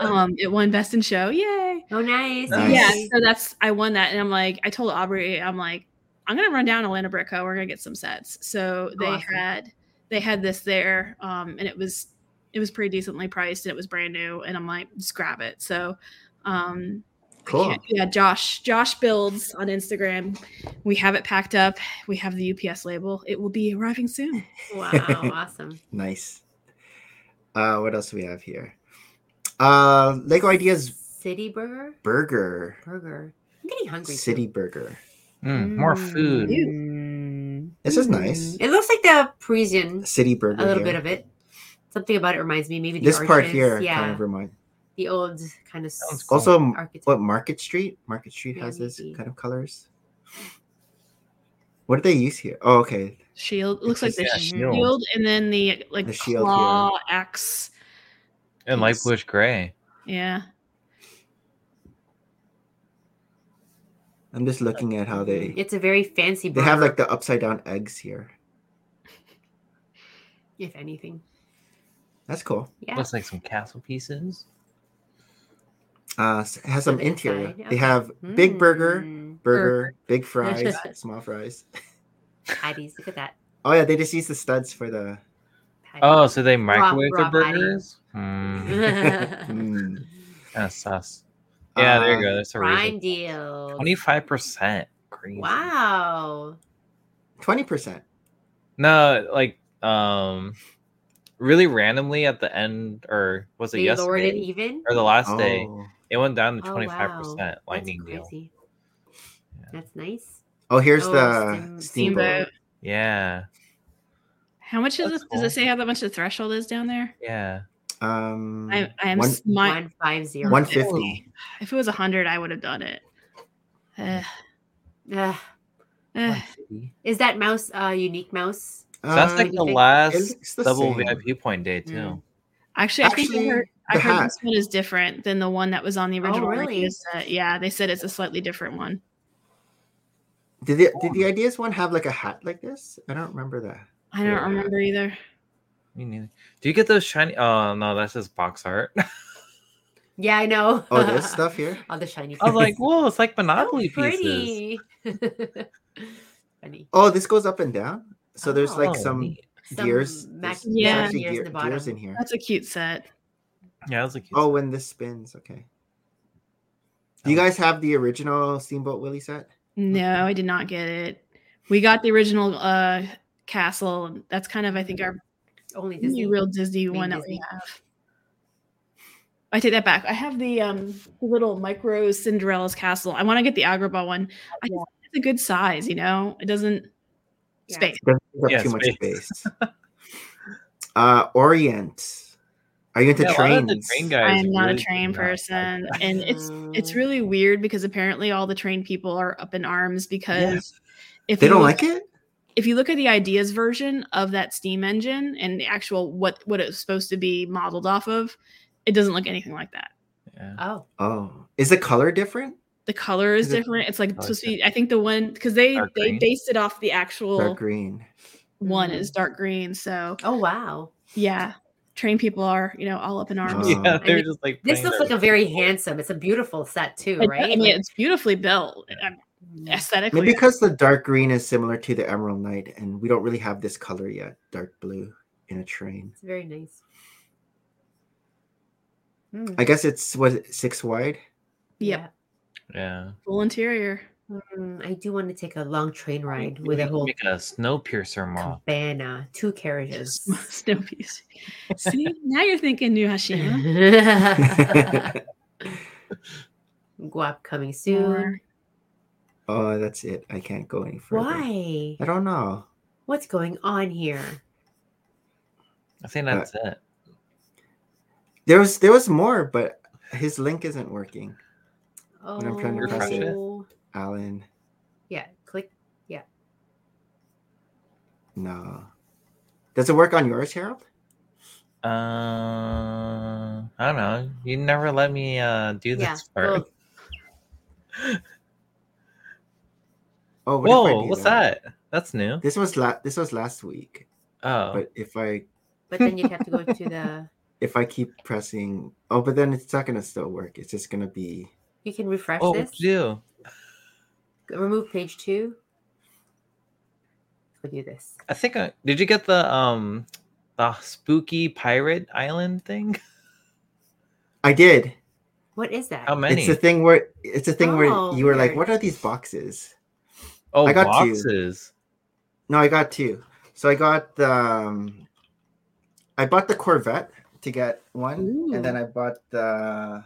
um it won best in show. Yay.
Oh, nice.
Nice.
Uh, Yeah,
Yay.
so that's I won that, and I'm like, I told Aubrey, I'm like, I'm gonna run down to Atlanta Brico. We're gonna get some sets. So they
Awesome.
had they had this there, um, and it was it was pretty decently priced, and it was brand new. And I'm like, just grab it. So, um, I
Cool.
can't- yeah, Josh Josh builds on Instagram. We have it packed up. We have the UPS label. It will be arriving soon.
Wow, awesome.
Nice. Uh, what else do we have here? Uh, Lego Ideas
City burger.
Burger,
Burger. I'm getting hungry. too.
City Burger.
Mm,
Hmm,
More
Mm.
food.
This is nice.
It looks like the Parisian.
City Burger.
A little
here.
bit of it. Something about it reminds me. Maybe the
this part
arches,
here
Yeah,
kind of remind.
the old kind of.
Sounds cool.
Also, m-
Architect-
what Market Street? Market Street
Yeah,
has this
maybe.
kind of colors. What do they use here? Oh, okay.
Shield looks like
It's
the
Yeah,
shield.
shield.
and then the like
The shield
claw axe.
And light bluish gray.
Yeah.
I'm just looking at how they
It's a very fancy
they
burger,
have like the upside down eggs here.
if anything.
That's cool.
Yeah.
Looks like some castle pieces.
Uh, s- has some
On the
interior.
side,
They have big burger,
Mm,
burger, big fries, small fries.
Patties. Look at that.
Oh yeah, they just use the studs for the.
Patty.
Oh, so they microwave
raw Mm-hmm.
their
patty.
burgers? Hmm.
Mm.
Kind of sus. Yeah, there
Uh,
you go. That's a
Prime
reason.
deal.
Twenty-five percent. Crazy.
Wow.
Twenty percent.
No, like um, really randomly at the end, or was it
They lowered it
yesterday
even.
or the last day?
Oh.
It went down to
Oh, wow.
twenty-five percent.
That's
Lightning deal.
crazy.
Yeah.
That's nice.
oh, here's
Oh,
the
steam-
steamboat.
Steamboat.
Yeah,
How much
That's
is this? Does
cool.
it say how that much the threshold is down there?
yeah.
Um,
I, I am
one-
smi-
One five zero.
one fifty.
If it was a hundred, I would have done it. Eh,
Ugh.
eh.
is that mouse a unique mouse?
Sounds
Uh,
like
you
the
think-
last
looks the
double
same.
VIP point day too.
Mm.
Actually, I think
Actually,
I heard, I
the
heard
hat.
this one is different than the one that was on the original.
really?
Review set. Yeah, they said it's a slightly different one.
Did the did the ideas one have like a hat like this? I don't remember that.
I don't
Yeah.
remember either.
Me neither. Do you get those shiny? Oh no, that's just box art. I
Yeah, I know.
Oh, this stuff here.
All the shiny.
was like, whoa, it's like
So
Monopoly pieces.
pretty. Funny.
Oh, this goes up and down. So there's
Oh,
like some
neat.
gears.
Some
There's,
mag-
there's
Yeah.
actually
gears in
gear-
the bottom.
gears in here.
That's a cute set.
Yeah, I was like,
Oh, when this spins, okay. Do you
Oh.
guys have the original Steamboat Willie set?
No, I did not get it. We got the original uh castle. and That's kind of I think our
Only Disney.
Disney, real Disney
Main
one that we
Disney.
have. I take that back. I have the um little micro Cinderella's castle. I want to get the Agrabah one. I just, it's a good size, you know. It doesn't
Yeah.
space.
Doesn't take up
Yeah,
too much
space.
space. uh, Orient. Are you into
Yeah, a lot of the
trains?
train guys
I am
are
not
really
a train
good at that.
person, and it's it's
Mm.
really weird because apparently all the train people are up in arms because if
They
you
don't
look-
like it.
if you look at the ideas version of that steam engine and the actual what what it was supposed to be modeled off of it doesn't look anything like that
Yeah.
Oh,
Oh, is the color different?
the color is
Is it-
different it's like
Oh,
supposed to
okay.
be i think the one because they
Dark
they
green?
based it off the actual
Dark green.
one
Mm.
is dark green so
oh wow.
yeah train people are you know all up in
Uh,
arms
Oh.
Yeah, they're
mean,
just like.
This
playing
looks
their-
like a very handsome. It's a beautiful set too,
It-
right?
i mean
Like- hmm,
it's beautifully built um, aesthetically
Maybe because the dark green is similar to the Emerald Knight, and we don't really have this color yet. Dark blue in a train.
It's very nice. Mm,
I guess it's was it six wide.
yep
Yeah.
full interior
yeah. Mm, I do want to take a long train ride
We
with a
can
whole
make a snow piercer moth.
cabana, two carriages.
snow piece see now you're thinking new hashima
Guap coming soon.
Oh, that's it. I can't go any further.
Why?
I don't know.
What's going on here?
I think that's it.
There was there was more, but his link isn't working.
Oh,
I'm trying
to press it.
Alan,
yeah. Click.
no. Does it work on yours, Harold?
Uh, I don't know. You never let me uh do this
Yeah.
part.
go-
Oh, what if I
Whoa,
do
what's that? That's new.
This was la- this was last week.
Oh,
But if I
but then you'd have to go to the.
if I keep pressing, oh, but then it's not gonna still work. It's just gonna be.
You can refresh
oh,
this.
what you do?
Remove page two. We'll do this.
I think I did. You get the um the spooky pirate island thing?
I did.
What is that?
How many?
It's a thing where it's a thing
Oh,
where you were like,
weird.
"What are these boxes?"
oh,
I got two.
boxes.
No, I got two. So I got the. Um, I bought the Corvette to get one, and then I bought the.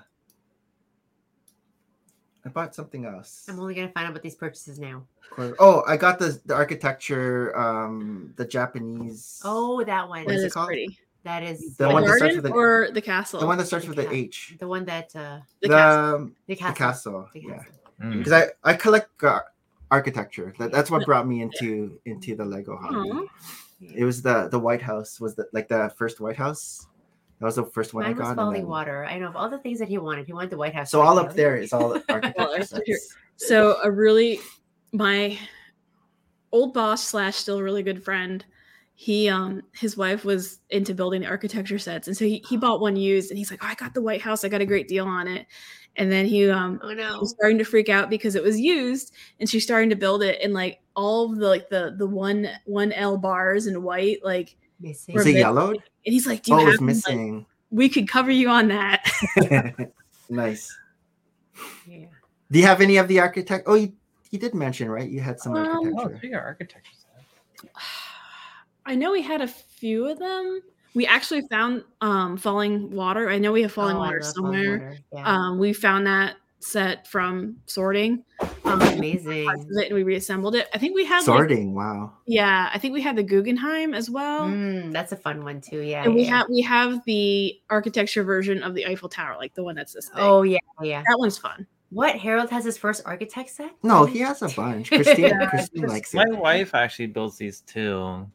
I bought something else.
I'm only gonna find out about these purchases now.
Corv- oh, I got the the architecture, um, the Japanese.
Oh, that one.
that
is it
is
called?
pretty
That is
The
the
one that starts
garden
with an-
or the castle
the one that starts with
ca-
the H.
the one that uh,
the,
the, castle.
um,
the
the
castle.
castle.
The
Yeah.
castle.
Mm.
because I, I collect uh, architecture. That, that's what brought me into into the Lego hobby.
Aw.
It was the the White House was the like the first White House That was the first one I
Mine
got.
was
and
falling
then-
water. I know of all the things that he wanted. He wanted the White House.
So all
White
up
House.
there is all
Well,
architecture.
there's-
sets.
here- So a really my old boss slash still really good friend, he um his wife was into building the architecture sets. And so he, he bought one used and he's like, Oh, I got the White House, I got a great deal on it. And then he um
Oh
I
no.
was starting to freak out because it was used and she's starting to build it and like all of the like the the one one L bars in white, like
Missing.
Was
We're
it
big-
yellowed?
and he's like, Do you
Oh, it
have
was
them? Like,
missing.
we could cover you on that.
nice.
Yeah.
Do you have any of the architect? Oh, you, you did mention right? You had some
Um,
Oh,
architecture.
speaking of architecture,
I know we had a few of them. We actually found um falling water. I know we have falling
Oh, I
water
love Falling
somewhere.
Water. Yeah.
Um we found that set from sorting. Um
That's
parts
amazing.
of it and we reassembled it. I think we had like,
Sorting. Wow.
yeah, I think we had the Guggenheim as well.
Mm, that's a fun one too. Yeah.
Oh. And we
yeah.
have we have the architecture version of the Eiffel Tower, like the one that's this thing.
Oh yeah, yeah.
that one's fun.
What Harold has his first architect set?
No, he has a bunch. Christine, Christine likes
my
it.
wife actually builds these too.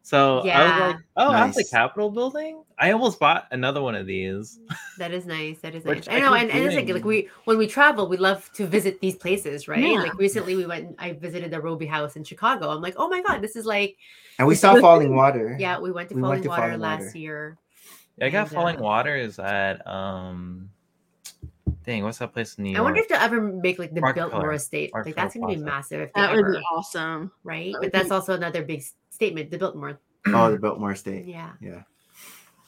So I
Yeah.
was like, oh, that's the
Nice.
Capitol building. I almost bought another one of these.
That is nice. That is
Which
nice.
I
I know,
keep
and, and it's like,
doing.
like we when we travel, we love to visit these places, right?
Yeah.
Like recently, we went. I visited the Roby House in Chicago. I'm like, oh my god, this is like
And we saw falling water.
yeah. We went to
We
Falling
went to
Water
Falling
last
Water.
year.
Yeah, I got
And, uh,
Falling Waters at um, dang, what's that place in New York?
I wonder if they'll ever make like the
Rockefeller.
Biltmore estate. Like
Rockefeller
that's gonna be
Plaza.
massive if they
That
ever,
would be awesome.
right?
that would
But that's
be-
also another big s- statement. The Biltmore,
Oh, the Biltmore Estate.
yeah.
Yeah.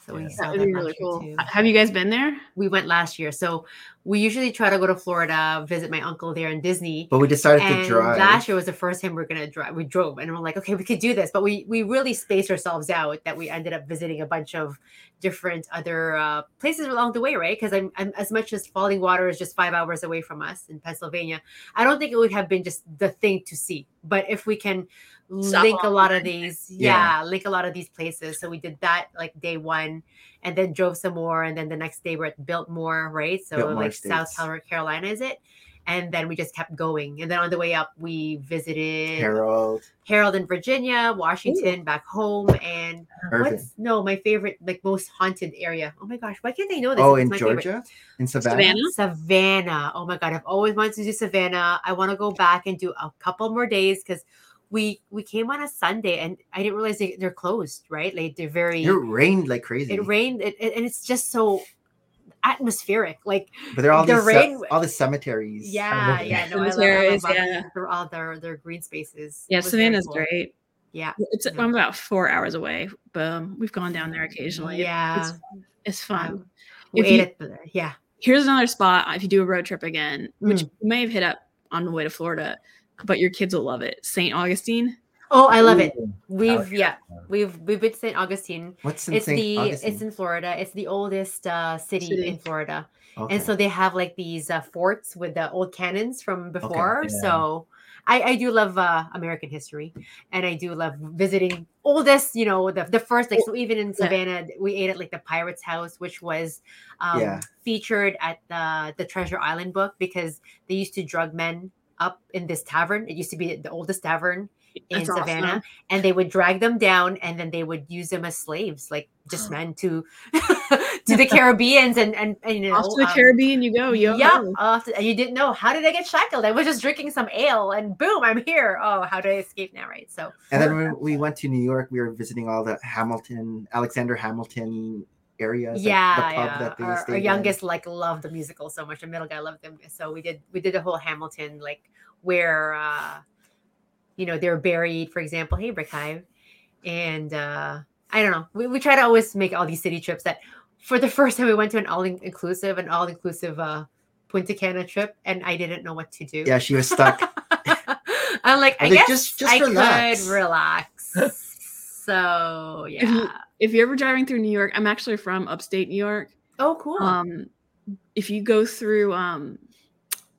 So we
Yeah.
saw that
That would be
last
really
year,
cool.
too.
Have you guys been there?
We went last year, so we usually try to go to Florida, visit my uncle there in Disney.
But we decided to
and
drive.
last year was the first time we are gonna drive. We drove, and we're like, okay, we could do this, but we we really spaced ourselves out. That we ended up visiting a bunch of different other uh, places along the way, right? Because I'm, I'm as much as Falling Water is just five hours away from us in Pennsylvania. I don't think it would have been just the thing to see, but if we can
Stop
link a
along
lot
the
of
way.
these,
Yeah.
yeah, link a lot of these places. So we did that like day one, and then drove some more, and then the next day we're at Biltmore, right? So
Biltmore
like South
Estates.
South Carolina, is it? and then we just kept going. And then on the way up, we visited Harold,
Harold,
in Virginia, Washington, back home, and
Irvin.
what's no my favorite like most haunted area. Oh my gosh, why can't they know this?
Oh,
It's
in
my
Georgia?
favorite.
In Savannah?
Savannah?
Savannah. Oh my god, I've always wanted to do Savannah. I want to go back and do a couple more days because we we came on a Sunday and I didn't realize they, they're closed. Right, like they're very.
It rained like crazy.
it rained, it, it- and it's just so atmospheric. Like
but there are all
the
these ce-
rain-
all the cemeteries.
Yeah, yeah, no, I love, I
Cemeteries,
love all
yeah.
their- all their their green spaces.
Yeah,
It was very
Savannah's
cool.
great.
Yeah,
It's
Yeah.
I'm about four hours away, but um, we've gone down there occasionally.
yeah,
It's, it's fun.
Um, we
If
ate
you-
at the- yeah.
here's another spot if you do a road trip again, which
Mm.
you may have hit up on the way to Florida, but your kids will love it. St. Augustine.
Oh, I love it.
Ooh,
We've
like
yeah,
one.
we've we've been to St. Augustine.
What's in
It's
St.
the
Augustine?
it's in Florida. It's the oldest uh, city,
City.
in Florida,
okay.
and so they have like these uh, forts with the old cannons from before.
yeah.
So. I, I do love uh, American history, and I do love visiting oldest. You know, the, the first like so even in Savannah, we ate at like the Pirates House, which was um,
Yeah.
featured at the the Treasure Island book because they used to drug men up in this tavern. It used to be the oldest tavern in
That's
Savannah,
awesome.
and they would drag them down, and then they would use them as slaves, like just men to to the Caribbeans and and, and you know
Off to the
um,
Caribbean you go. Yo.
yeah, off to- and you didn't know how did I get shackled? I was just drinking some ale, and boom, I'm here. Oh, how did I escape now? Right, so
And then when we went to New York, we were visiting all the Hamilton, Alexander Hamilton areas.
yeah,
like the pub
yeah.
that they
our, our
stayed in.
youngest like loved the musical so much. The middle guy loved them. So we did we did the whole Hamilton like where uh you know they're buried, for example, hey Brick Hive. And uh I don't know. We, we try to always make all these city trips that for the first time we went to an all inclusive, an all inclusive uh Punta Cana trip and I didn't know what to do.
Yeah, she was stuck.
I'm like,
I
I,
think
guess
just- just
I
relax.
could relax. so
If you-
yeah.
If you're ever driving through New York, I'm actually from upstate New York.
Oh cool.
Um, if you go through um,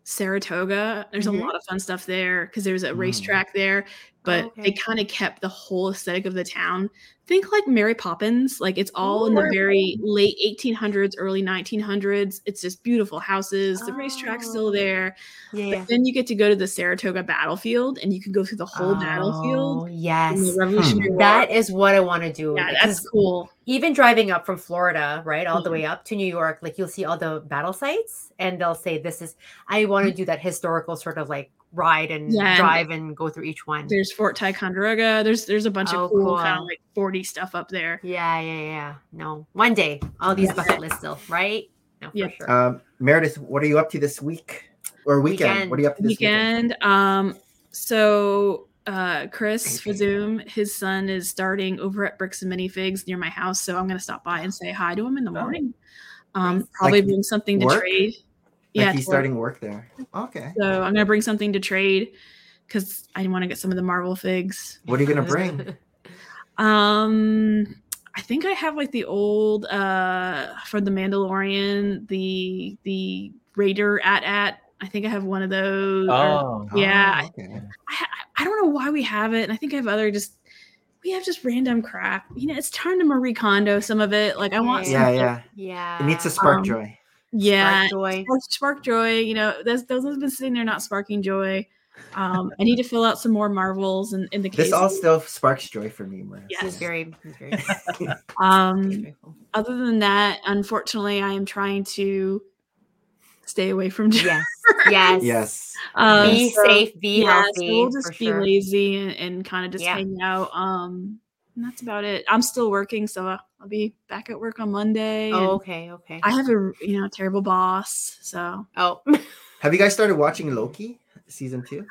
Saratoga, there's
Mhm.
a lot of fun stuff there because there's a
Mm.
racetrack there. but
Oh, Okay.
they kind of kept the whole aesthetic of the town. Think like Mary Poppins, like it's all in the
Ooh.
very late 1800s, early 1900s. It's just beautiful houses. The racetrack's still
Oh.
there.
Yeah.
But then you get to go to the Saratoga battlefield, and you can go through the whole battlefield.
Oh,
in
Yes.
the Revolutionary War.
That is what I want to do.
yeah,
because
that's cool.
even driving up from Florida, right, all the
Mhm.
way up to New York, like you'll see all the battle sites and they'll say, This is, I want
Mm-hmm.
to do that historical sort of like ride and
Yeah, and-
drive and go through each one.
There's Fort Ticonderoga. There's there's a bunch
Oh,
of cool,
cool.
kind of like 40 stuff up there.
Yeah, yeah, yeah. No, one day, all these bucket lists still, right? No, for
Yeah.
sure.
Um, Meredith, what are you up to this week or weekend?
Weekend.
What are you up to this weekend?
weekend. Um, so uh, Chris Fazoom, his son is starting over at Bricks and Minifigs near my house, so I'm gonna stop by and say hi to him in the
Oh.
morning. Um,
Nice.
probably
Like
bring something to
work?
trade.
Like
yeah,
he's
to work.
starting work there. Okay.
so I'm gonna bring something to trade because I want to get some of the Marvel figs.
What are you gonna bring?
Um, I think I have like the old uh from the Mandalorian, the the Raider at at. I think I have one of those. or-
Oh,
Yeah,
Oh, okay.
I, I- I don't know why we have it. And I think I have other just we have just random crap. You know, it's turned to Marie Kondo some of it. Like I want some
Yeah,
yeah,
yeah.
yeah.
It needs to spark
Um,
joy.
yeah.
Spark joy.
Spark, spark joy, you know, those those have been sitting there not sparking joy. Um, I need to fill out some more marvels in, in the case.
This all still sparks joy for me, Meredith.
Yeah.
He's very, he's very, he's
um
joyful.
other than that, unfortunately I am trying to stay away from junk.
yes, yes,
Yes.
Um,
Be
so-
safe, be
yeah,
healthy.
so we'll just
for
be
sure.
lazy and, and kind of just
Yeah.
hang out. Um, and that's about it. I'm still working, so I'll I'll be back at work on Monday. and
Oh, okay, okay.
I have a you know terrible boss, so
oh,
Have you guys started watching Loki season two?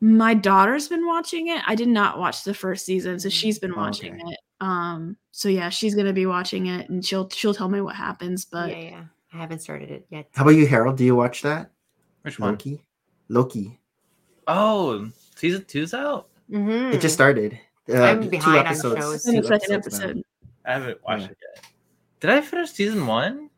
my daughter's been watching it. I did not watch the first season,
Mm,
so she's been
Oh,
watching
okay.
it. Um, so yeah, she's gonna be watching it, and she'll she'll tell me what happens. But
yeah, yeah. I haven't started it yet.
How about you, Harold? Do you watch that?
which one?
Loki. Loki.
Oh, season two's out.
Mm-hmm.
It just started. Uh,
I'm
two
behind on
episodes-
shows.
in
two
the second
episodes now.
episode,
I haven't watched
Yeah.
it yet. Did I finish season one?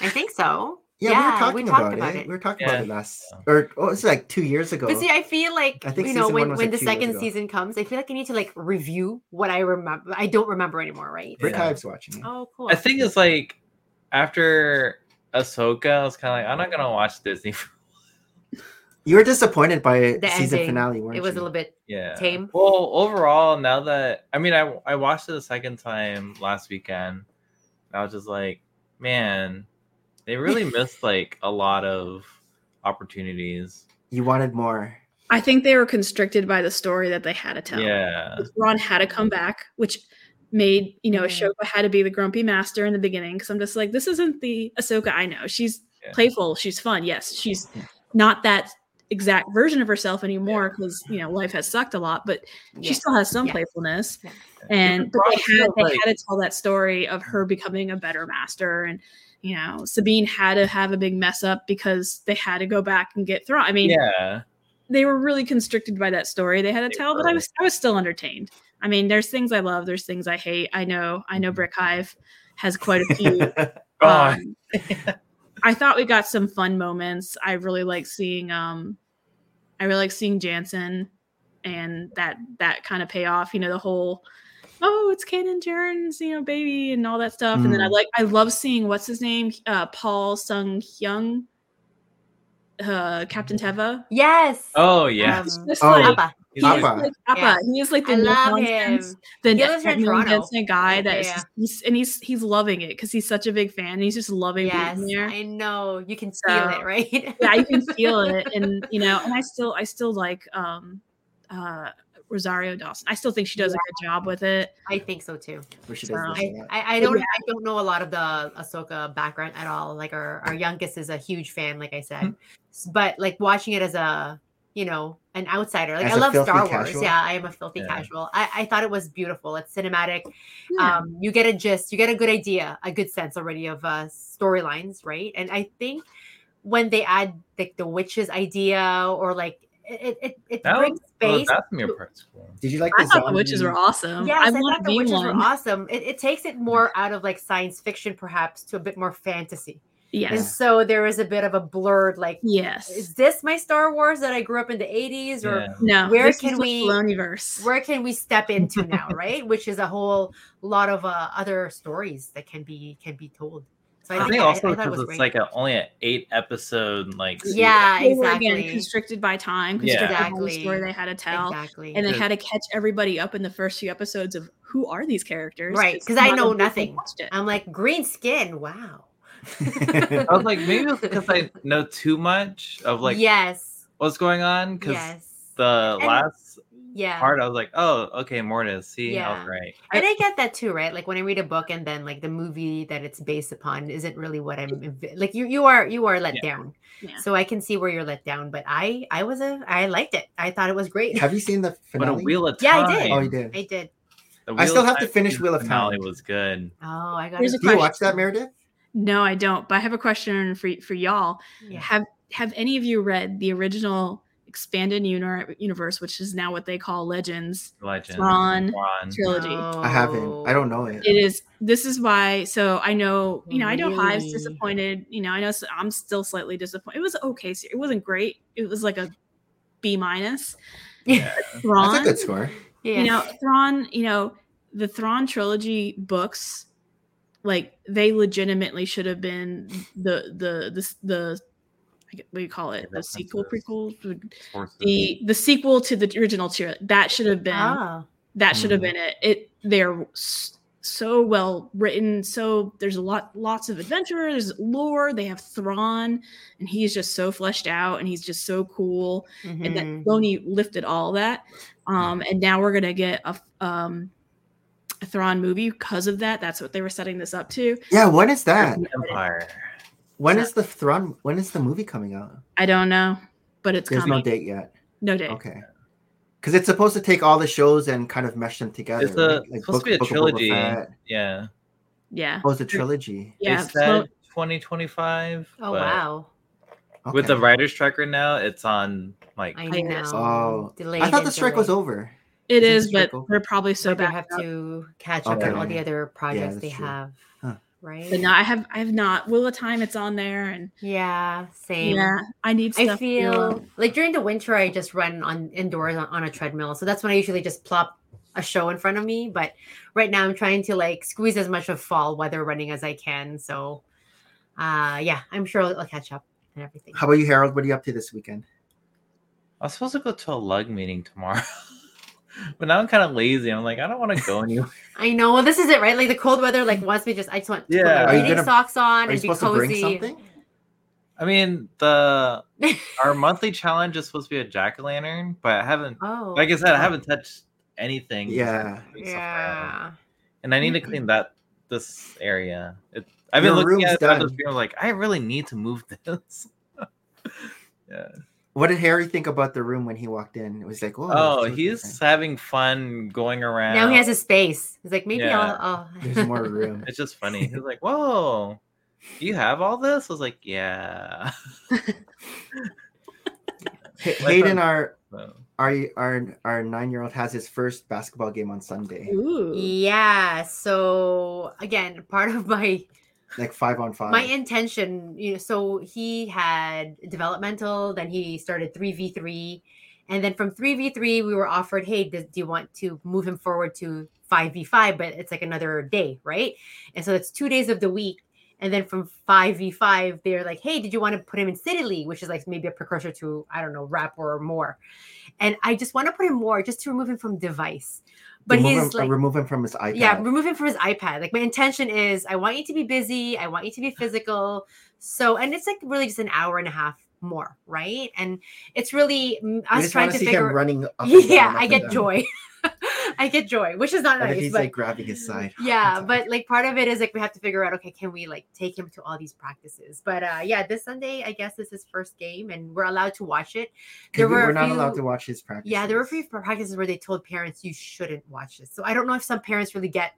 I think so.
Yeah, we were talking
talked
about, it. We were talking
Yeah.
about it last, or oh, it's like two years ago.
But see, I feel like
I think
you know
season one
when,
was,
when
like,
the
two years
second
ago.
season comes, I feel like I need to like review what I remember. I don't remember anymore, right?
Brick
Yeah.
Hive's watching it.
Oh, cool.
I think it's like after Ahsoka, I was kind of like, I'm not gonna watch Disney.
You were disappointed by the
The
season
ending.
finale, weren't
it was a
you?
little bit
yeah.
tame.
Well, overall, now that I mean, I I watched it the second time last weekend. I was just like, man, they really missed like a lot of opportunities.
You wanted more.
I think they were constricted by the story that they had to tell.
Yeah,
Like, Ron had to come back, which made you know
Yeah.
Ashoka had to be the grumpy master in the beginning. Because I'm just like, this isn't the Ahsoka I know. She's
Yeah.
playful, she's fun. Yes, she's not that exact version of herself anymore because you know life has sucked a lot, but she
Yeah.
still has some
Yeah.
playfulness.
Yeah.
And but they
Ron's
had
still,
they
like-
had to tell that story of her becoming a better master and. You know, Sabine had to have a big mess up because they had to go back and get thrown. I mean,
yeah.
they were really constricted by that story they had to
They
tell, but
were.
I was I was still entertained. I mean, there's things I love, there's things I hate. I know, I know Brick Hive has quite a few.
God,
um, I thought we got some fun moments. I really like seeing um I really like seeing Jansen and that that kind of payoff, you know, the whole oh, it's Canon Jern's, you know, baby and all that stuff. And then I
Mm.
like I love seeing what's his name? Uh Paul Sung Hyung, uh Captain Teva.
Yes.
oh yeah.
Um,
It's just
Oh,
like-
Appa.
He's
he is
like-
Appa.
like Appa.
Yeah.
He is like the
I
no
love him.
nonsense, the
He lives here in
no
Toronto.
nonsense guy that is
Yeah.
just- he's, and he's he's loving it because he's such a big fan. and He's just loving
Yes,
being there.
I know. You can feel
So-
it, right?
yeah, you can feel it, and you know, and I still I still like um uh Rosario Dawson. I still think she does a good job with it.
I think so too.
We should have
Um,
Uh, I,
listened to that.
I, I don't
yeah.
I don't know a lot of the Ahsoka background at all. Like our, our youngest is a huge fan, like I said.
Mm-hmm.
S- But like watching it as a you know, an outsider. Like
As
I
a
love Star
filthy
Wars.
casual?
Yeah, I am a filthy
Yeah.
casual. I, I thought it was beautiful. It's cinematic.
Yeah.
Um, you get a gist, you get a good idea, a good sense already of uh storylines, right? And I think when they add like the witches idea or like it it, it
That
brings
oh,
space
that's mere part's cool.
Did you like
I
the
thought the witches
zombie-
were awesome.
Yes, I,
Um, I want
thought
to
the
be
witches were
one.
awesome. It, it takes it more out of like science fiction, perhaps, to a bit more fantasy,
Yes.
And so there was a bit of a blurred, like,
Yes.
is this my Star Wars that I grew up in the 80s? Or
Yeah.
No.
Where
this
can
is
we-
Universe?
where can we step into now, right? Which is a whole lot of uh, other stories that can be can be told. So
I think
that-
also
thought it
because
was
it's
great.
like a, only an eight episode like series.
yeah,
They were, Again,
exactly,
constricted by time.
Yeah.
Constricted by the
Exactly.
story they had to tell.
exactly.
And they
Yeah.
had to catch everybody up in the first few episodes of who are these characters?
Right, 'cause I
not
know
everybody
nothing. Um,
watched it.
I'm like green skin. Wow.
I was like, maybe it's because I know too much of like
yes,
what's going on. Because
yes,
the
And-
last
yeah.
part, I was like, oh, okay, Mortis. See, I
Yeah.
was right.
and I get that too, right? Like when I read a book and then like the movie that it's based upon isn't really what I'm envi- like. You you are you are let
Yeah.
down,
Yeah.
so I can see where you're let down. But I I was a I liked it. I thought it was great.
Have you seen the
But
finale?
a wheel of
Yeah,
time.
I did.
Oh, you did.
I did.
The
I still
Wheel of
have to
Time
finish Wheel of
finale
Time.
was good.
Oh, I got
Here's
it.
a
Do you watch that, Meredith?
No, I don't. But I have a question for for y'all.
Yeah.
Have Have any of you read the original expanded uni- universe, which is now what they call Legends
Legend.
Thrawn.
Thrawn.
trilogy?
I haven't. I don't know it.
It is. This is why. So I know. You know. I know Hive's
Really?
disappointed. You know. I know. s- I'm still slightly disappointed. It was okay. ser- It wasn't great. It was like a B minus. Thrawn.
That's a good score.
Yeah.
you know Thrawn, you know the Thrawn trilogy books like they legitimately should have been the the the the I get- what do you call it the
References.
sequel prequel
Forces.
the the sequel to the original tier that should have been
Oh,
that should have been it it they're s- so well written so there's a lot lots of adventure there's lore they have Thrawn and he's just so fleshed out and he's just so cool and
mhm.
that Filoni lifted all that. Um, and now we're gonna get a um, a Thrawn movie because of that. That's what they were setting this up to.
Yeah, when is that?
Empire.
When
So-
is the throne? When is the movie coming out?
I don't know, but it's
There's
coming.
no date yet.
No date.
Okay. Because it's supposed to take all the shows and kind of mesh them together.
It's a,
right?
it's supposed to be a
of Boba
trilogy.
Fett.
Yeah.
Yeah.
Oh, it's a trilogy.
Yeah.
They
Flo-
said 2025. but
oh wow!
With the
Okay.
writer's strike right now, it's on like
I
I
know.
guess.
Oh,
Delayed
I thought the
and
strike was
delayed.
over.
it
Isn't
is, but
Circle-
they're probably so
But they
bad.
have to catch up
Okay.
on all the other projects
that's
they
true.
have,
Huh.
right?
But no, I have I have not. Will of Time, it's on there, and
yeah, same.
yeah, I need stuff.
I
to be on.
feel like during the winter I just run on indoors on, on a treadmill. So that's when I usually just plop a show in front of me. But right now I'm trying to like squeeze as much of fall weather running as I can. So uh yeah, I'm sure I'll, I'll catch up and everything.
How about you, Harold? What are you up to this weekend?
I was supposed to go to a lug meeting tomorrow. but now I'm kind of lazy. I'm like, I don't want to go anywhere.
I know. Well, this is it, right? Like the cold weather like wants me just I just want to put
Yeah.
my
Are
you
reading
gonna-
socks on
Are you
and be
supposed
cozy.
to bring something?
I mean, the our monthly challenge is supposed to be a jack o' lantern, but I haven't,
Oh.
like I said, I haven't touched anything.
Yeah. Mm-hmm.
besides stuff around.
Yeah.
and I need to clean that this area. It, I've
Your
been looking
room's
at it throughout this
done. Oh,
video, like I really need to move this. yeah.
What did Harry think about the room when he walked in? It was like, oh,
Oh,
it's so
he's
different.
having fun going around.
Now he has a space. He's like maybe
Yeah.
I'll, I'll
There's more room.
It's just funny. He's like, "Whoa, you have all this?" I was like, "Yeah."
Hay- Hayden,
friend-
our
So,
our our our nine year old has his first basketball game on Sunday,
Ooh.
Yeah. So again, part of my
like five on five.
my intention you know so he had developmental then he started 3v3 and then from 3v3 we were offered hey does, do you want to move him forward to 5v5 but it's like another day right and so it's two days of the week and then from 5v5 they're like hey did you want to put him in city league which is like maybe a precursor to i don't know rap or more and i just want to put him more just to remove him from device but
remove
he's
him,
like
remove him from his iPad.
yeah, remove him from his iPad. Like my intention is I want you to be busy, I want you to be physical. So and it's like really just an hour and a half more, right? And it's really mm,
I
us
just
trying
want
to
to see
figure
him running. Up and
Yeah,
down, up
I
and
get
down.
joy. I get joy, which is not
And then
nice.
he's
but
like grabbing his side.
yeah,
That's
but like part of it is like we have to figure out okay, can we like take him to all these practices? But uh yeah, this Sunday I guess is his first game and we're allowed to watch it. There
we,
were
are
a
not allowed
few-
to watch his practice.
Yeah, there were a few practices where they told parents you shouldn't watch this. So I don't know if some parents really get,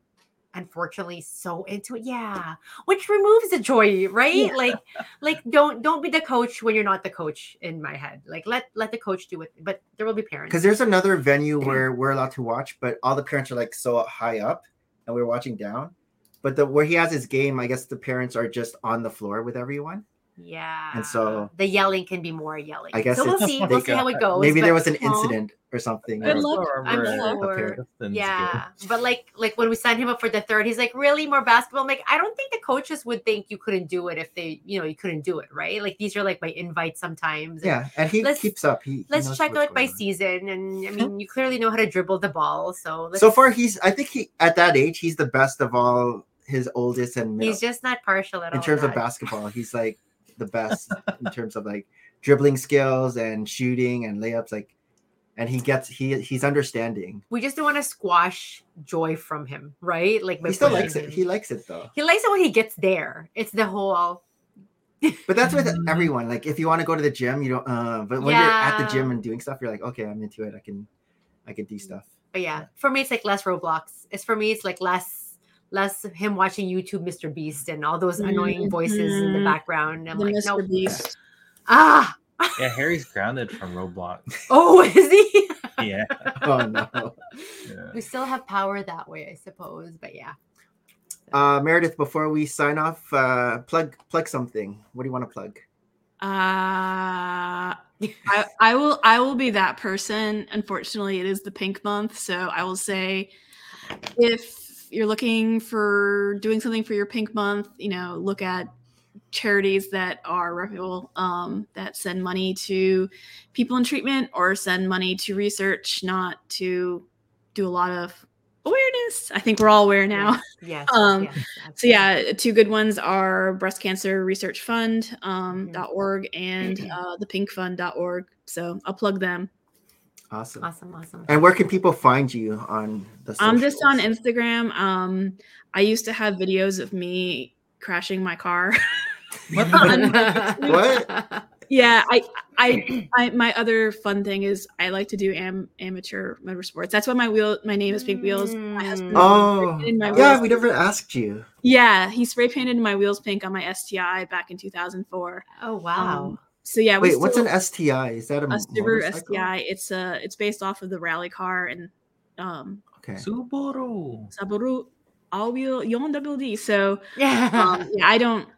unfortunately, so into it. Yeah, which removes the joy, right?
Yeah.
Like, like don't don't be the coach when you're not the coach. In my head, like let let the coach do it. But there will be parents.
because there's another venue where we're allowed to watch, but all the parents are like so high up, and we're watching down. But the where he has his game, I guess the parents are just on the floor with everyone.
Yeah.
And so-
the yelling can be more yelling.
I guess
so. We'll
it's-
see.
they
We'll see how it goes.
Maybe
but-
there was an
Aw.
incident or something.
Good
or-
luck.
I'm
sure.
Yeah, but like like when we signed him up for the third, he's like, "Really, more basketball?" I'm like, I don't think the coaches would think you couldn't do it if they, you know, you couldn't do it, right? Like these are like my invites sometimes. and
Yeah, and he
Let's-
keeps up. He, he
Let's
knows
check
what's
out by
going on.
season, and I mean, you clearly know how to dribble the ball, so let's,
So far, he's. I think he at that age, he's the best of all his oldest and middle.
he's just not partial at all.
in terms of
that.
basketball, he's like the best in terms of like dribbling skills and shooting and layups. Like, and he gets he he's understanding.
we just don't want to squash joy from him, right? Like by
He still
pushing
likes it.
him.
He likes it though.
he likes it when he gets there. It's the whole
But that's with
Mm-hmm.
everyone. Like, if you want to go to the gym, you don't. Uh, but when you're at the
Yeah.
gym and doing stuff, you're like, okay, I'm into it. I can, I can do stuff.
But yeah, for me, it's like less Roblox. It's for me, it's like less less him watching YouTube, Mr. Beast, and all those annoying voices in the
Mhm.
background. I'm
the
like,
Mr.
nope.
Beast.
ah,
Yeah, Harry's grounded from Roblox.
oh, is he?
Yeah.
Oh no.
yeah.
we still have power that way, I suppose. But yeah,
Uh, Meredith, before we sign off, uh, plug plug something. What do you want to plug?
Uh, I, I will I will be that person. Unfortunately, it is the pink month, so I will say if you're looking for doing something for your pink month, you know, look at charities that are reputable um, that send money to people in treatment or send money to research, not to do a lot of awareness. I think we're all aware now.
yes.
Um,
yes,
So yeah, two good ones are Breast Cancer Research Fund um,
Mm-hmm.
Mhm.
dot .org and uh, the Pink Fund dot .org. So I'll plug them.
Awesome.
absolutely. awesome, awesome.
And where can people find you on the?
I'm just on
socials?
Instagram. Um, I used to have videos of me crashing my car.
What
What?
yeah, I, I, I, my other fun thing is I like to do am, amateur motorsports. That's why my wheel, my name is Pink Wheels.
Mm.
My husband,
Oh,
in my
yeah.
wheels.
We never asked you.
yeah, he spray painted my wheels pink on my STI back in 2004.
oh wow.
Um, So yeah, we
Wait, what's
still-
an STI? Is that a,
a Subaru
motorcycle?
STI. It's uh it's based off of the rally car and um
Okay.
Subaru.
Subaru all wheel YWD. So
yeah.
um, yeah, I don't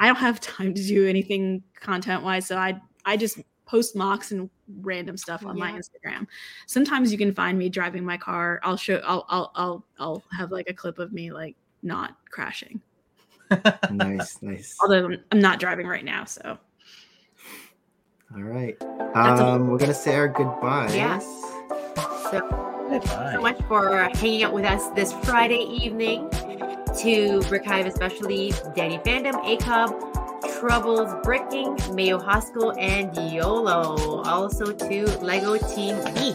I don't have time to do anything content wise. So I I just post mocks and random stuff on my
Yeah.
Instagram. Sometimes you can find me driving my car. I'll show I'll I'll I'll I'll have like a clip of me like not crashing.
nice, nice.
Although I'm- I'm not driving right now, so
All right.
That's a-
Um, we're gonna say our goodbyes.
Yeah. So so
Goodbye.
much for hanging out with us this Friday evening to Brick Hive, especially Danny Fandom, ACOB, Troubles Bricking, Mayo Hospital, and YOLO. Also to Lego Team E.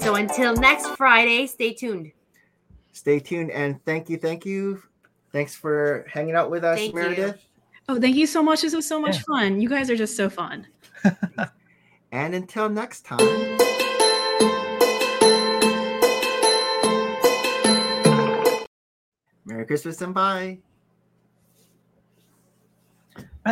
So until next Friday, stay tuned.
Stay tuned and thank you, thank you. Thanks for hanging out with us,
Thank you.
Meredith.
Oh, thank you so much. This was so much
Yeah.
fun. You guys are just so fun.
And until next time. Merry Christmas and bye.